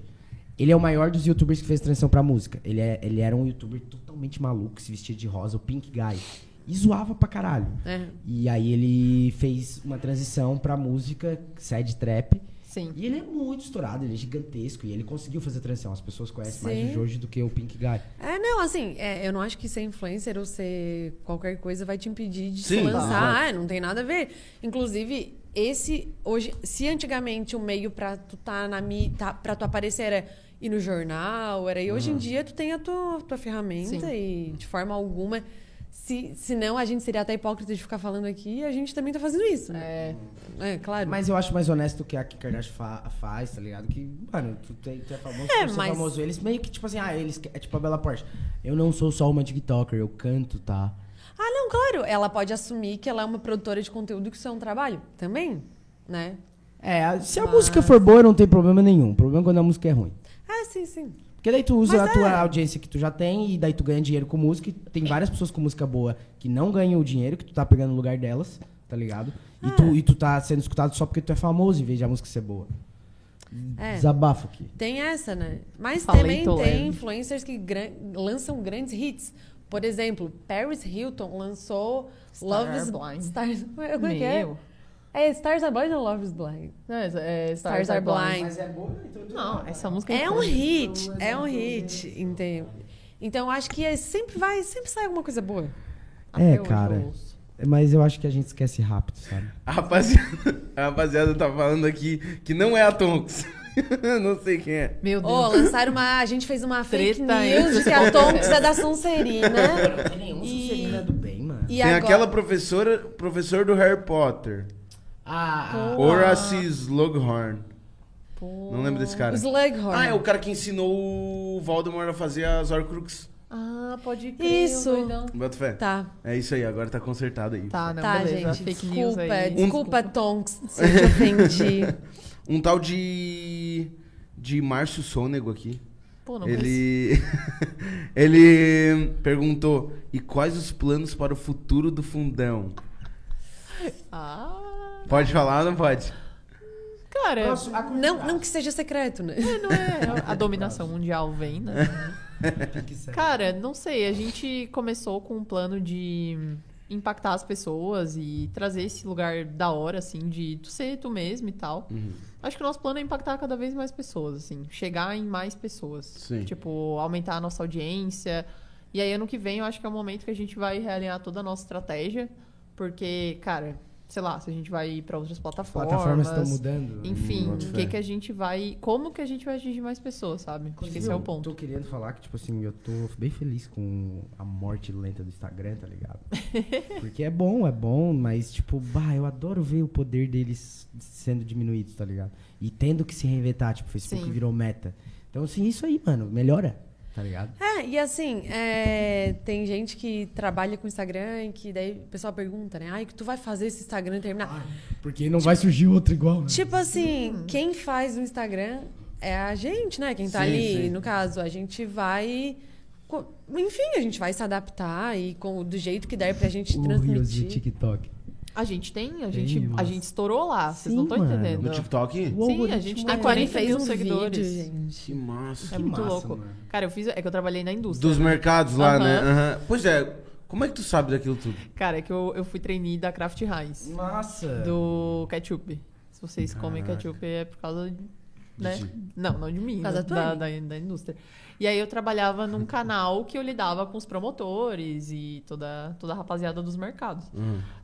Ele é o maior dos youtubers que fez transição pra música. Ele, é- ele era um youtuber totalmente maluco, se vestia de rosa, o Pink Guy. E zoava pra caralho. É. E aí ele fez uma transição pra música, sad trap. <laughs> Sim. E ele é muito estourado, ele é gigantesco. E ele conseguiu fazer transição. As pessoas conhecem mais o Sim. Joji do que o Pink Guy. É, não, assim, é, eu não acho que ser influencer ou ser qualquer coisa vai te impedir de se Sim, lançar. tá. É, não tem nada a ver. Inclusive, esse hoje, se antigamente o meio pra tu tá na mi- tá, pra tu aparecer era ir no jornal, era, e hoje em dia tu tem a tua, tua ferramenta e de forma alguma. Se, senão a gente seria até hipócrita de ficar falando aqui e a gente também tá fazendo isso, né? É, É, claro. Mas eu acho mais honesto do que a Kim Kardashian fa- faz, tá ligado? Que, mano, tu, tem- tu é famoso, É, por ser mas- famoso. Eles meio que, tipo assim, ah, eles... que- É tipo a Bela Porsche. Eu não sou só uma TikToker, eu canto, tá? Ah, não, claro. Ela pode assumir que ela é uma produtora de conteúdo que isso é um trabalho também, né? É, a- se a música for boa, não tem problema nenhum. O problema é quando a música é ruim. Ah, sim, sim. Porque daí tu usa Mas a é. tua audiência que tu já tem e daí tu ganha dinheiro com música. E tem várias pessoas com música boa que não ganham o dinheiro, que tu tá pegando o lugar delas, tá ligado? E, Ah. tu, e tu tá sendo escutado só porque tu é famoso em vez de a música ser boa. É. Desabafo aqui. Tem essa, né? Mas Falei, também tô tem lendo. influencers que gran- lançam grandes hits. Por exemplo, Paris Hilton lançou Star Love is Blind. Stars... <laughs> Como é que é? meu. É Stars Are Blind ou Love is Blind? Não, é, é Stars Stars Are Are Blind. Blind. é boa, então Não, essa música É um incrível. hit, é um hit, entendeu? Então acho que é- sempre vai, sempre sai alguma coisa boa. Até É, hoje Ah, eu cara. ouço. Mas eu acho que a gente esquece rápido, sabe? A rapaziada, <laughs> a rapaziada tá falando aqui que não é a Tonks. <laughs> não sei quem é. Meu Ô, Deus. lançaram uma. A gente fez uma fake Treta news entre de que <laughs> a Tonks é da Sonserina. Tem nenhum E- Sonserina do bem, mano. E Tem agora... aquela professora, professor do Harry Potter. Ah, Horace Slughorn. Não lembro desse cara. Slughorn. Ah, é o cara que ensinou o Voldemort a fazer as Horcrux. Ah, pode crer. Isso. o doidão. Bota fé. Tá. É isso aí, agora tá consertado aí. Tá, não, Tá, beleza. gente. Fake news desculpa, aí. Um desculpa, Tonks, se <laughs> eu te ofendi. Um tal de. de Márcio Sônego aqui. Pô, não conheço. ele. <laughs> ele perguntou: e quais os planos para o futuro do fundão? Ah, Pode falar ou não pode? ah, cara, Não, não que seja secreto, né? não é. A dominação mundial vem, né? É. Cara, não sei. A gente começou com um plano de impactar as pessoas e trazer esse lugar da hora, assim, de tu ser tu mesmo e tal. Acho que o nosso plano é impactar cada vez mais pessoas, assim, chegar em mais pessoas. Sim. Tipo, aumentar a nossa audiência. E aí, ano que vem, eu acho que é o momento que a gente vai realinhar toda a nossa estratégia, porque, cara, sei lá, se a gente vai ir para outras plataformas. Plataformas estão mudando. né? Enfim, Hum, o boto que fé. que a gente vai. Como que a gente vai atingir mais pessoas, sabe? Acho que esse é o ponto. Eu tô querendo falar que, tipo assim, eu tô bem feliz com a morte lenta do Instagram, tá <laughs> ligado? Porque é bom, é bom, mas, tipo, bah, eu adoro ver o poder deles sendo diminuído, tá ligado? E tendo que se reinventar, tipo, o Facebook Sim. virou meta. Então, assim, isso aí, mano, melhora, tá ligado? É, e assim, é, tem gente que trabalha com Instagram e que daí o pessoal pergunta, né? Ai, que tu vai fazer esse Instagram terminar? Porque Tipo não vai surgir outro igual, né? Tipo assim, quem faz o Instagram é a gente, né? Quem tá Sim, ali, sim. no caso, a gente vai. co- Enfim, a gente vai se adaptar e com, do jeito que der pra gente O Reels de transmitir. TikTok. A gente tem, a Tem, gente, a mas- gente estourou lá, vocês não Sim, estão mano. entendendo. No TikTok? Uou, Sim, a algoritmo gente A é tem Corine 40 fez mil um seguidores. vídeo, gente. Que massa. é muito massa, louco. mano. Cara, eu fiz. É que eu trabalhei na indústria. Dos mercados lá, né? Aham. Aham. Pois é, como é que tu sabe daquilo tudo? Cara, é que eu, eu fui trainee da Kraft Heinz, Massa. do ketchup. Se vocês comem Caraca. ketchup é por causa de. Né? ti. Não, não de mim, Por causa né? da da, da, da indústria. E aí eu trabalhava num canal que eu lidava com os promotores e toda, toda a rapaziada dos mercados.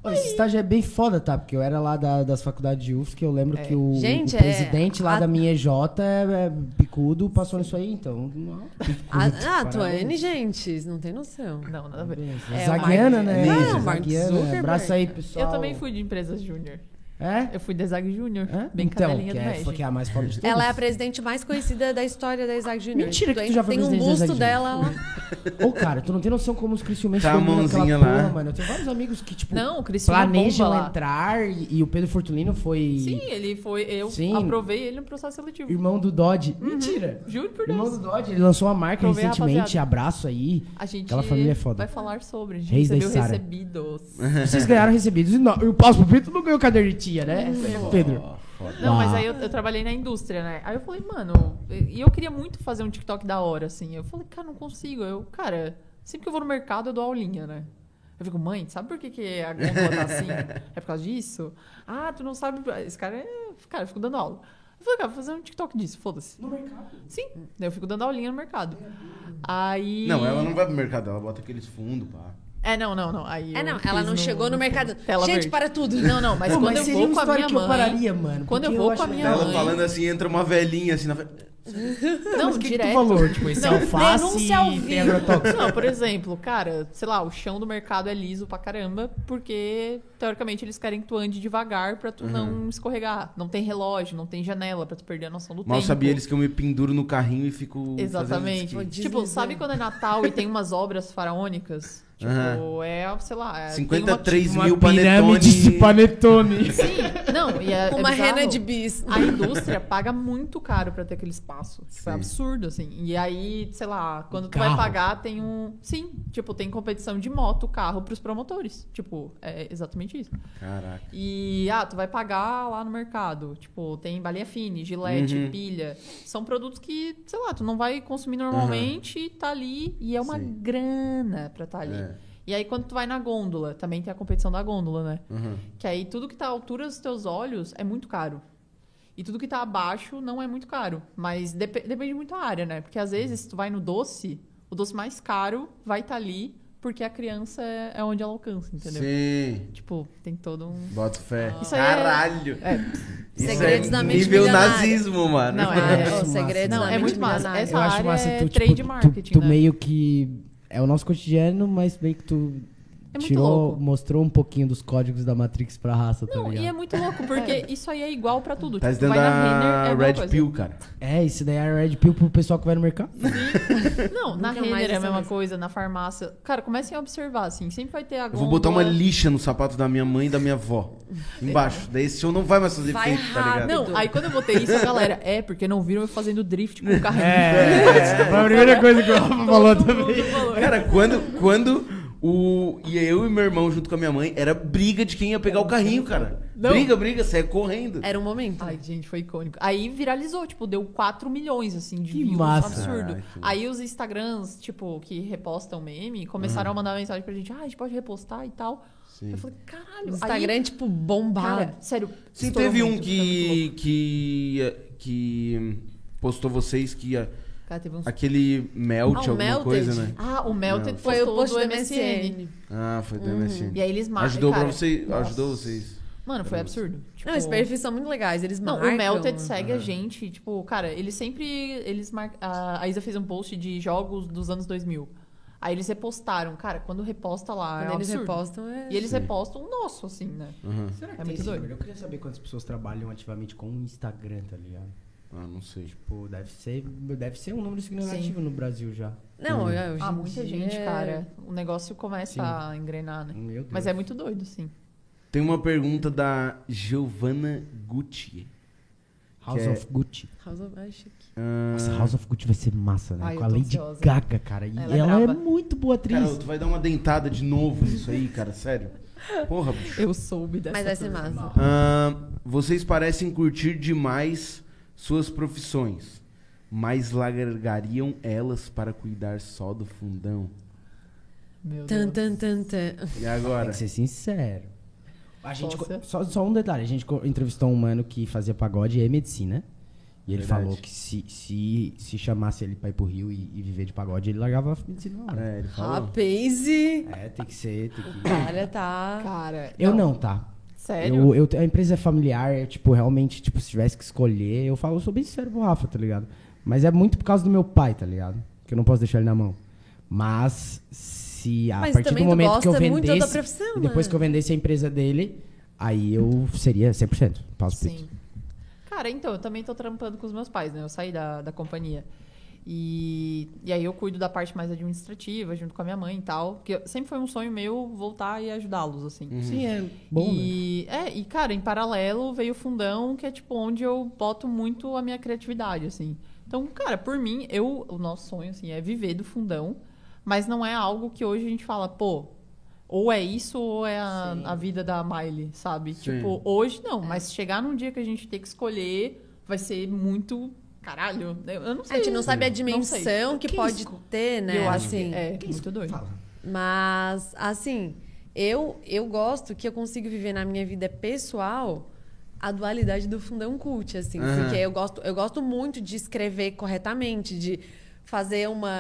Pô, esse estágio é bem foda, tá? Porque eu era lá da- das faculdades de UFSC, eu lembro que o, Gente, o é- presidente lá a- da minha EJ, é, é picudo, passou nisso aí, então... Não, Ah, A, a Ah, Tuane, gente, não tem noção. Não, nada a ver. é, É, Zaguiana, o Mark- né? Não, Isso, o Mark Zaguiana. Zuckerberg. Abraço aí, pessoal. Eu também fui de empresas júnior. É? Eu fui da Zag Júnior, É? bem então, cadelinha que do é, Regi. foi que é a mais foda de todas. Ela é a presidente mais conhecida da história da Isaac Junior. Mentira que tu já foi Tem um presidente da Isaac busto Júnior. dela lá. é Ô, cara, tu não tem noção como os criciumenses Tá a dominam aquela mãozinha porra, lá. mano. Eu tenho vários amigos que, tipo, Não, o Cristiano bomba planejam lá. entrar e, e o Pedro Fortulino foi Sim, ele foi. Eu Sim. aprovei ele no processo seletivo. irmão do Dodge. Uhum. Mentira! Juro por Irmão Deus. do Dodge, ele lançou uma marca Provei, recentemente, rapaziada. abraço <laughs> aí. A gente Aquela família é foda. vai falar sobre. A gente Reis da recebeu Içara. recebidos. Vocês ganharam recebidos. E, não, e o Paulo Brito não ganhou cadernetinha, Hum. né, Ah, Pedro? Não, mas Ah. aí eu, eu trabalhei na indústria, né? Aí eu falei, mano, e e eu queria muito fazer um TikTok da hora, assim. Eu falei, cara, não consigo. Eu, cara, sempre que eu vou no mercado, eu dou aulinha, né? Eu fico, mãe, sabe por que, que a gôndola tá assim? É por causa disso? Ah, tu não sabe. Esse cara é. Cara, eu fico dando aula. Eu falei, cara, vou fazer um TikTok disso, foda-se. No mercado? Sim. Daí eu fico dando aulinha no mercado. Aí. Não, ela não vai pro mercado, ela bota aqueles fundos, pá. É, não, não, não. Aí É, eu não, fiz ela não chegou no mercado. Tela gente, verde. para tudo. Não, não, mas Pô, quando mas eu seria vou um uma com a história minha que eu mãe. pararia, mano, Quando eu porque vou eu com a acho minha Ela mãe. falando assim, entra uma velhinha assim na frente. Não, o que, que direto. tu falou? Tipo, esse Não, alface denúncia ao vivo. tem agrotóxico. Não, por exemplo, cara, sei lá, o chão do mercado é liso pra caramba, porque teoricamente eles querem que tu ande devagar pra tu Uhum. não escorregar. Não tem relógio, não tem janela pra tu perder a noção do Mal tempo. sabia eles que eu me penduro no carrinho e fico. Exatamente. fazendo esqui. tipo, sabe quando é Natal e tem umas <laughs> obras faraônicas? Tipo, Aham. é, sei lá, é, tem uma- 53 Uma mil pirâmide de <laughs> panetones. panetone. Sim, não, e é, é Uma rena bizarro. Ah, de bis. A indústria paga muito caro pra ter aquele espaço. Tipo, é Sim. absurdo, assim. E aí, sei lá, quando tu Carro. vai pagar, tem um. Sim, tipo, tem competição de moto, carro pros promotores. Tipo, é exatamente isso. Caraca. E, ah, tu vai pagar lá no mercado. Tipo, tem balinha fine, gilete, Uhum. pilha. São produtos que, sei lá, tu não vai consumir normalmente, tá ali. E é uma Uhum. Sim. grana pra tá ali. É. E aí, quando tu vai na gôndola, também tem a competição da gôndola, né? Uhum. Que aí tudo que tá à altura dos teus olhos é muito caro. E tudo que tá abaixo não é muito caro. Mas depe- depende muito da área, né? Porque às vezes tu vai no doce, o doce mais caro vai estar ali porque a criança é é onde ela alcança, entendeu? Sim. Tipo, tem todo um. Bota fé. Isso aí é- Caralho. É, Isso Segredos é da mente nível milionária. nazismo, mano. não, é. Ô, um segredo Não, da é mente muito massa. milionária. Essa Eu acho área massa é tu, tipo, trade tu- marketing, tu, né? meio que é o nosso cotidiano, mas meio que tu É muito tirou, louco. mostrou um pouquinho dos códigos da Matrix pra raça, tá Não, ligado? e é muito <laughs> louco, porque isso aí é igual pra <laughs> tudo. Tá se tipo, tu dando vai na Renner, é a uma Red coisa. Pill, cara. É, isso daí é Red Pill pro pessoal que vai no mercado. Não, na Nunca mais Renner é a essa mesma mesma. coisa, na farmácia. Cara, comecem a observar, assim. Sempre vai ter a Eu vou botar uma gôndola. lixa no sapato da minha mãe e da minha avó. Embaixo. Daí esse show não vai mais fazer Vai efeito, tá ligado? Não, aí quando eu botei isso, a galera, é, porque não viram eu fazendo drift com o carrinho. É, É. É. foi a primeira coisa que o Rafa falou Todo Tá também. mundo falou. Cara, quando, quando o. E eu e meu irmão junto com a minha mãe, era briga de quem ia pegar o carrinho, cara. Não. É, Briga, briga, saia correndo. Era um momento. Ai, gente, foi icônico. Aí viralizou, tipo, deu 4 milhões, assim, de Que views. massa. Absurdo. Caraca. Aí os Instagrams, tipo, que repostam meme, começaram a mandar mensagem pra gente, ah, a gente pode repostar e tal. Hum. Sim. Eu falei, caralho. O é Instagram, aí, tipo, bombado. cara, sério. Sim, estourou teve um muito, foi muito louco. que. que. que postou vocês que ia. Cara, teve uns... Aquele melt, Ah, o alguma melted. coisa, né? Ah, o Melted Não. postou Foi o post do do MSN. MSN. Ah, foi do MSN. Uhum. E aí eles marcam. Ajudou cara, pra vocês. nossa. Ajudou vocês. Mano, foi absurdo. Tipo, Não, esses perfis são muito legais, eles Não, marcam. o tá Melted segue a gente, tipo, cara, eles sempre, eles mar... a a Isa fez um post de jogos dos anos 2000. Aí eles repostaram, cara, quando reposta lá, Quando é um eles absurdo. repostam, é... E eles repostam o nosso, assim, né? Será É muito esse doido. número? Eu queria saber quantas pessoas trabalham ativamente com o Instagram, tá ligado? Ah, não sei. Pô, deve ser, deve ser um número significativo no Brasil já. Não, é, hoje Ah, em muita dia- gente, cara. O negócio começa Sim. a engrenar, né? Meu Deus. Mas é muito doido, sim. Tem uma pergunta da Giovanna Gucci. House que é- of Gucci. House of- Ai, chique. Ah, Nossa, House of Gucci vai ser massa, né? Ai, eu com a tô Lady ansiosa. Gaga, cara. E Ela ela, é é braba. muito boa atriz. Cara, tu vai dar uma dentada de novo nisso aí, cara, sério. Porra, bicho. Eu soube dessa. Mas vai ser massa. Ah, vocês parecem curtir demais suas profissões, mas largariam elas para cuidar só do fundão. Meu Tan, Deus. tan, tan, tan. E Tem agora? que ser sincero. A gente, co- Posso? só, só um detalhe, a gente co- entrevistou um mano que fazia pagode e é medicina. E ele Verdade. falou que se, se, se chamasse ele pra ir pro Rio e, e viver de pagode, ele largava a medicina na hora. É, ele falou. Rapaz, É, tem que ser, tem que... olha, tá... Cara. Eu não, tá? Sério? Eu, eu, a empresa é familiar, eu, tipo, realmente, tipo, se tivesse que escolher, eu falo, eu sou bem sincero pro Rafa, tá ligado? Mas é muito por causa do meu pai, tá ligado? Que eu não posso deixar ele na mão. Mas se a Mas partir do também tu momento que eu gosta muito da vendesse, profissão, e depois né? que eu vendesse a empresa dele, aí eu seria 100%, passo Sim. Sim. Cara, então, eu também tô trampando com os meus pais, né? Eu saí da, da companhia. E, e aí eu cuido da parte mais administrativa, junto com a minha mãe e tal. Porque eu- sempre foi um sonho meu voltar e ajudá-los, assim. Uhum. Sim, é bom, né? e, É, e cara, em paralelo veio o fundão, que é tipo onde eu boto muito a minha criatividade, assim. Então, cara, por mim, eu, o nosso sonho, assim, é viver do fundão, mas não é algo que hoje a gente fala, pô, ou é isso ou é a, a vida da Miley, sabe? Sim. Tipo, hoje É. não, mas chegar num dia que a gente ter que escolher, vai ser muito. Caralho, eu, eu não A sei. gente não sabe a sei. dimensão que Que pode risco. ter, né? Eu acho assim. que é muito doido. Mas, assim, eu, eu gosto que eu consigo viver na minha vida pessoal a dualidade do fundão cult, assim. Aham. Porque eu gosto, eu gosto muito de escrever corretamente, de fazer uma,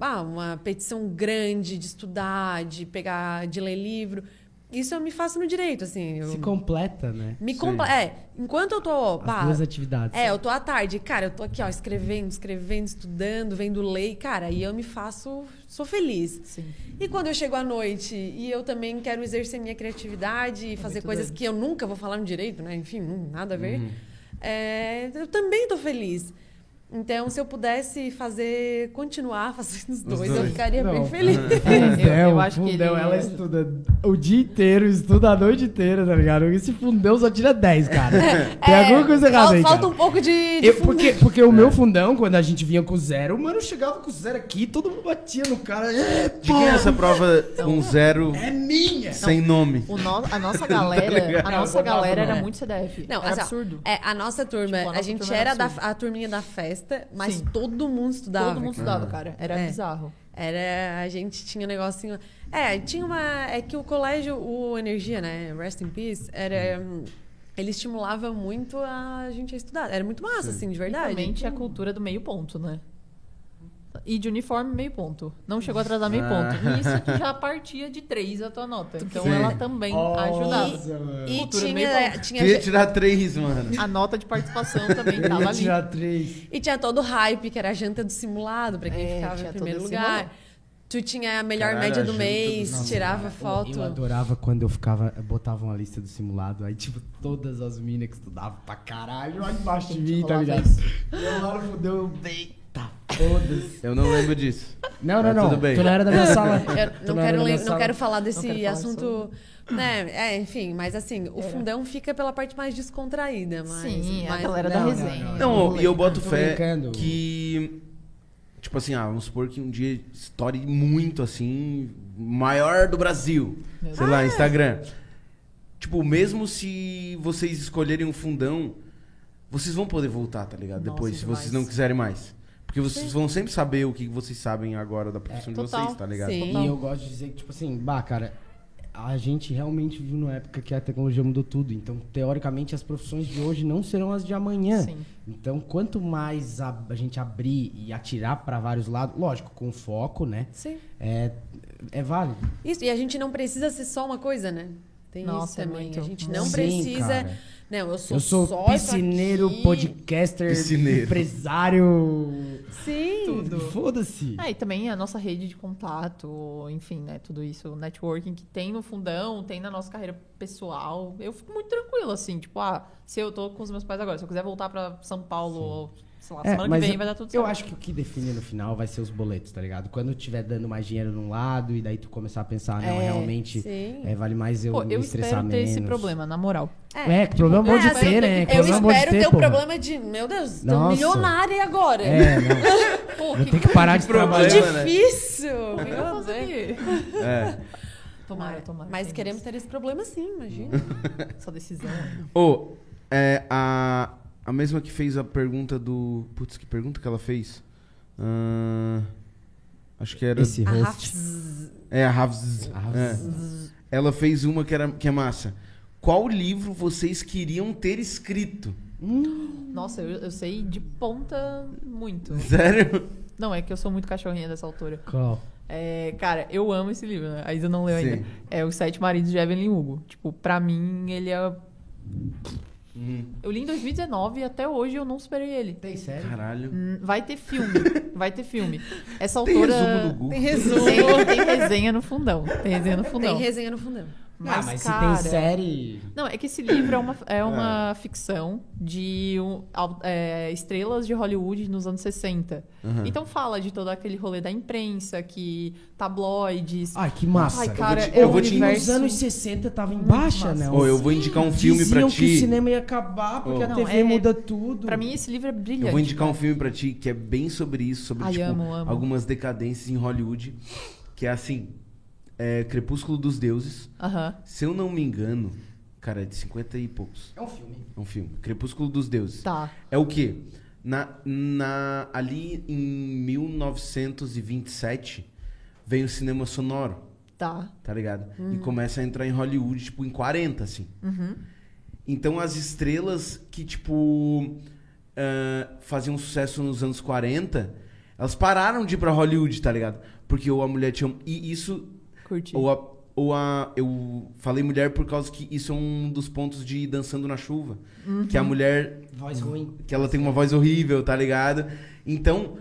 ah, uma petição grande, de estudar, de pegar, de ler livro. Isso eu me faço no direito, assim. Eu Se completa, né? me Sim. compa É, enquanto eu tô. As pá, duas atividades. é, eu tô à tarde, cara, eu tô aqui, ó, escrevendo, escrevendo, estudando, vendo lei, cara, e eu me faço. sou feliz. Sim. E quando eu chego à noite e eu também quero exercer minha criatividade É e fazer muito coisas doido. que eu nunca vou falar no direito, né? Enfim, hum, nada a ver. Uhum. É, eu também tô feliz. Então, se eu pudesse fazer, continuar <laughs> fazendo os dois, eu dois. ficaria bem Não. feliz. Eu- eu o acho que fundão, ele- é. ela estuda o dia inteiro, estuda a noite inteira, tá ligado? Esse fundão só tira <laughs> 10, cara. É, Tem alguma <laughs> coisa fal- errada aí, Falta cara. um pouco de. de Eu- fundão. porque porque o meu fundão, quando a gente vinha com zero, o mano chegava com zero aqui, todo mundo batia no cara. É, De quem é pô, essa prova com zero é minha! sem nome? O no- a nossa galera, a nossa Eu botava, galera era né? muito CDF. Não, era assim, ó, absurdo. É, a nossa turma, Tipo, a a, nossa gente turma era era da, absurda. a turminha da festa, mas Sim. todo mundo estudava. Todo mundo cara. estudava, cara. Era É. bizarro. Era, a gente tinha um negocinho. É, tinha uma. É que o colégio, o Energia, né? Rest in Peace, era. hum, Ele estimulava muito a gente a estudar. Era muito massa, assim, de verdade. Realmente é a cultura do meio ponto, né? E de uniforme, meio ponto. Não chegou a atrasar Ah. meio ponto. E isso aqui já partia de três a tua nota. Então Sim. ela também ajudava. mano. E Cultura do meio tinha, tinha, Queria tirar três, mano. A nota de participação também <laughs> tava ali. tirar três. e tinha todo o hype, que era a janta do simulado, pra quem É, ficava tinha em todo primeiro esse lugar. rolê. Tu tinha a melhor Caralho, média a do janta do mês, tirava foto. Eu adorava quando eu ficava, botava uma lista do simulado, aí tipo, todas as minas que estudavam pra caralho, lá embaixo de mim, tá rolava ligado? isso. E eu lá no fundão, eu, eita, foda-se. Eu não lembro disso. Não, não, Mas não, É, tudo bem. tu não era da <laughs> minha sala. Eu <laughs> Tu não, era quero, da minha lem- não sala. quero falar desse quero falar assunto, né? É, enfim, mas assim, o fundão fica pela parte mais descontraída, mas Sim, a mas- galera da Não, não, resenha. não, Não, e eu boto Tô fé brincando. que. Tipo assim, ah, vamos supor que um dia estoure muito assim, maior do Brasil. Meu sei lá, Instagram. Tipo, mesmo se vocês escolherem um fundão, vocês vão poder voltar, tá ligado? Nossa, Depois, se demais. vocês não quiserem mais. Porque vocês vão sempre saber o que vocês sabem agora da profissão de É, total. vocês, tá ligado? Sim. E eu gosto de dizer que, tipo assim, bah, cara, a gente realmente vive numa época que a tecnologia mudou tudo. Então, teoricamente, as profissões de hoje não serão as de amanhã. Sim. Então, quanto mais a, a gente abrir e atirar pra vários lados, lógico, com foco, né? Sim. É, é válido. Isso, e a gente não precisa ser só uma coisa, né? Tem isso Nossa, é também. muito. A gente não Sim, precisa. cara. Não, eu sou, Eu sou só piscineiro, isso aqui. podcaster, Piscineiro. empresário. Sim. Foda-se. É, e também a nossa rede de contato, enfim, né? Tudo isso, o networking que tem no fundão, tem na nossa carreira pessoal. Eu fico muito tranquila, assim, tipo, ah, se eu tô com os meus pais agora, se eu quiser voltar pra São Paulo, ou, sei lá, É, semana que mas vem eu- vai dar tudo certo. Eu acho que o que define no final vai ser os boletos, tá ligado? Quando tiver dando mais dinheiro num lado e daí tu começar a pensar, não, É, realmente sim. é, vale mais eu Pô, me eu estressar espero menos. ter esse problema, Tipo, na moral. É, que problema bom É, de assim, ter, né? Eu Problema bom de espero ter o porra. problema de. Meu Deus, tô Nossa. milionária e agora. É, <laughs> não. Pô, Eu tenho que parar de Problema, trabalhar. Tipo, né? Difícil. eu meu vou fazer Deus. aqui? É. Tomara, tomara. Mas tem queremos ter esse problema sim, imagina. Essa decisão. Ô, é, a, a mesma que fez a pergunta do. Putz, que pergunta que ela fez? Ahn, acho que era. Esse A host. Rafs- É, a Ravz. A Ravz. é. Ela fez uma que, era, que é massa. Qual livro vocês queriam ter <laughs> escrito? Nossa, eu, eu sei de ponta muito. Sério? Não, é que eu sou muito cachorrinha dessa altura. Qual? É, cara, eu amo esse livro, né? Ainda não leu Sim. ainda. É Os Sete Maridos de Evelyn Hugo. Tipo, pra mim, ele é. Hum, Eu li em 2019 e até hoje eu não superei ele. Tem sério? Caralho. Hum, Vai <laughs> ter filme. vai ter filme. Essa Tem autora. resumo do Google. Resumo. Tem, tem resenha no fundão. Tem resenha no fundão. Tem resenha no fundão. Ah, mas se tem série. Não, é que esse livro é uma, é uma ficção de um- au- é, estrelas de Hollywood nos anos 60. Aham. Então fala de todo aquele rolê da imprensa, que tabloides. Ai, que massa. Ai, cara, Eu vou te- é eu um vou te- Nos universo... anos 60 tava em baixa, massa. né? Ô, eu vou indicar um filme pra Diziam ti. que o cinema ia acabar porque Oh. a Não, TV é- muda tudo. Pra mim, esse livro é brilhante. Eu vou indicar um cara. filme pra ti que é bem sobre isso, sobre Ai, tipo, amo, amo. algumas decadências em Hollywood, que é assim, é Crepúsculo dos Deuses. Aham. Se eu não me engano, cara, é de 50 e poucos. É um filme. É um filme, Crepúsculo dos Deuses. Tá. É o quê? Na, na, ali em 1927 vem o cinema sonoro, Tá. tá ligado? E começa a entrar em Hollywood, tipo, em 40, assim. Então as estrelas que, tipo, ah, faziam sucesso nos anos 40, elas pararam de ir pra Hollywood, tá ligado? Porque ou a mulher tinha. um, E isso. Curti. Ou a, ou a. Eu falei mulher por causa que isso é um dos pontos de Dançando na Chuva. Que a mulher Voz Hum. ruim. que ela tem uma voz horrível, tá ligado? Então,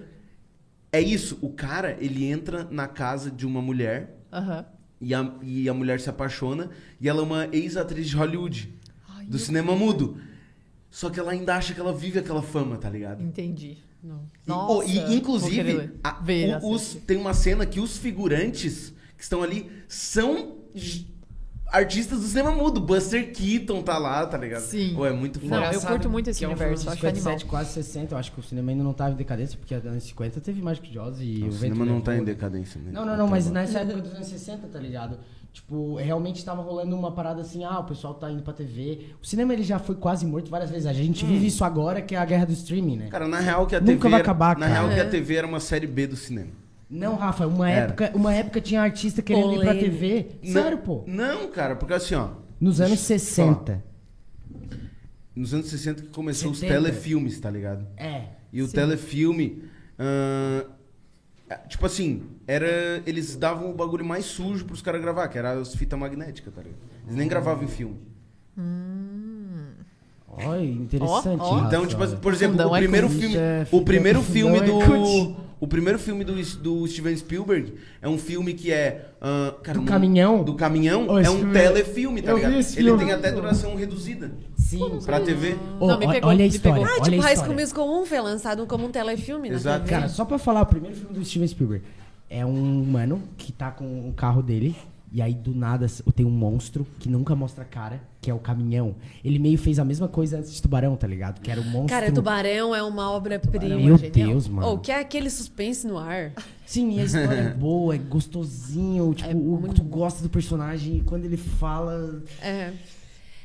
é isso. O cara, ele entra na casa de uma mulher Aham. e a, e a mulher se apaixona e ela é uma ex-atriz de Hollywood, Ai, do cinema mudo. Só que ela ainda acha que ela vive aquela fama, tá ligado? Entendi. E, oh, e, inclusive, a- Ver, o- os- tem uma cena que os figurantes que estão ali são j- artistas do cinema mudo. Buster Keaton tá lá, tá ligado? Sim. Oh, é muito foda. Não, eu curto muito esse que é um universo, filme acho de 57, animal. quase 60, eu acho que o cinema ainda não tava em decadência, porque nos anos 50 teve Mágico de Oz e Não, o o cinema Vento é não tá em Levou. decadência. Né? Não, não, não, mas Tá bom. nessa época dos anos 60, tá ligado? Tipo, realmente tava rolando uma parada assim, ah, o pessoal tá indo pra TV. O cinema ele já foi quase morto várias vezes. A gente vive isso agora, que é a guerra do streaming, né? Hum. Cara, na real que a Nunca TV vai era- acabar, na cara. real que a TV era uma série B do cinema. Não, Rafa, uma Era. época, uma época tinha artista querendo ir pra Polêmica. TV. Sério, não, pô. Não, cara, porque assim, ó, Nos anos 60. nos anos 60 que começou 70. os telefilmes, tá ligado? É. E o telefilme, ah, tipo assim, era eles davam o bagulho mais sujo pros caras gravar, que era as fitas magnéticas, tá ligado? Eles nem gravavam em filme. Olha, interessante. Ó, ó. Rafa, Então, tipo, assim, olha. por exemplo, Fundão o é primeiro cult. filme, É, o primeiro fundão filme é do cult. o primeiro filme do, do Steven Spielberg é um filme que é ah, cara, Do um- caminhão? do caminhão Oh, é esse um filme- telefilme, tá Eu vi ligado? esse Ele filme. tem até duração reduzida Sim. pra TV. Ô, Não, me ó- pegou, olha a me história. pegou. Ah, olha tipo a High School história. Musical 1 foi lançado como um telefilme Exato. na TV. Cara, só pra falar, o primeiro filme do Steven Spielberg é um humano que tá com o carro dele. E aí, do nada, s- tem um monstro que nunca mostra a cara, que é o caminhão. Ele meio fez a mesma coisa antes de Tubarão, tá ligado? Que era o monstro. Cara, Tubarão é uma obra-prima. Meu genial. Deus, mano. Ou que é aquele suspense no ar. Sim, e a história <laughs> é boa, é gostosinho. Tipo, o- tu gosta do personagem e quando ele fala. É.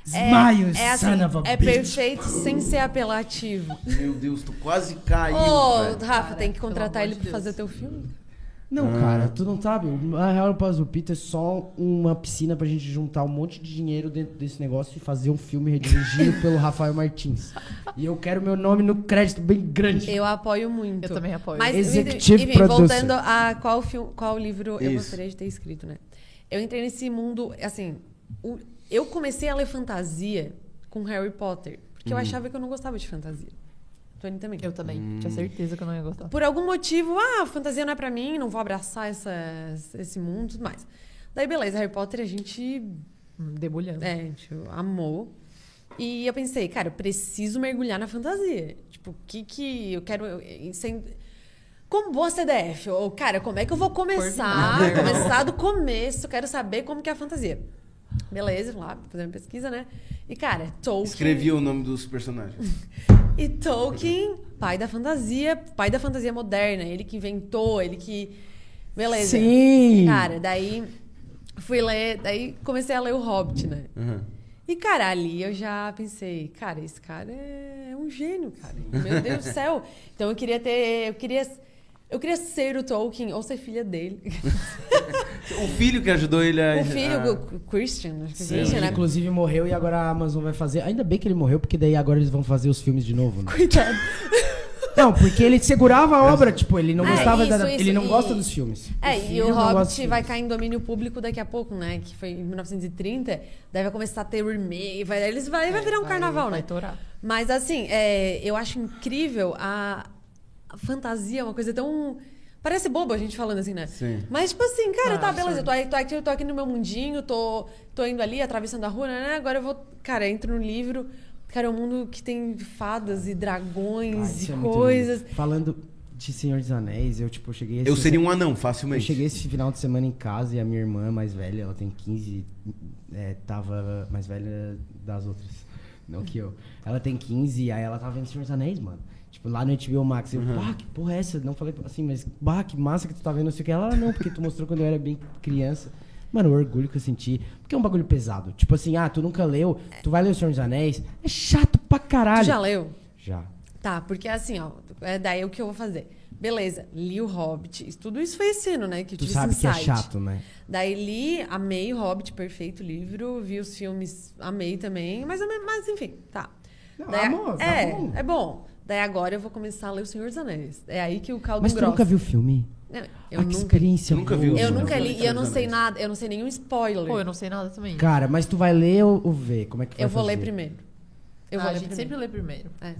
Smile, é, assim, son of a é bitch. perfeito sem ser apelativo. Meu Deus, tu quase caiu, Ô, velho. Rafa, tem que pelo contratar amor ele de pra Deus. fazer teu filme. Não, cara, tu não sabe. A Real Paz do Peter é só uma piscina pra gente juntar um monte de dinheiro dentro desse negócio e fazer um filme <laughs> dirigido pelo Rafael Martins. E eu quero meu nome no crédito bem grande. Eu apoio muito. Eu também apoio. Mas, Executive enfim, voltando producer. a qual, fil- qual livro eu Isso. gostaria de ter escrito, né? Eu entrei nesse mundo, assim, o- eu comecei a ler fantasia com Harry Potter, porque Uhum. eu achava que eu não gostava de fantasia. Tony também. Eu também. Hum. Tinha certeza que eu não ia gostar. Por algum motivo, ah, fantasia não é pra mim, não vou abraçar essa, esse mundo e tudo mais. Daí, beleza, Harry Potter a gente, Hum, Debulhando. é, a gente amou. E eu pensei, cara, eu preciso mergulhar na fantasia. Tipo, o que que eu quero... eu- eu- sem- Como boa CDF, ou cara, como é que eu vou começar? Coordenada, irmão. começar do começo, quero saber como que é a fantasia. Beleza, vamos lá, fazendo pesquisa, né? E cara, Tolkien... Escrevi o nome dos <laughs> personagens. E Tolkien, pai da fantasia, pai da fantasia moderna, ele que inventou, ele que. Beleza. Sim! Cara, daí fui ler, daí comecei a ler o Hobbit, né? Uhum. E, cara, ali eu já pensei, cara, esse cara é um gênio, cara. Meu Deus do céu. Então eu queria ter. Eu queria. Eu queria ser o Tolkien ou ser filha dele. O filho que ajudou ele a. <laughs> O filho, a- o Christian, acho que é Sim, Christian, né? inclusive morreu e agora a Amazon vai fazer. Ainda bem que ele morreu, porque daí agora eles vão fazer os filmes de novo. Né? Coitado. <laughs> Não, porque ele segurava a obra, tipo, ele não É, gostava isso, da- isso, ele não e- gosta dos filmes. É, e filho o não gosta dos Hobbit vai filmes. cair em domínio público daqui a pouco, né? Que foi em 1930. Daí vai começar a ter remake, vai, eles vai, vai virar um carnaval, vai né? torar. Mas assim, é, eu acho incrível a, a fantasia, é uma coisa tão. Parece bobo a gente falando assim, né? Sim. Mas, tipo assim, cara, Ah, tá, beleza, eu tô, aí- tô aqui, eu tô aqui no meu mundinho, tô, tô indo ali, atravessando a rua, né? Agora eu vou. Cara, entro no livro. Cara, é um mundo que tem fadas e Ah, dragões isso é e muito coisas. lindo. Falando de Senhor dos Anéis, eu tipo cheguei Eu esse- seria um anão, Eu facilmente. cheguei esse final de semana em casa e a minha irmã mais velha, ela tem 15, é, tava mais velha das outras, não que eu. Ela tem 15 e aí ela tava vendo Senhor dos Anéis, mano. Tipo, lá no HBO Max. Eu, bah, que porra é essa? Não falei assim, mas bah, que massa que tu tá vendo, não sei o que. Ela, "Ah, não, porque tu mostrou quando eu era bem criança. Mano, o orgulho que eu senti. Porque é um bagulho pesado. Tipo assim, ah, tu nunca leu, tu vai ler o Senhor dos Anéis. É chato pra caralho. Tu já leu? Já. Tá, porque assim, ó, é daí o que eu vou fazer. Beleza, li o Hobbit, isso- tudo isso foi esse ano, né? Que eu Tu tive sabe esse que é insight. chato, né? Daí li, amei o Hobbit, perfeito livro, vi os filmes, amei também, mas, amei- mas enfim, tá. Não, Daí- amor, tá é, bom. é bom. Daí agora eu vou começar a ler O Senhor dos Anéis. É aí que o caldo Mas tu grosso. nunca viu o filme? Eu ah, que nunca li. experiência Nunca vi viu o Eu filme. nunca li Senhor e eu não dos sei Anéis. nada, eu não sei nenhum spoiler. Pô, eu eu, não sei nada também. Cara, mas tu vai ler ou, ou ver? Como é que vai vou ler fazer? primeiro. Eu Ah, vou a ler gente primeiro. sempre lê primeiro. É.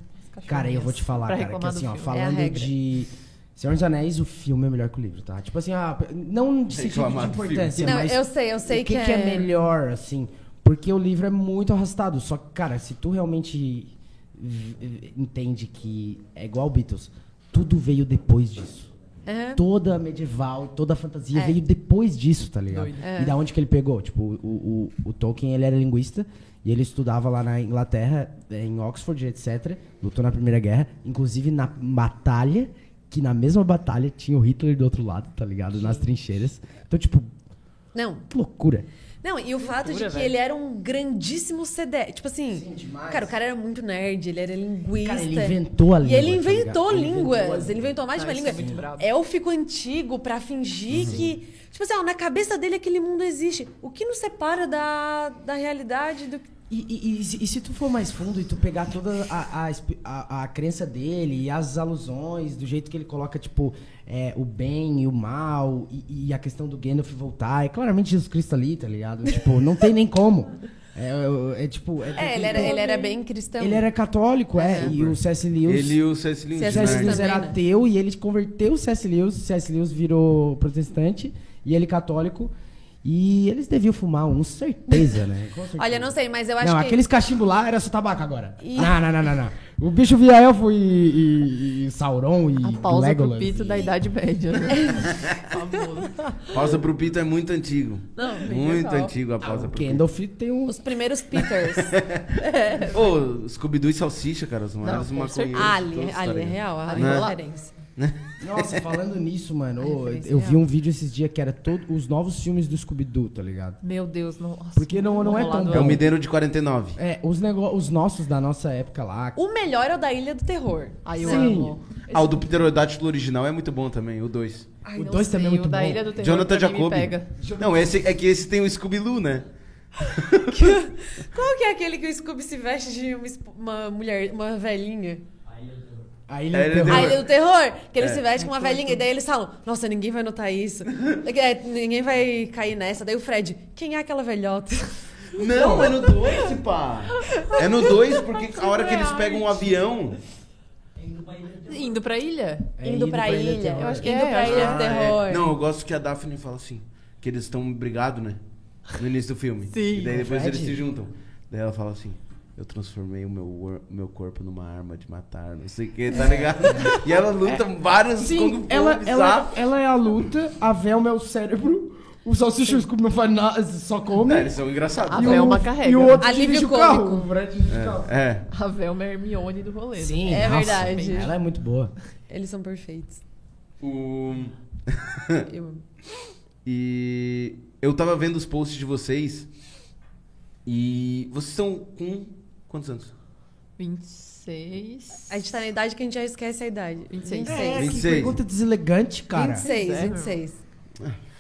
Cara, eu vou te falar, Pra cara, que reclamar do assim, ó, filme. É a falando regra. de Senhor dos Anéis, o filme é melhor que o livro, tá? Tipo assim, ah, não de sentido de Reclamar do filme. importância, Não, mas eu sei, eu sei o que, que, que é... melhor, assim, porque o livro é muito arrastado, só que, cara, se tu realmente v- v- entende que é igual Beatles, tudo veio depois disso. É. Toda a medieval, toda a fantasia É. veio depois disso, tá ligado? Doido. É. E da onde que ele pegou? Tipo, o, o, o Tolkien, ele era linguista e ele estudava lá na Inglaterra, eh, em Oxford, etc. Lutou na Primeira Guerra, inclusive na batalha, que na mesma batalha tinha o Hitler do outro lado, tá ligado? Nas trincheiras. Então, tipo, Não, que loucura. Não, e o fato de que velho. ele era um grandíssimo CD. Tipo assim, cara, o cara era muito nerd, ele era linguista. Cara, ele inventou a é. E língua, ele tá ligado? inventou Ele inventou línguas, a ele inventou mais de uma língua. muito brabo. Élfico antigo pra fingir que. Tipo assim, ó, na cabeça dele aquele mundo existe. O que nos separa da, da realidade do. E, e- e se- e se tu for mais fundo e tu pegar toda a, a, esp- a- a crença dele e as alusões, do jeito que ele coloca, tipo, é, o bem e o mal, e, e a questão do Gandalf voltar, é claramente Jesus Cristo ali, tá <laughs> ligado? Tipo, não tem nem como. É, é, é, tipo. É, ele era, ele era bem cristão. Ele era católico, é. E o C.S. Lewis. Ele e o C.S. Lewis. O C.S. C.S. né? Lewis Também, era né? ateu e ele converteu o C.S. Lewis. O C.S. Lewis virou protestante e ele católico. E eles deviam fumar um, certeza, <laughs> né? Com certeza. Olha, não sei, mas eu acho não, que. aqueles cachimbo lá era só tabaco agora. E- Não, não, não, não, não. O bicho via elfo e, e- e Sauron e Ah, A pausa pro Legolas. pito da Idade Média. né? Famoso. Pausa pro Pito é muito antigo. Não, muito antigo a pausa O pro Pito. Gandalf tem um... <laughs> Os primeiros Peters. Ô, Scooby-Doo e Salsicha, cara, os maiores com maconheiros. Ah, de ali, todos, tá ali é ligado? real, ali Né? é referência. Nossa, falando nisso, mano, ô, referência eu vi real. um vídeo esses dias que era todos os novos filmes do Scooby-Doo, tá ligado? Meu Deus, nossa. Porque não- não é tão Rolado É o ela. Mineiro de 49. É, os, nego... os nossos da nossa época lá. O melhor é o da Ilha do Terror. Ai, eu Sim. amo. Ah, o do Pterodátilo original é muito bom também, o 2. Ai, O não dois também é sei, muito o da bom. Ilha do Terror Jonathan pra mim me Jacob. pega. Não, esse, é que esse tem o Scooby-Loo, né? <laughs> Qual que é aquele que o Scooby se veste de uma, esp- uma mulher, uma velhinha? Aí ele É, ele tem- deu- A Ilha do Terror, que ele É. se veste com uma velhinha, e daí eles falam, nossa, ninguém vai notar isso. É, ninguém vai cair nessa. Daí o Fred, quem é aquela velhota? <laughs> Não, é no 2, pá. É no 2, porque a hora que eles pegam um avião. É indo pra ilha de Indo pra ilha? É Indo pra ilha. terror. Eu acho que É, indo pra acho ilha de Ah, é. terror. Não, eu gosto que a Daphne fala assim, que eles estão brigados, né? No início do filme. Sim. E daí depois Fred. eles se juntam. Daí ela fala assim, eu transformei o meu, or- meu corpo numa arma de matar, não sei o que, tá ligado? <laughs> E ela luta vários Kung Sim, Fu ela, ela, bizarro. ela é a luta, a véu é o meu cérebro, o salsicha o Scooby não faz nada, só come. É, eles são engraçados. A e né? o- Velma carrega. E o outro Alívio dirige o cômico. carro. O Brad dirige o carro. É. A Velma é a Hermione do rolê. né? Sim, É nossa, verdade. Ela é muito boa. Eles são perfeitos. O... Eu amo. E eu tava vendo os posts de vocês. E vocês estão com quantos anos? 26. A gente tá na idade que a gente já esquece a idade. 26. É, que 26. pergunta deselegante, cara. 26, É, 26.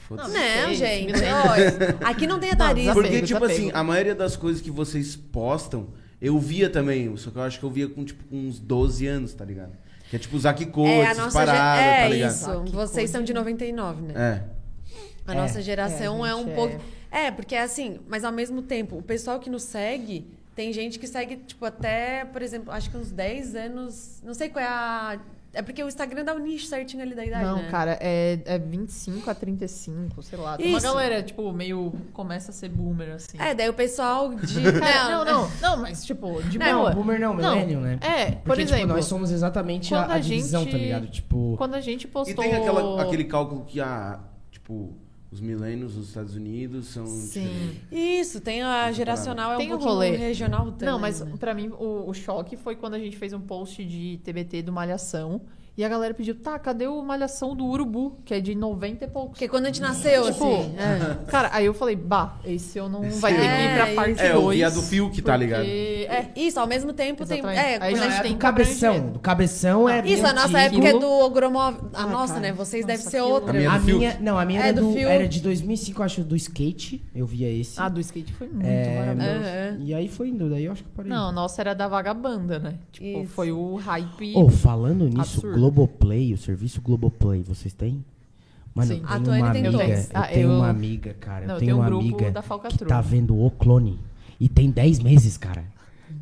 Foda-se. Ah, Não, sei, gente. me oi. Aqui não tem etarismo. Não, Porque, Desapego, tipo assim, desapego. a maioria das coisas que vocês postam, eu via também. Só que eu acho que eu via com, tipo, com uns 12 anos, tá ligado? Que é tipo usar que É, coisa, a essas nossa ge- paradas, É tá ligado? isso. Ah, que Vocês coisa. são de 99, né? É. A É, nossa geração é, é, a um gente pouco. É, porque é assim, mas ao mesmo tempo, o pessoal que nos segue, tem gente que segue, tipo, até, por exemplo, acho que uns 10 anos. Não sei qual é a. É porque o Instagram dá o nicho certinho ali da idade. Não, né? cara, é, é 25 a 35, sei lá. Tem uma Isso. galera, tipo, meio. começa a ser boomer, assim. É, daí o pessoal de. É, <laughs> não, não, não, mas, tipo, de Não, boa. Não, boomer não, millennial, né? É, por Porque, tipo, exemplo, nós somos exatamente quando a, a a divisão, gente- tá ligado? Tipo, quando a gente E postou. tem aquela- aquele cálculo que a. Tipo, os milênios nos Estados Unidos são. Sim. é Isso, tem a geracional, é Tem um o pouquinho rolê. regional também. Não, mas né? pra mim o, o choque foi quando a gente fez um post de TBT do Malhação. E a galera pediu, tá, cadê o Malhação do Urubu? Que é de 90 e poucos. Porque quando a gente nasceu, Tipo, assim. é. <laughs> Cara, aí eu falei, bah, esse eu não vai ter que ir É, pra parte 2. É, eu vi a do Fiuk, tá ligado? É, Isso, ao mesmo tempo Exatamente. tem. É, quando a Aí já gente é tem. do cabeção. abrangente. Do cabeção é. Isso, a bem nossa antigo. época é do Ogromov. A Ah, nossa, cara. né? Vocês Nossa, devem ser aquilo- outra. A minha- É A do Fiuk? minha, não, a minha É do era, Ah, do, Fiuk. era de 2005, acho, do skate. Eu via esse. a do skate foi muito É, maravilhosa. E aí foi indo, daí eu acho que eu parei. Não, a nossa era da vagabanda, né? Tipo, Isso. foi o hype. Oh. Ô, falando nisso, Absurdo. Globoplay, o serviço Globoplay, vocês têm? Mano, Sim. Ah, eu A tenho Tuane uma tem amiga, dois. eu Ah, tenho eu- uma amiga, cara, Não, eu eu tenho tenho um uma grupo amiga da que Falcatrua. tá vendo O Clone e tem 10 meses, cara.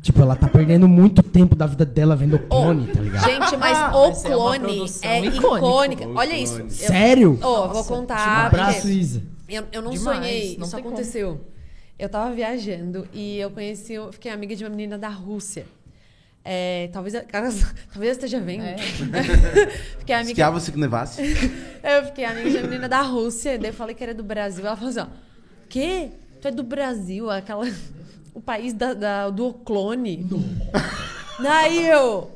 Tipo, ela tá perdendo muito tempo da vida dela vendo O Clone, tá ligado? Gente, mas Ah, o essa é uma clone produção é, icônica. icônica. O Olha clone. isso. Eu, Sério? Ó, vou Um ah, contar. abraço, porque Isa. Eu, eu não Demais, sonhei, não isso tem como. aconteceu. Eu tava viajando e eu conheci, eu fiquei amiga de uma menina da Rússia. É, talvez, ela- talvez eu <laughs> esteja vendo. É. <laughs> fiquei amiga Esquiava-se que nevasse. Eu fiquei amiga de uma menina é da Rússia, daí eu falei que era do Brasil. Ela falou assim: ó, quê? Tu é do Brasil? Aquela. O país da, da- do clone. Daí eu.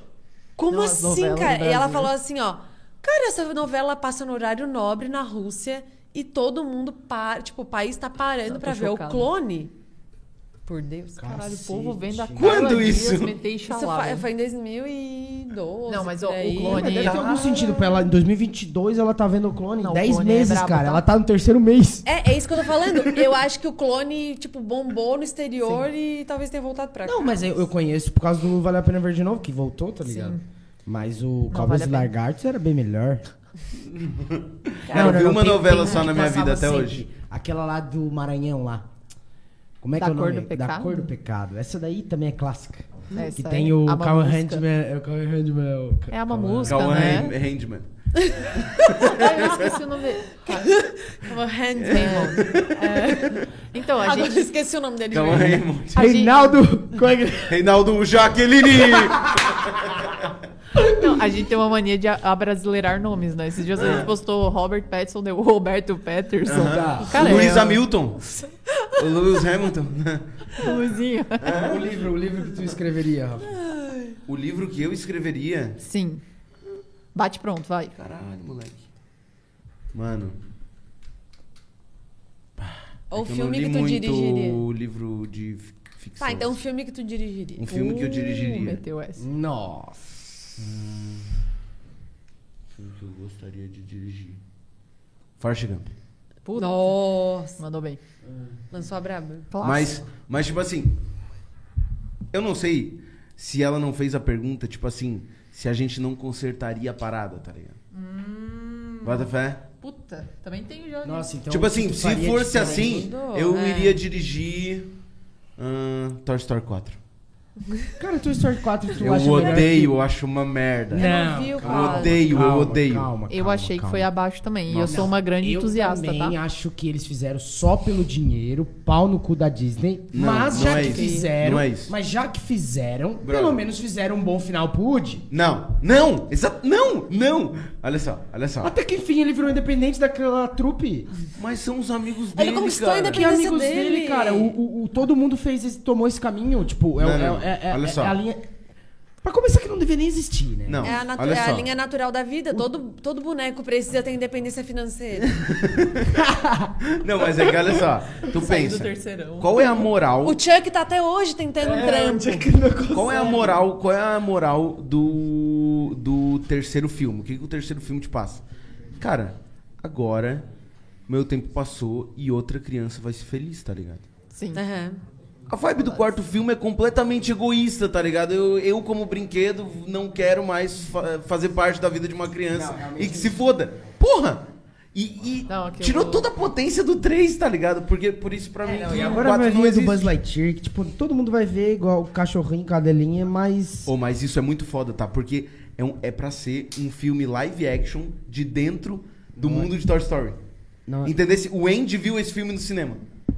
Como Não, as assim, novelas do cara? E ela Brasil. falou assim, ó. Cara, essa novela passa no horário nobre na Rússia e todo mundo para. Tipo, o país tá parando Tô pra ver chocada. o clone. Por Deus, cara. Caralho, o povo vendo a Cacete. Carla Quando Dias isso? meter e Isso é, xalá, foi, né? foi em 2012. Não, mas por o- o aí. clone- é Mas deve ter algum sentido pra ela. Em 2022 ela tá vendo o clone Não, em o 10 Clone é meses, brabo, cara. tá? Ela tá no terceiro mês. É, é isso que eu tô falando. Eu acho que o clone, tipo, bombou no exterior e talvez tenha voltado pra cá. Não, mas eu, eu conheço por causa do Vale a Pena Ver de Novo, que voltou, tá ligado? Mas o Cobras vale a e pena. Lagartos era bem melhor. Cara, eu vi uma novela só na minha passava vida até sempre. hoje. Aquela lá do Maranhão lá. Como é Da que é o Cor nome? do Pecado? Da Cor do Pecado. Essa daí também é clássica. Essa que é tem o a Cauan Mamusca. Handman. É o Cauan Handman. é o Ca- É a Cauan- Mamusca, Cauã né? Hand- Handman. Ah, <laughs> eu esqueci o nome dele. O Hand- Então, a É. Agora eu gente. esqueci o nome dele. Cauã mesmo. Raymond. A gente- Reinaldo. <laughs> Como é que- <laughs> Reinaldo Jaqueline! Não, a gente tem uma mania de a- abrasileirar nomes, né? Esses dias a É. gente postou Robert Pattinson, deu <laughs> <laughs> Roberto Patterson. Tá. Cara, Luiz é- Hamilton. o Lewis Hamilton. <laughs> Luizinho. É. o livro, o livro que tu escreveria, Rafa. o livro que eu escreveria. Sim. Bate pronto, vai. Caralho, moleque. Mano. Ou o é que eu não filme li que tu muito dirigiria. O livro de fi- ficção. Tá, então Hum, o filme que tu dirigiria. Um filme que eu Uh, dirigiria. Meteu essa. Nossa. Um filme que eu gostaria de dirigir. Forrest Gump. Puta. Nossa. Mandou bem. Lançou a braba. Clássico. Mas, mas, tipo assim. Eu não sei se ela não fez a pergunta, tipo assim, se a gente não consertaria a parada, tá ligado? Hum. Bota fé? Puta, também tem o Johnny. Nossa, então tipo o que assim, tu se faria fosse diferente? assim, Mudou, eu é. iria dirigir Ahn, Toy Story 4. Cara, Toy Story 4 tu assim- Eu acha melhor odeio, eu acho uma merda. Não, vi o Eu Calma, odeio, Calma, eu odeio. calma, Eu calma, achei que calma. foi abaixo também. E eu Nossa. sou uma grande eu entusiasta, também ah, tá? acho que eles fizeram só pelo dinheiro, pau no cu da Disney. Não, mas não já é que isso. fizeram, Não é isso. mas já que fizeram, pelo Brother. menos fizeram um bom final pro Woody. Não, não, exa não, não. Olha só, olha só. Até que enfim ele virou independente daquela trupe. Mas são os amigos Ele dele, conquistou cara. ainda é Que Independência amigos dele, dele. cara. O, o- o- todo mundo fez, esse- tomou esse caminho. Tipo, é, Não, é- não, é- é- olha é só. a linha. Pra começar, que não deveria nem existir, né? Não, É a, natu- olha é a só. Uh. linha natural da vida. Todo, todo boneco precisa ter independência financeira. Não, mas é que olha <laughs> só, tu pensa. Qual é a moral? O Chuck tá até hoje tentando um trampo. Qual é a moral? Qual é a moral do do terceiro filme? O que, que o terceiro filme te passa? Cara, agora meu tempo passou e outra criança vai ser feliz, tá ligado? Sim. Aham. A vibe do quarto filme é completamente egoísta, tá ligado? Eu, eu como brinquedo, não quero mais fa- fazer parte da vida de uma criança. e que se foda. Porra! E, e Não, aqui eu tirou vou- toda a potência do 3, tá ligado? Porque por isso pra mim. É, Não, que e o agora quatro vai não vir do existe. Buzz Lightyear, que, tipo, todo mundo vai ver igual o cachorrinho, cadelinha, mas. Oh, mas isso é muito foda, tá? Porque é, um, é pra ser um filme live action de dentro do mundo de Toy Story. é. Não, é- Entendesse? O Andy viu esse filme no cinema.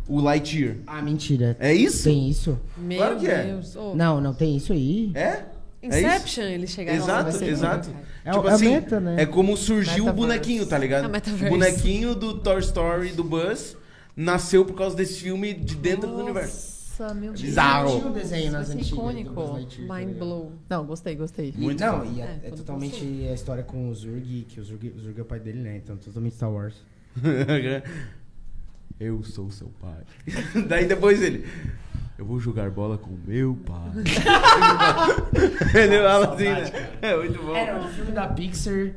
O Lightyear. Ah, mentira. É isso? Tem isso? Meu Claro que é. Deus. Ô, Não, não tem isso aí. É? É isso? Inception, eles chegaram lá. Exato, exato. É tipo o- é a assim, meta, né? é como surgiu o Metaverse. bonequinho, tá É ligado? o O metaverse. bonequinho do Toy Story do Buzz nasceu por causa desse filme de dentro do universo. Nossa, meu Deus. Bizarro. Tinha um desenho nas Isso vai ser antigas. do icônico. Buzz Lightyear, tá Mind ligado? blow. Não, gostei, gostei. Muito não, foda. e é, É, é quando totalmente a história com o Zurg, que o Zurg, o Zurg é o pai dele, né? Então, totalmente Star Wars. Eu sou seu pai. <laughs> Daí depois ele. Eu vou jogar bola com meu <laughs> pai. ele fala assim, né? É muito bom. o filme da Pixar.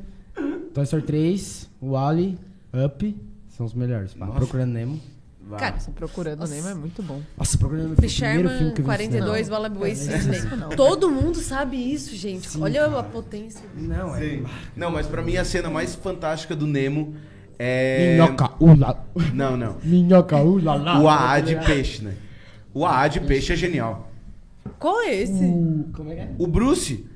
Toy Story 3, Wally, Up, são os melhores. pá. Nossa. Procurando Nemo. Vai. Cara, Nossa, procurando o Nemo é muito bom. Nossa, Procurando Nemo foi o primeiro filme Sherman, que eu vi no cinema. 42, Wallaby Sidney. não. Todo mundo sabe isso, gente. Olha a potência. Não, é. Sim. Não, mas pra mim a cena mais fantástica do Nemo é. Minhoca, ula. Não, não. Minhoca, ula, lá. O AA de peixe, né? O AA de peixe é genial. Qual é esse? O- Como é que é? O Bruce.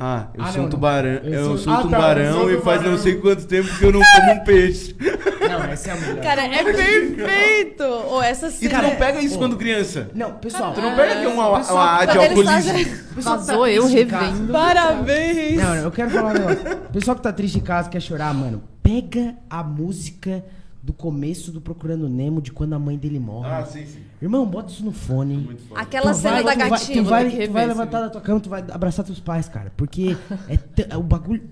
Ah, eu Ah, sou não, um não. tubarão. Eu, Eu sou- sou um Ah, tá, tubarão eu sou um e faz não tubarão. sei quanto tempo que eu não como um <laughs> peixe. Não, essa é a melhor. Cara, é perfeito! Ou essa E cena. tu não pega isso quando criança. Não, pessoal. Tu não pega que é uma, uma AA de Quando ele está alcoolismo. já- pessoal que tá Vazou, eu triste em casa- revendo. Parabéns! Não, não, eu quero falar um negócio. Pessoal que tá triste em casa, quer chorar, mano, pega a música do começo do Procurando Nemo, de quando a mãe dele morre. Ah, sim, sim. Irmão, bota isso no fone. Muito foda. Aquela Tu cena vai- da tu vai- gatinha. Tu vai, vou ter que tu vai rever esse levantar da tua cama, tu vai abraçar teus pais, cara. Porque é t- é o bagulho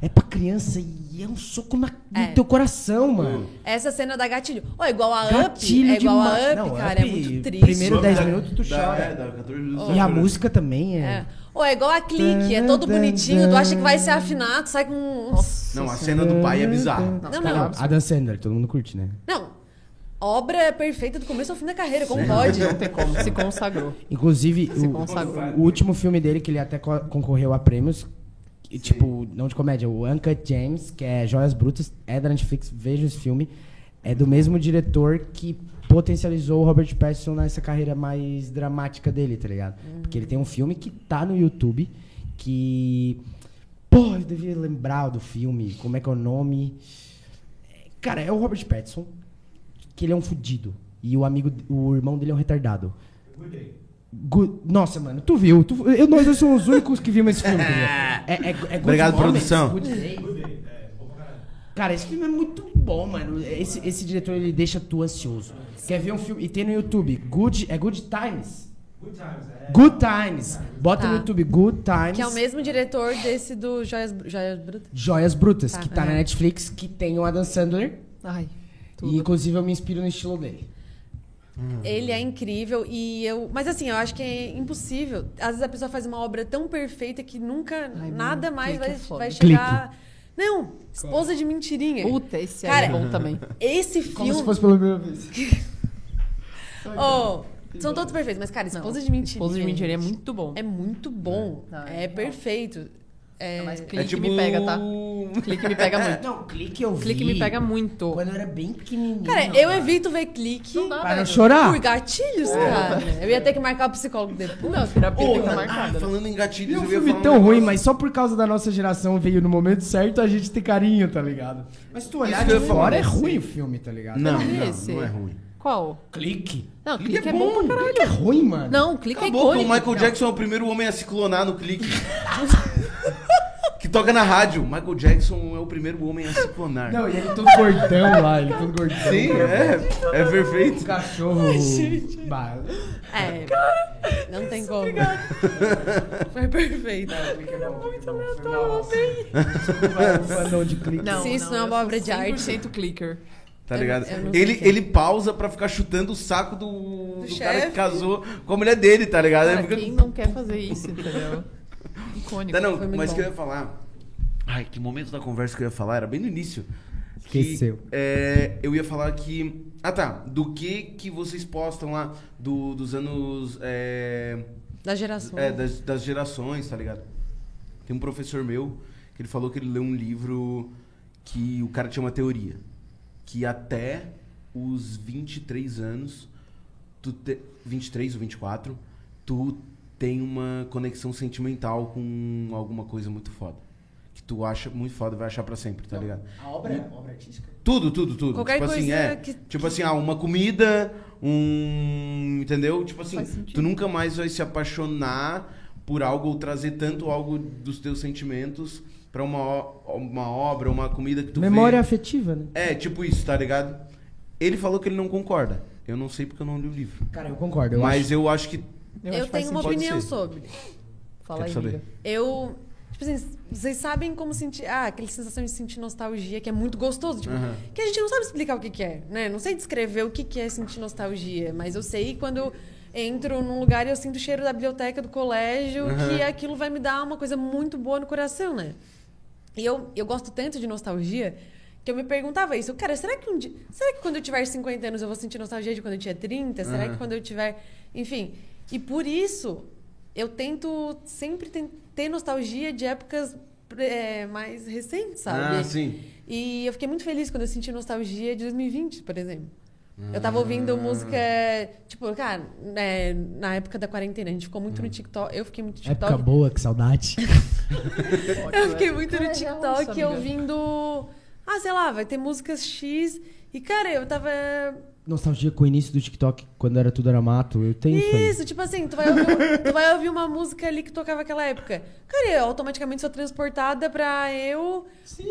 é pra criança e é um soco na- no É. teu coração, mano. Essa cena da gatilho. Ó, igual a Gatilho Up. É igual demais. a Up, Não, cara. Up, é muito triste. primeiro- 10 minutos tu chora. é, dá 14 minutos. E tu a chora. música também é. É. Ou é igual a clique, é todo bonitinho, tu acha que vai ser afinado, sai com. um- Não, a cena do pai é bizarra. Não, Não, não. Adam Sandler, todo mundo curte, né? Não. Obra é perfeita do começo ao fim da carreira, como <laughs> pode? Não tem como, se consagrou. Inclusive, Se o, consagrou. o último filme dele, que ele até co- concorreu a prêmios, e, tipo, não de comédia, o Uncut James, que é Joias Brutas, é da Netflix, veja esse filme. É do mesmo diretor que potencializou o Robert Pattinson nessa carreira mais dramática dele, tá ligado? Porque ele tem um filme que tá no YouTube, que... Pô, eu devia lembrar do filme, como é que é o nome... Cara, é o Robert Pattinson, que ele é um fudido. E o amigo, o irmão dele é um retardado. Good- Nossa, mano, tu viu? tu- eu, nós dois somos os únicos que vimos esse filme. <laughs> tá ligado? é, é, é Good Obrigado, Omens, produção. Good Day. É, Cara, esse filme é muito bom, mano. Esse, esse diretor, ele deixa tu ansioso. Quer ver um filme? E tem no YouTube. Good, é Good Times? é. Good Times. Bota no Tá. YouTube Good Times. Que é o mesmo diretor desse do Joias, Joias Brutas. Joias Brutas, Tá, que tá é. na Netflix, que tem o Adam Sandler. Ai, E, tudo. inclusive, eu me inspiro no estilo dele. Ele é incrível e eu. Mas assim, eu acho que é impossível. Às vezes a pessoa faz uma obra tão perfeita que nunca Ai, mano, nada mais clique vai, é foda. vai chegar. Não! Esposa de mentirinha. Puta, esse aí é Cara, bom também. Esse filme. pela primeira vez. Oh, são todos perfeitos, mas, cara, esposa de mentirinha. Esposa de Mentira é gente, muito bom. É muito bom. Não, é é perfeito. É, Mas é, clique tipo me pega, tá? Clique me pega <laughs> muito. Não, clique eu vi. Clique me pega muito. Quando eu era bem pequenininho. Cara, eu evito ver clique Não É. dá, Pra não velho. chorar. por gatilhos, cara. Eu ia ter que marcar o psicólogo depois. Não, terapia Ô, tem que tá- ser ah, marcada. né? falando em E gatilhos, é um eu ia filme falar tão um ruim, negócio- mas só por causa da nossa geração veio no momento certo, a gente tem carinho, tá ligado? Mas se tu olhar Isso que de eu ia falar, fora, é né? ruim o filme, tá ligado? Não, Cadê não, esse? não é ruim. Qual? Clique. Não, clique, clique é é bom, pra caralho. Clique é ruim, mano. Não, clique é Acabou que o icônico. Michael Não. Jackson é o primeiro homem a se clonar no <laughs> clique. que toca na rádio. Michael Jackson é o primeiro homem a se clonar. Não, e ele todo gordão lá, ele todo gordão. Sim, é. É O perfeito. cachorro. Bah, É. Não tem é como. Foi perfeito. é Muito aleatório, <laughs> Desculpa, de clique. Não, Se isso não é eu uma sou obra de arte. 100% clicker. Tá Eu não- ligado? eu não sei ele, o que é. ele pausa pra ficar chutando o saco do, do cara que chefe. casou com a mulher dele, tá ligado? Ele Cara, fica- quem não quer fazer isso, entendeu? Icônico. Tá, não, Foi muito mas bom. que eu ia falar. Ai, que momento da conversa que eu ia falar? Era bem no início. Que, Esqueceu. é, eu ia falar que. Ah, tá. Do que que vocês postam lá do- dos anos. é, Da geração. É, das, das gerações, tá ligado? Tem um professor meu que ele falou que ele leu um livro que o cara tinha uma teoria. Que até os 23 anos, tu te, 23 ou 24, tu tem uma conexão sentimental com alguma coisa muito foda. Que tu acha muito foda, vai achar pra sempre, tá ligado? A obra, é, a obra artística? Tudo, tudo, tudo. Qualquer tipo assim, coisa é. que- Tipo assim, ah, uma comida, um. Entendeu? Tipo assim, tu nunca mais vai se apaixonar por algo ou trazer tanto algo dos teus sentimentos pra uma, o- uma obra, uma comida que tu Memória vê. afetiva, né? É, tipo isso, tá ligado? Ele falou que ele não concorda. Eu não sei porque eu não li o livro. Cara, eu concordo. Eu Mas eu acho que. Eu, acho que faz tenho uma sentido. opinião Pode ser. sobre. Fala aí, Quero saber. amiga. Eu. Tipo assim, vocês sabem como sentir. Ah, aquela sensação de sentir nostalgia que é muito gostoso. Tipo, Aham. Que a gente não sabe explicar o que, que é, né? Não sei descrever o que, que é sentir nostalgia, mas eu sei quando eu entro num lugar e eu sinto o cheiro da biblioteca do colégio, Aham. que aquilo vai me dar uma coisa muito boa no coração, né? E eu, eu gosto tanto de nostalgia que eu me perguntava isso. Cara, será que um dia. Será que quando eu tiver 50 anos eu vou sentir nostalgia de quando eu tinha 30? Será Aham. que quando eu tiver. Enfim. E por isso eu tento sempre ten- ter nostalgia de épocas eh, mais recentes, sabe? Ah, sim. E eu fiquei muito feliz quando eu senti nostalgia de 2020, por exemplo. Eu Ah. tava ouvindo música, tipo, cara, né, na época da quarentena, a gente ficou Hum. muito no TikTok. Eu fiquei muito no TikTok. Época boa, que saudade. Eu fiquei muito Cara, no é real isso, TikTok amiga. ouvindo. Ah, sei lá, vai ter músicas X. E, cara, eu tava. Nostalgia com o início do TikTok, quando era tudo era mato. Eu tenho isso, aí. Isso, tipo assim, tu vai, ouvir, tu vai ouvir uma música ali que tocava aquela época. Cara, eu automaticamente sou transportada pra eu,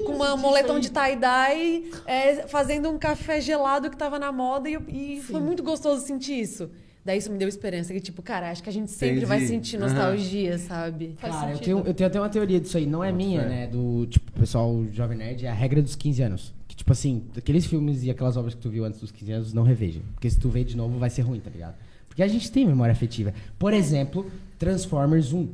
com uma- um moletom de tie-dye, é, fazendo um café gelado que tava na moda. E, eu- e foi muito gostoso sentir isso. Daí isso me deu esperança, que tipo, cara, acho que a gente sempre vai Entendi. sentir Aham. nostalgia, sabe? Faz Cara, eu sentido. tenho, eu tenho até uma teoria disso aí, não é minha, fé. né? Do tipo, pessoal Jovem Nerd, é a regra dos 15 anos. Que, tipo assim, aqueles filmes e aquelas obras que tu viu antes dos 15 anos, não reveja. Porque se tu vê de novo, vai ser ruim, tá ligado? Porque a gente tem memória afetiva. Por exemplo, Transformers 1.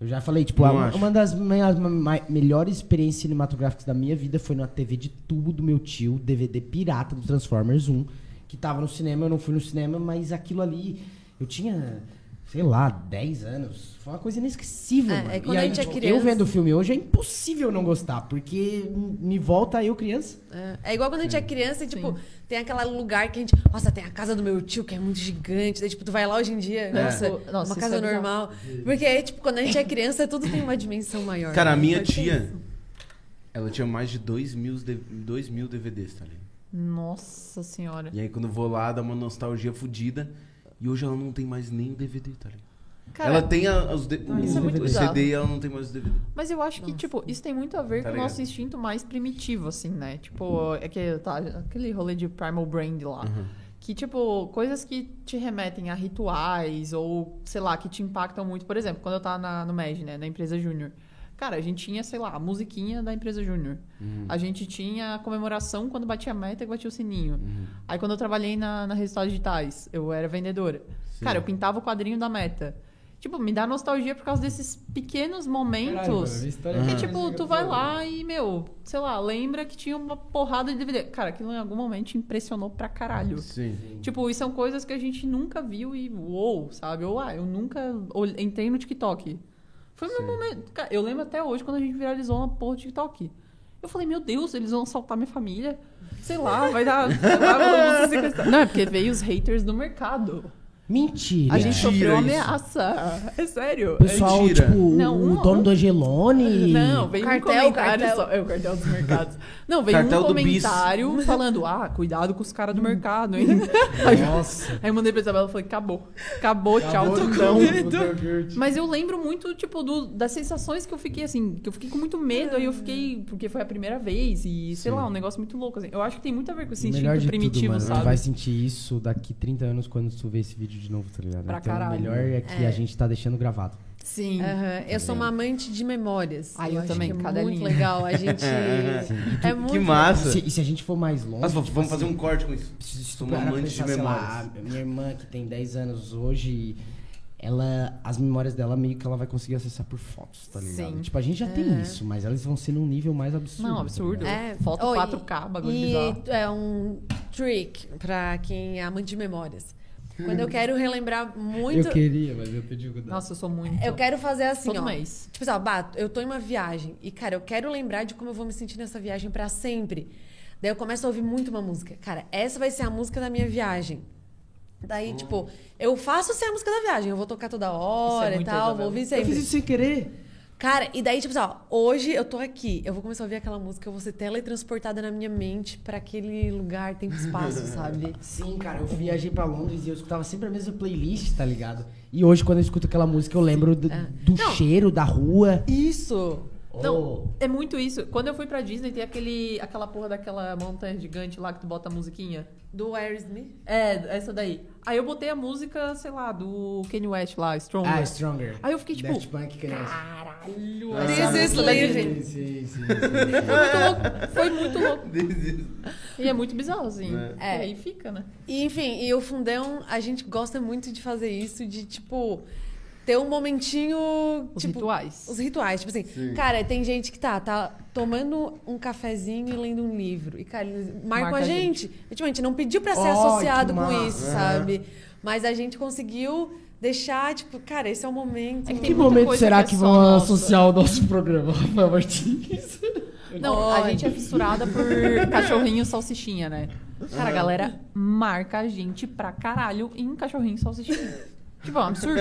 Eu já falei, tipo, Não a- uma, acho. das minhas ma- ma- melhores experiências cinematográficas da minha vida foi na TV de tubo do meu tio, DVD pirata do Transformers 1, que tava no cinema, eu não fui no cinema, mas aquilo ali, eu tinha, sei lá, 10 anos. Foi uma coisa inesquecível, É, mano. é quando E a aí, gente é tipo, Eu criança. vendo o filme hoje é impossível não gostar, porque me volta eu criança. É, é igual quando a gente é criança e, tipo, tem aquele lugar que a gente. Nossa, tem a casa do meu tio que é muito gigante. Daí, tipo, tu vai lá hoje em É. dia. Nossa, Nossa, uma isso casa é bizarro. normal. Porque aí, tipo, quando a gente é criança, tudo tem uma dimensão maior. Cara, a né? minha Pode ser tia, isso. ela tinha mais de 2 mil, de- dois mil DVDs, tá ligado? Nossa senhora. E aí quando eu vou lá, dá uma nostalgia fodida. E hoje ela não tem mais nem o DVD, tá ligado? Cara, ela tem a- os de- isso o, é muito o bizarro. CD e ela não tem mais o DVD. Mas eu acho que, tipo, isso tem muito a ver Tá com o ligado. Uhum. nosso instinto mais primitivo, assim, né? Tipo, é que tá, aquele rolê de Primal Brand lá. Que, tipo, coisas que te remetem a rituais ou, sei lá, que te impactam muito. Por exemplo, quando eu tava na- no MEG, né? Na empresa Júnior. Cara, a gente tinha, sei lá, a musiquinha da empresa Júnior. Uhum. A gente tinha a comemoração quando batia a meta e batia o sininho. Uhum. Aí quando eu trabalhei na, na Resultados Digitais, eu era vendedora. Cara, eu pintava o quadrinho da meta. Tipo, me dá nostalgia por causa desses pequenos momentos. é Que, tipo, tu vai lá e, meu, sei lá, lembra que tinha uma porrada de DVD. Cara, aquilo em algum momento te impressionou pra caralho. Sim. Tipo, e são coisas que a gente nunca viu e uou, sabe? Ou, ah, eu nunca ol- entrei no TikTok. Foi o meu momento. Cara, eu lembro até hoje quando a gente viralizou na porra do TikTok. Eu falei, meu Deus, eles vão assaltar minha família. Sei lá, vai dar. sei lá, vão se sequestrar. Não, é porque veio os haters do mercado. Mentira. A gente Mentira sofreu isso. ameaça. É sério. O pessoal, Mentira. tipo, Não, o um- dono do Angelone. Não, veio Cartel, um comentário cartel. só. É o cartel dos mercados. Não, veio Cartel um do bis. comentário falando: ah, cuidado com os caras do mercado, <laughs> hein? Nossa. Aí eu mandei pra Isabela e falei: acabou. Acabou, tchau, Acabou então. tudão. com o <laughs> iogurte. Mas eu lembro muito, tipo, do- das sensações que eu fiquei, assim, que eu fiquei com muito medo, aí eu fiquei, porque foi a primeira vez, e sei lá, um negócio muito louco, assim. Eu acho que tem muito a ver com esse O melhor <laughs> instinto de primitivo, tudo, mano, sabe? tu vai sentir isso daqui 30 anos quando tu ver esse vídeo de novo, tá ligado? Pra então caralho. o melhor é que a gente tá deixando gravado. Sim. Tá Aham, Eu sou uma amante de memórias. Ah, eu acho também, que é cada muito linha. legal. <laughs> A gente. é muito Que massa. E se, e se a gente for mais longe... Nossa, vamos tipo fazer assim, um corte com isso. se- se tu Sou um parar pra amante de pensar, sei lá, memórias. a minha irmã, que tem 10 anos hoje, ela, as memórias dela meio que ela vai conseguir acessar por fotos, tá ligado? Sim. É. Tipo, a gente já tem isso, mas elas vão ser num nível mais absurdo. Não, tá absurdo. ligado? É. Foto Oh, e- 4K, bagulho bizarro. E é um trick pra quem é amante de memórias. Quando Hum. eu quero relembrar É muito. Eu queria, mas eu pedi o Nossa, eu sou muito. Eu quero fazer assim, Todo ó. mês. Tipo assim, ó, bato, eu tô em uma viagem e, cara, eu quero lembrar de como eu vou me sentir nessa viagem pra sempre. Daí eu começo a ouvir muito uma música. Cara, essa vai ser a música da minha viagem. Daí, tipo, eu faço ser a música da viagem. Eu vou tocar toda hora e muito tal, Isabela. vou ouvir Eu sempre. fiz isso sem querer. Cara, e daí, tipo assim, ó, hoje eu tô aqui, eu vou começar a ouvir aquela música, eu vou ser teletransportada na minha mente pra aquele lugar, tempo e espaço, sabe? Sim, cara, eu viajei pra Londres e eu escutava sempre a mesma playlist, tá ligado? E hoje, quando eu escuto aquela música, eu lembro do, é. do cheiro, da rua. Isso! Oh. Não, é muito isso. Quando eu fui pra Disney, tem aquele, aquela porra daquela montanha gigante lá que tu bota a musiquinha. Do Where Is Me? É, essa daí. Aí eu botei a música, sei lá, do Kanye West lá, Stronger. Ah, Stronger. Aí eu fiquei tipo, Daft Punk, que é caralho, This essa is música da living. Disney. Sim, é sim, sim, sim. Foi muito louco. Foi muito louco. E é muito bizarro, assim. É. E aí fica, né? E, enfim, e o Fundão, a gente gosta muito de fazer isso, de, tipo, ter um momentinho, Os tipo... rituais. Os rituais, tipo assim, cara, tem gente que tá, tá tomando um cafezinho e lendo um livro. E, cara, eles marcam Marca a a gente. E, tipo, a gente não pediu pra ser Ó, associado que com massa. isso, sabe? Mas a gente conseguiu deixar, tipo, cara, esse é o momento. que Que tem muita momento coisa será que que, é vão só nossa. associar o nosso programa, <laughs> Rafael Martins? Não, a gente é fissurada <laughs> por cachorrinho salsichinha, né? Cara, a galera marca a gente pra caralho em cachorrinho salsichinha. tipo, é um absurdo.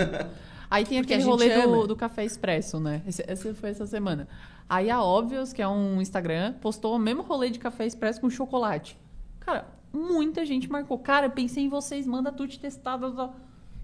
Aí tem Porque aquele a gente rolê do, ama. do Café Expresso, né? Esse, esse foi essa semana. Aí a Óbvios, que é um Instagram, postou o mesmo rolê de Café Expresso com chocolate. Cara, muita gente marcou. Cara, eu pensei em vocês, manda tu te testar. blá, blá.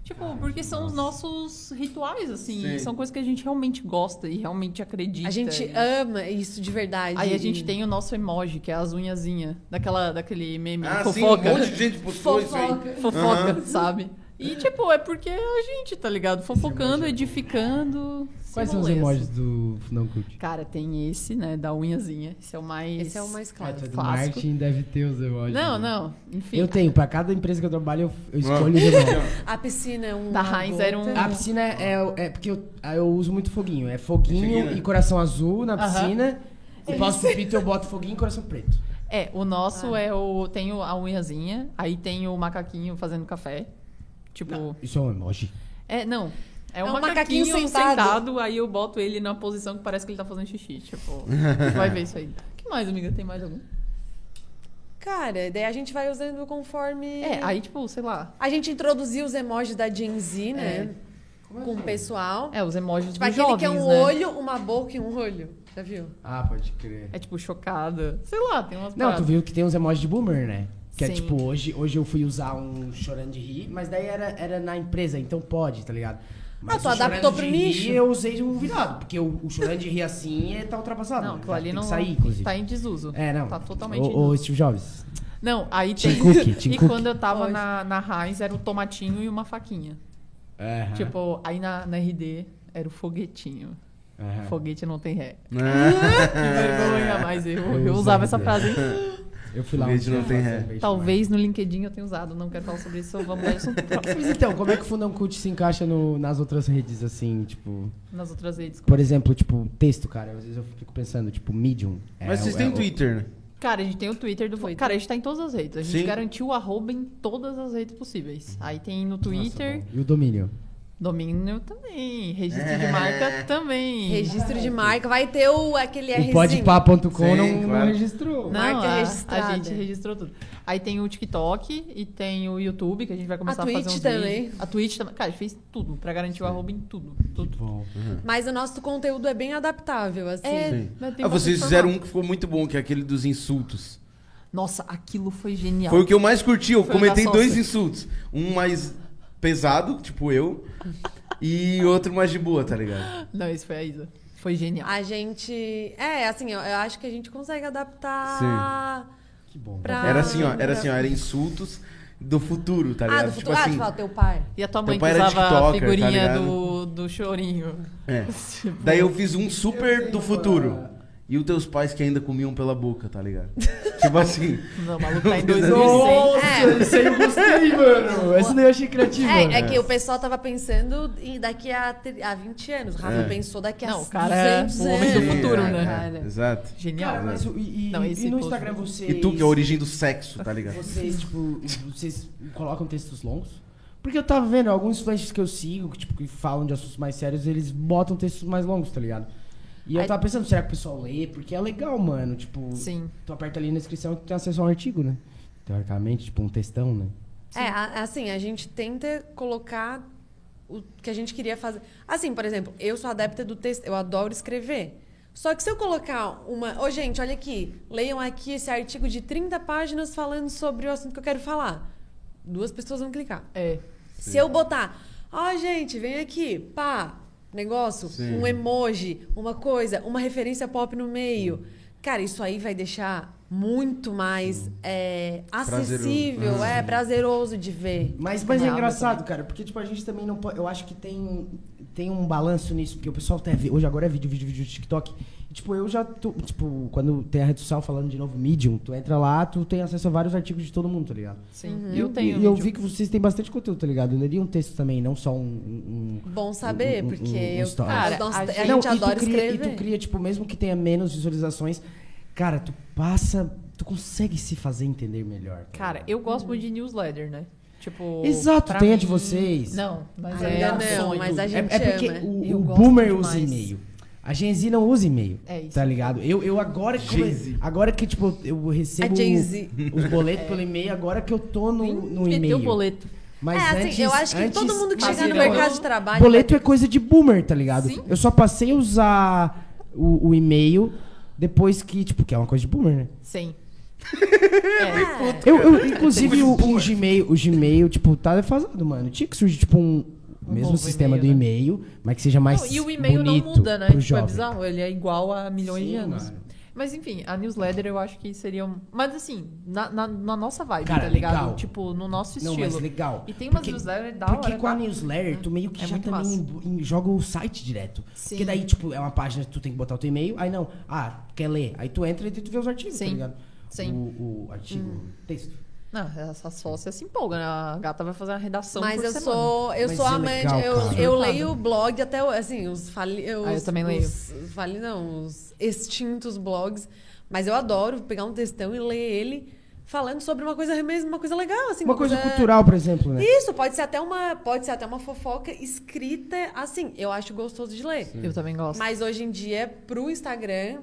Tipo, porque são os nossos rituais, assim. Sim. São coisas que a gente realmente gosta e realmente acredita. A gente e- ama isso de verdade. né? Aí a gente E- tem o nosso emoji, que é as unhazinhas, daquela, daquele meme Ah, sim, um fofoca. monte de gente postou isso aí. <laughs> Fofoca, sabe? E, tipo, é porque a gente, tá ligado? é Fofocando, edificando. esse Quais são os rolê, emojis assim. do Não Cult? Cara, tem esse, né, da unhazinha. Esse é o mais... Esse é o mais Ah, claro. do Clássico. Martin deve ter os emojis. Não, né? não. Enfim. Eu tenho, pra cada empresa que eu trabalho, eu, eu escolho os <laughs> emojis. A piscina é um. Da lago. Heinz era um... A piscina é, é porque eu, ah, eu uso muito foguinho. É foguinho Foguinho, né? e coração azul na Aham. piscina. E posso pito, eu boto foguinho e coração preto. É, o Ah. nosso é o... Tem o- a unhazinha, aí tem o macaquinho fazendo café. Tipo... Isso é um emoji. É, não. É um, É um macaquinho, macaquinho sentado. sentado. aí eu boto ele na posição que parece que ele tá fazendo xixi. <laughs> Tipo, vai ver isso aí. O que mais, amiga? Tem mais algum? Cara, daí a gente vai usando conforme. É, aí, tipo, sei lá. A gente introduziu os emojis da Gen Z, né? Com o pessoal. É, os emojis Tipo, dos aquele jovens, que é um né? olho, uma boca e um olho. Já viu? Ah, pode crer. É, tipo, chocada. Sei lá, tem umas Não, tu paradas. viu que tem uns emojis de boomer, né? Que Sim. é tipo, hoje, hoje eu fui usar um chorando de rir, mas daí era, era na empresa, então pode, tá ligado? Mas Ah, tu o chorando adaptou de pro rir, nicho. eu usei um virado, porque o, o chorando de rir assim é, tá ultrapassado. Não, né? aquilo ali tem não que sair, inclusive. tá em desuso. É, não. Tá totalmente em O, o desuso. Steve Jobs. Não, aí Tim tem... Cook, Tim e Cook. quando eu tava Pois. na, na Heinz, era o tomatinho e uma faquinha. É. Tipo, aí na, na RD era o foguetinho. Foguete não tem <laughs> ré. Né? Que vergonha, mas eu, eu, Eu usava usava. essa frase hein? Eu fui lá Foguete um dia não tem fazer ré. um beijo Talvez né? no LinkedIn eu tenha usado, não quero falar sobre isso, vamos dar isso <laughs> Mas então, como é que o Fundão Cult se encaixa no- nas outras redes, assim, tipo... nas outras redes. Por exemplo, tipo, texto, cara. Às vezes eu fico pensando, tipo, Medium. é Mas vocês o- têm é o- Twitter, né? Cara, a gente tem o Twitter do Twitter. Cara, a gente tá em todas as redes. A gente Sim. garantiu o arroba em todas as redes possíveis. Aí tem no Twitter, E o domínio. Domínio também. Registro É. de marca também. Registro de marca. Vai ter o, aquele O Rzinho. podpá.com Sim, não, não claro. registrou. Não, Marca a, registrada. a gente registrou tudo. Aí tem o TikTok e tem o YouTube, que a gente vai começar a, fazer Twitch uns também. vídeos. A Twitch também. Cara, a gente fez tudo pra garantir o arroba em tudo. Tudo. Bom. Mas o nosso conteúdo é bem adaptável, assim. É. Sim. mas tem Ah, bastante vocês fizeram um formato. que ficou muito bom, que é aquele dos insultos. Nossa, aquilo foi genial. Foi o que eu mais curti. Eu Foi o comentei da dois salsa. insultos. Um mais pesado, tipo eu, e outro mais de boa, tá ligado? Não, isso foi a Isa. Foi genial. A gente. É, assim, eu, eu acho que a gente consegue adaptar. Que bom. Pra... Era assim, ó. Era assim, ó. Era insultos do futuro, tá ligado? Ah, do futuro. Tipo ah, assim. tu fala teu pai. E a tua Teu mãe que pai era usava a tiktoker, tá figurinha ligado? do, do chorinho. <laughs> é. Tipo, Daí eu fiz um super do futuro. E os teus pais que ainda comiam pela boca, tá ligado? tipo assim. Não, maluco, <laughs> tá em Nossa. 2006. É. Isso aí eu gostei, <laughs> mano. Essa daí eu achei criativa. É, é que o pessoal tava pensando em daqui a, tri- a 20 anos. O Rafa É. pensou daqui a Não, o cara é 200 o homem do anos. futuro, é, né? é, Exato. Genial. Cara, mas o- e, e- Não, e esse no post- Instagram vocês... E tu, que é a origem do sexo, tá ligado? Vocês, tipo, vocês colocam textos longos? Porque eu tava vendo alguns flashes que eu sigo, que, tipo, que falam de assuntos mais sérios, eles botam textos mais longos, tá ligado? E eu Aí- tava pensando, será que o pessoal lê? Porque é legal, mano. Tipo, Sim. tu aperta ali na descrição e tu tem acesso a um artigo, né? Teoricamente, tipo, um textão, né? É, a- assim, a gente tenta colocar o que a gente queria fazer. Assim, por exemplo, eu sou adepta do texto, eu adoro escrever. Só que se eu colocar uma. Ô, gente, olha aqui, leiam aqui esse artigo de 30 páginas falando sobre o assunto que eu quero falar. Duas pessoas vão clicar. É. Se eu botar, ó, gente, vem aqui, pá, negócio, Sim. um emoji, uma coisa, uma referência pop no meio. Cara, isso aí vai deixar muito mais é, Prazeroso. acessível, é prazeroso de ver. Mas, mas é Real, engraçado, cara, porque tipo, a gente também não pode. Eu acho que tem, tem um balanço nisso, porque o pessoal até vê. Hoje agora é vídeo, vídeo, vídeo, TikTok. E, tipo, eu já tô. Tipo, quando tem a rede social falando de novo Medium, tu entra lá, tu tem acesso a vários artigos de todo mundo, tá ligado? Sim. Hum. Eu tenho. E eu vídeo. vi que vocês têm bastante conteúdo, tá ligado? Eu leria um texto também, não só um. um- um- Bom saber, um- um- porque um eu, story. cara, Cara, nós- a a gente, gente- Não, e tu adora cria- escrever. E tu cria, tipo, mesmo que tenha menos visualizações, cara, tu passa. Tu consegue se fazer entender melhor. tá Cara, eu gosto muito de newsletter, né? Tipo. Exato, pra tem a de mim- vocês. Não, mas Ainda é. um não, sonho. mas a É, gente é porque ama. o, Eu o gosto boomer demais. usa e-mail. A Gen Z não usa e-mail. É isso. Tá ligado? Eu, eu agora que. come- Gen Z. Agora que, tipo, eu recebo A Gen Z. É. os <laughs> boletos pelo e-mail, agora que eu tô no, no Meteu e-mail. o boleto. Mas é, assim, antes, eu acho que todo antes- assim, mundo que antes chegar no virou- mercado de trabalho. Boleto é coisa de boomer, tá ligado? Sim. Eu só passei a usar o, o e-mail depois que, tipo, que é uma coisa de boomer, né? <laughs> Sim. É. Eu, eu, inclusive, o, o Gmail, o Gmail, tipo, tá defasado, mano. Tinha que surgir, tipo, um. o mesmo novo sistema e-mail, do e-mail, mas que seja mais. Não, e o e-mail não bonito muda, né? pro Tipo, é jovem. bizarro, ele é igual a milhões de Sim, anos. mano. Mas enfim, a newsletter eu acho que seria. um- Mas assim, na, na, na nossa vibe, Cara, tá ligado? legal. Tipo, no nosso Não, estilo. mas legal. E tem umas Porque- newsletters da Porque hora. com a tá? newsletter, tu meio que É já muito também massa. em- em- joga o site direto. Sim. Porque daí, tipo, é uma página que tu tem que botar o teu e-mail, aí não, ah, quer ler, aí tu entra e tu vê os artigos, tá Sim. ligado? Sim. O, o artigo, texto. Não, essa sócia se empolga, né? A gata vai fazer uma redação Mas por eu semana. sou, eu Mas sou é amante, legal, eu, cara. eu Surtada. leio o blog até, o- assim, os fali, os, Ah, eu também leio. os- fali não, os extintos blogs, mas eu adoro pegar um textão e ler ele falando sobre uma coisa mesmo, uma coisa legal, assim, Uma coisa cultural, por exemplo, né? Isso, pode ser até uma, pode ser até uma fofoca escrita, assim, eu acho gostoso de ler. Eu também gosto. Mas hoje em dia, pro Instagram,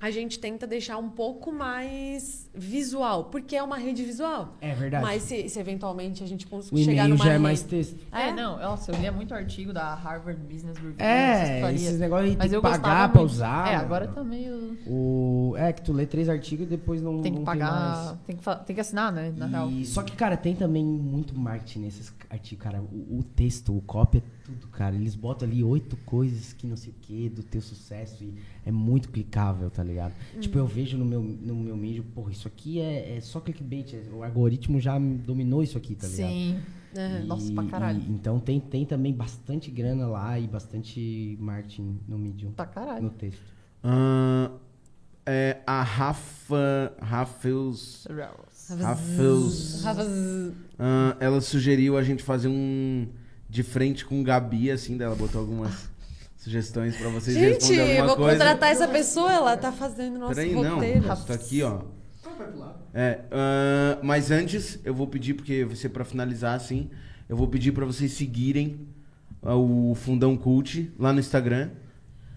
a gente tenta deixar um pouco mais visual, porque é uma rede visual. É verdade. Mas se, se eventualmente a gente o conseguir chegar e-mail numa já é rede- mais texto. É, não, nossa, eu lia muito artigo da Harvard Business Review. Né, essas É, porcarias. esses negócios aí tem Mas que eu gostava pagar pra muito. usar. né? É, mano. agora tá meio. O... É, que tu lê três artigos e depois não Tem que não pagar. Tem que, fa- tem que assinar, né? Na real. mais. E... Só que, cara, tem também muito marketing nesses artigos, cara. O, o texto, o copy é tudo, cara. Eles botam ali oito coisas que não sei o que do teu sucesso e é muito clicável, tá ligado? Hum. Tipo, eu vejo no meu, no meu mídia, porra, isso aqui é, é só clickbait. é- O algoritmo já dominou isso aqui, tá ligado? Sim. é, E- Nossa, pra caralho. e- então tem, tem também bastante grana lá e bastante marketing no Medium, Pra caralho. no texto. Ahn, é, a Rafa. Rafaels. Rafaels. Rafa, zzz. ahn, Ah, ela sugeriu a gente fazer um de frente com Gabi, assim, dela botou algumas sugestões pra vocês Gente, responderem eu alguma vou coisa. contratar essa pessoa, ela tá fazendo nosso Peraí, não. roteiro. Isso tá aqui, ó. É, ahn, mas antes, eu vou pedir, porque vai ser pra finalizar, assim, eu vou pedir pra vocês seguirem o Fundão Cult lá no Instagram.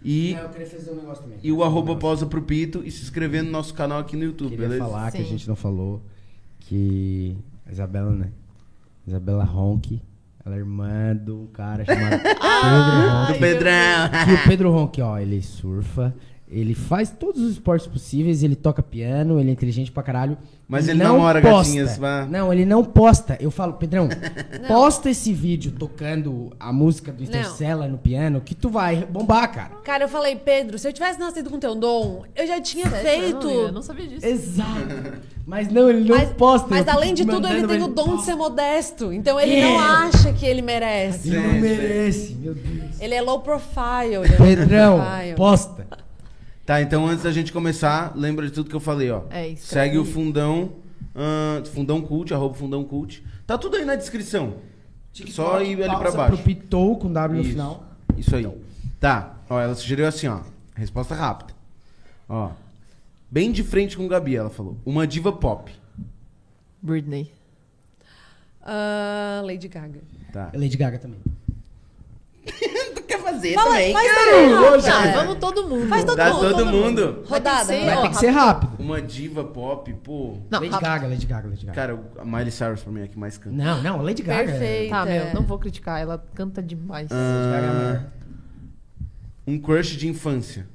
E, É, eu queria fazer um negócio também. e o arroba pausa pro Pito e se inscrever no nosso canal aqui no YouTube, Queria beleza? falar que a Sim. gente não falou que a Isabela, né? Isabela Ronk, ela é irmã de um cara <laughs> chamado Pedro Do Ronk. Pedrão! <laughs> E o Pedro Ronk, ó, ele surfa, ele faz todos os esportes possíveis, ele toca piano, ele é inteligente pra caralho. Mas E ele namora gatinhas, vá. Não, ele não posta. Eu falo, <laughs> Pedrão, posta esse vídeo tocando a música do Interstellar no piano que tu vai bombar, cara. Cara, eu falei, Pedro, se eu tivesse nascido com teu dom, eu já tinha feito. Eu não sabia disso. Exato. Mas não, ele não posta. mas eu fico além de tudo, ele mandando tem pra o dom de ser um modesto. Então ele Yeah. não acha que ele merece. Ele não Sim, sim. merece, <laughs> meu Deus. Ele é low profile. Ele é low Pedrão, profile. posta. Tá, então antes da gente começar, lembra de tudo que eu falei, ó. É, escreve Segue o aí. Fundão, ahn, Fundão Cult, arroba Fundão Cult. Tá tudo aí na descrição. Só ir ali pra Pausa baixo. Pro Pitou com W no Isso. final. Isso aí. Tá, ó, ela sugeriu assim, ó. Resposta rápida. Ó. Bem de frente com o Gabi, ela falou. Uma diva pop. Britney. Ah, Lady Gaga. Tá. É Lady Gaga também. quer fazer Fala, também? faz também, Rafa. Tá, vamos todo mundo. É. Faz todo é Dá mundo. todo mundo. Rodada. Vai ter que ser, Mas ó, rodada. tem que ser rápido. Uma diva pop, pô. Não, tá, Lady rápido. Gaga, Lady Gaga, Lady Gaga. Cara, o- a Miley Cyrus pra mim é a que mais canta. Não, não, Lady Gaga. Perfeito. Tá, meu, não vou criticar, ela canta demais. Ah, Lady Gaga é a maior. Um crush de infância.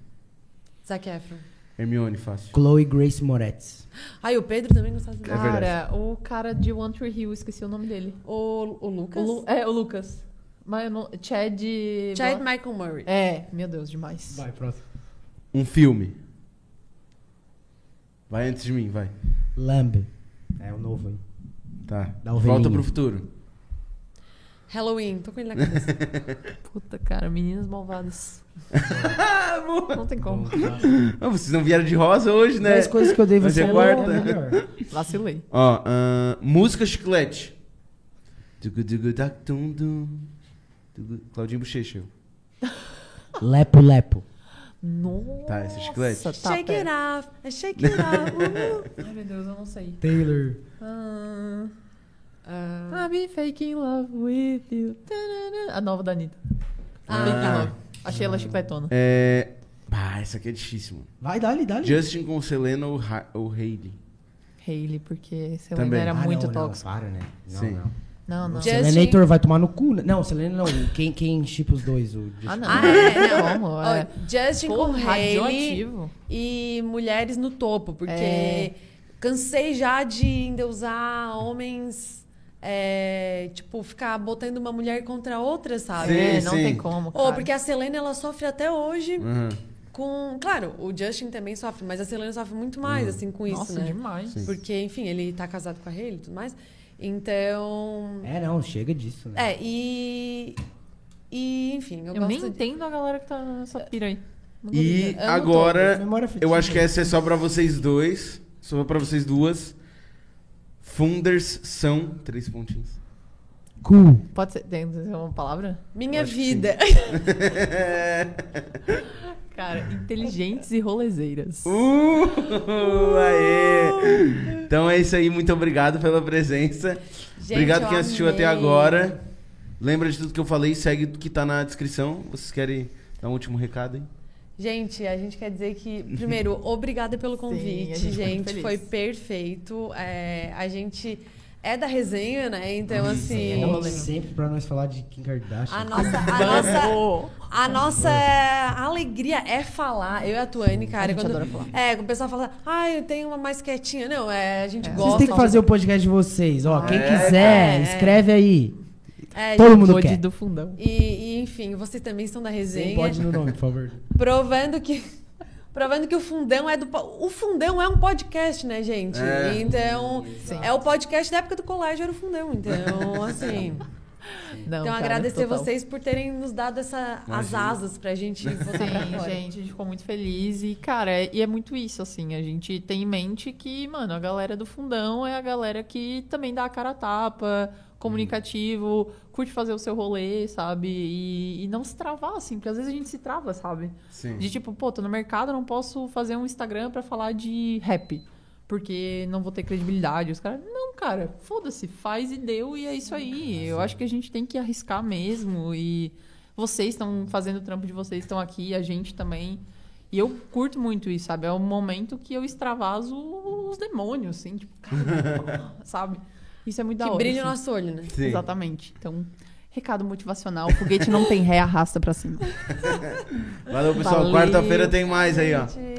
Zac Efron. Hermione, fácil. Chloe Grace Moretz. Ai, o Pedro também gostava de É cara, verdade. o cara de One Tree Hill, esqueci o nome dele. O, o Lucas? O Lu- é, o Lucas. Mas eu não... Chad... Chad Michael Murray. É, meu Deus, demais. Vai, próximo. Um filme. Vai antes de mim, vai. Lamb. É o novo aí. Tá. Dá o Volta velhinho. pro futuro. Halloween, tô com ele <laughs> na cabeça. Puta, cara, <laughs> meninas malvadas. não tem como. Ah, vocês não vieram de rosa hoje, né? 10 coisas que eu dei Mas você é é quarta. melhor. Vacilei. Ó, ahn, música chiclete. Tugu, tugu, tac, tum, dum. Tugu- Claudinho Bochecha. eu. Lepo Lepo. Nossa, Tá, esse chiclete. tá, shake it pera. off, uh, shake it off. <laughs> uh-huh. uhul. Ai, meu Deus, eu não sei. Taylor. Ah, Ah, I've been faking love with you. Tanana. A nova da Anitta. Ah. Faking love. Achei ela chicletona. É. Pá, essa aqui é difícil, mano. Vai, dá-lhe, dá-lhe. Justin com Selena ou, ha ou Hailey? Hailey, porque Selena Também. era Ah, muito não, tóxica. Não, para, né? Não, Sim. não. Não, não. Justin- Selenator vai tomar no cu. né? Não, Selena não. Quem, quem chipa os dois? O Ah, não. Ah, é, não. Como? Ó, É. Justin Pô, com Hailey radioativo. e mulheres no topo, porque É. cansei já de endeusar homens, é, tipo, ficar botando uma mulher contra outra, sabe? Sim, É, não sim. tem como, cara. Ou porque a Selena, ela sofre até hoje Aham. com... Claro, o Justin também sofre, mas a Selena sofre muito Hum. mais, assim, com Nossa, isso, né? demais. Sim. Porque, enfim, ele tá casado com a Hailey e tudo mais. Então... É, não. Chega disso, né? É, e... E, enfim, eu, Eu gosto nem de- entendo a galera que tá nessa pira aí. Não E duvido. agora, Memória afetiva. É, eu acho que essa é só pra vocês dois. Só pra vocês duas. Funders são. Três pontinhos. <laughs> Cu. Pode ser. Tem tem uma palavra? Minha acho que <laughs> vida. Cara, inteligentes e rolezeiras. Uh, aê! Então é isso aí, muito obrigado pela presença. Gente, obrigado eu quem assistiu amei. até agora. Lembra de tudo que eu falei, segue o que tá na descrição. Vocês querem dar um último recado aí? Gente, a gente quer dizer que, <laughs> primeiro, obrigada pelo convite, a gente. gente ficou muito feliz. foi perfeito. É, a gente é da resenha, né? Então, é assim. Volte É um sempre pra nós falar de Kim Kardashian. A nossa, a nossa, a nossa alegria é falar. Eu e a Tuane, cara. gente quando, adora falar. É, quando o pessoal fala, ai, eu tenho uma mais quietinha. Não, é, a gente É. gosta. Vocês têm que fazer o podcast de vocês. Ó, quem É, quiser, cara. escreve aí. É, Todo mundo Pode quer. do fundão. e, e, enfim, vocês também são da resenha. né? Pode no nome, por favor. provando que <laughs> provando que o fundão é do po- o fundão é um podcast, né, gente? É. Então é o podcast da época do colégio era o fundão, então assim. Não, então cara, agradecer total. vocês por terem nos dado essa as asas pra gente voltar pra Sim, fora. gente, a gente ficou muito feliz. E, cara, é, e é muito isso, assim. A gente tem em mente que, mano, a galera do fundão é a galera que também dá a cara a tapa, comunicativo, curte fazer o seu rolê, sabe? E, e não se travar, assim, porque às vezes a gente se trava, sabe? Sim. De tipo, pô, tô no mercado, não posso fazer um Instagram pra falar de rap. porque não vou ter credibilidade. Os caras, não, cara, foda-se, faz e deu e é isso aí. Eu acho que a gente tem que arriscar mesmo e vocês estão fazendo o trampo de vocês, estão aqui, a gente também. E eu curto muito isso, sabe? É o momento que eu extravaso os demônios, assim, tipo, <laughs> cara, sabe? Isso é muito da Que hora. brilha o assim. nosso olho, né? Sim. Exatamente. Então, recado motivacional, foguete não tem ré, arrasta pra cima. Valeu, pessoal. Valeu. Quarta-feira tem mais aí, ó. Gente,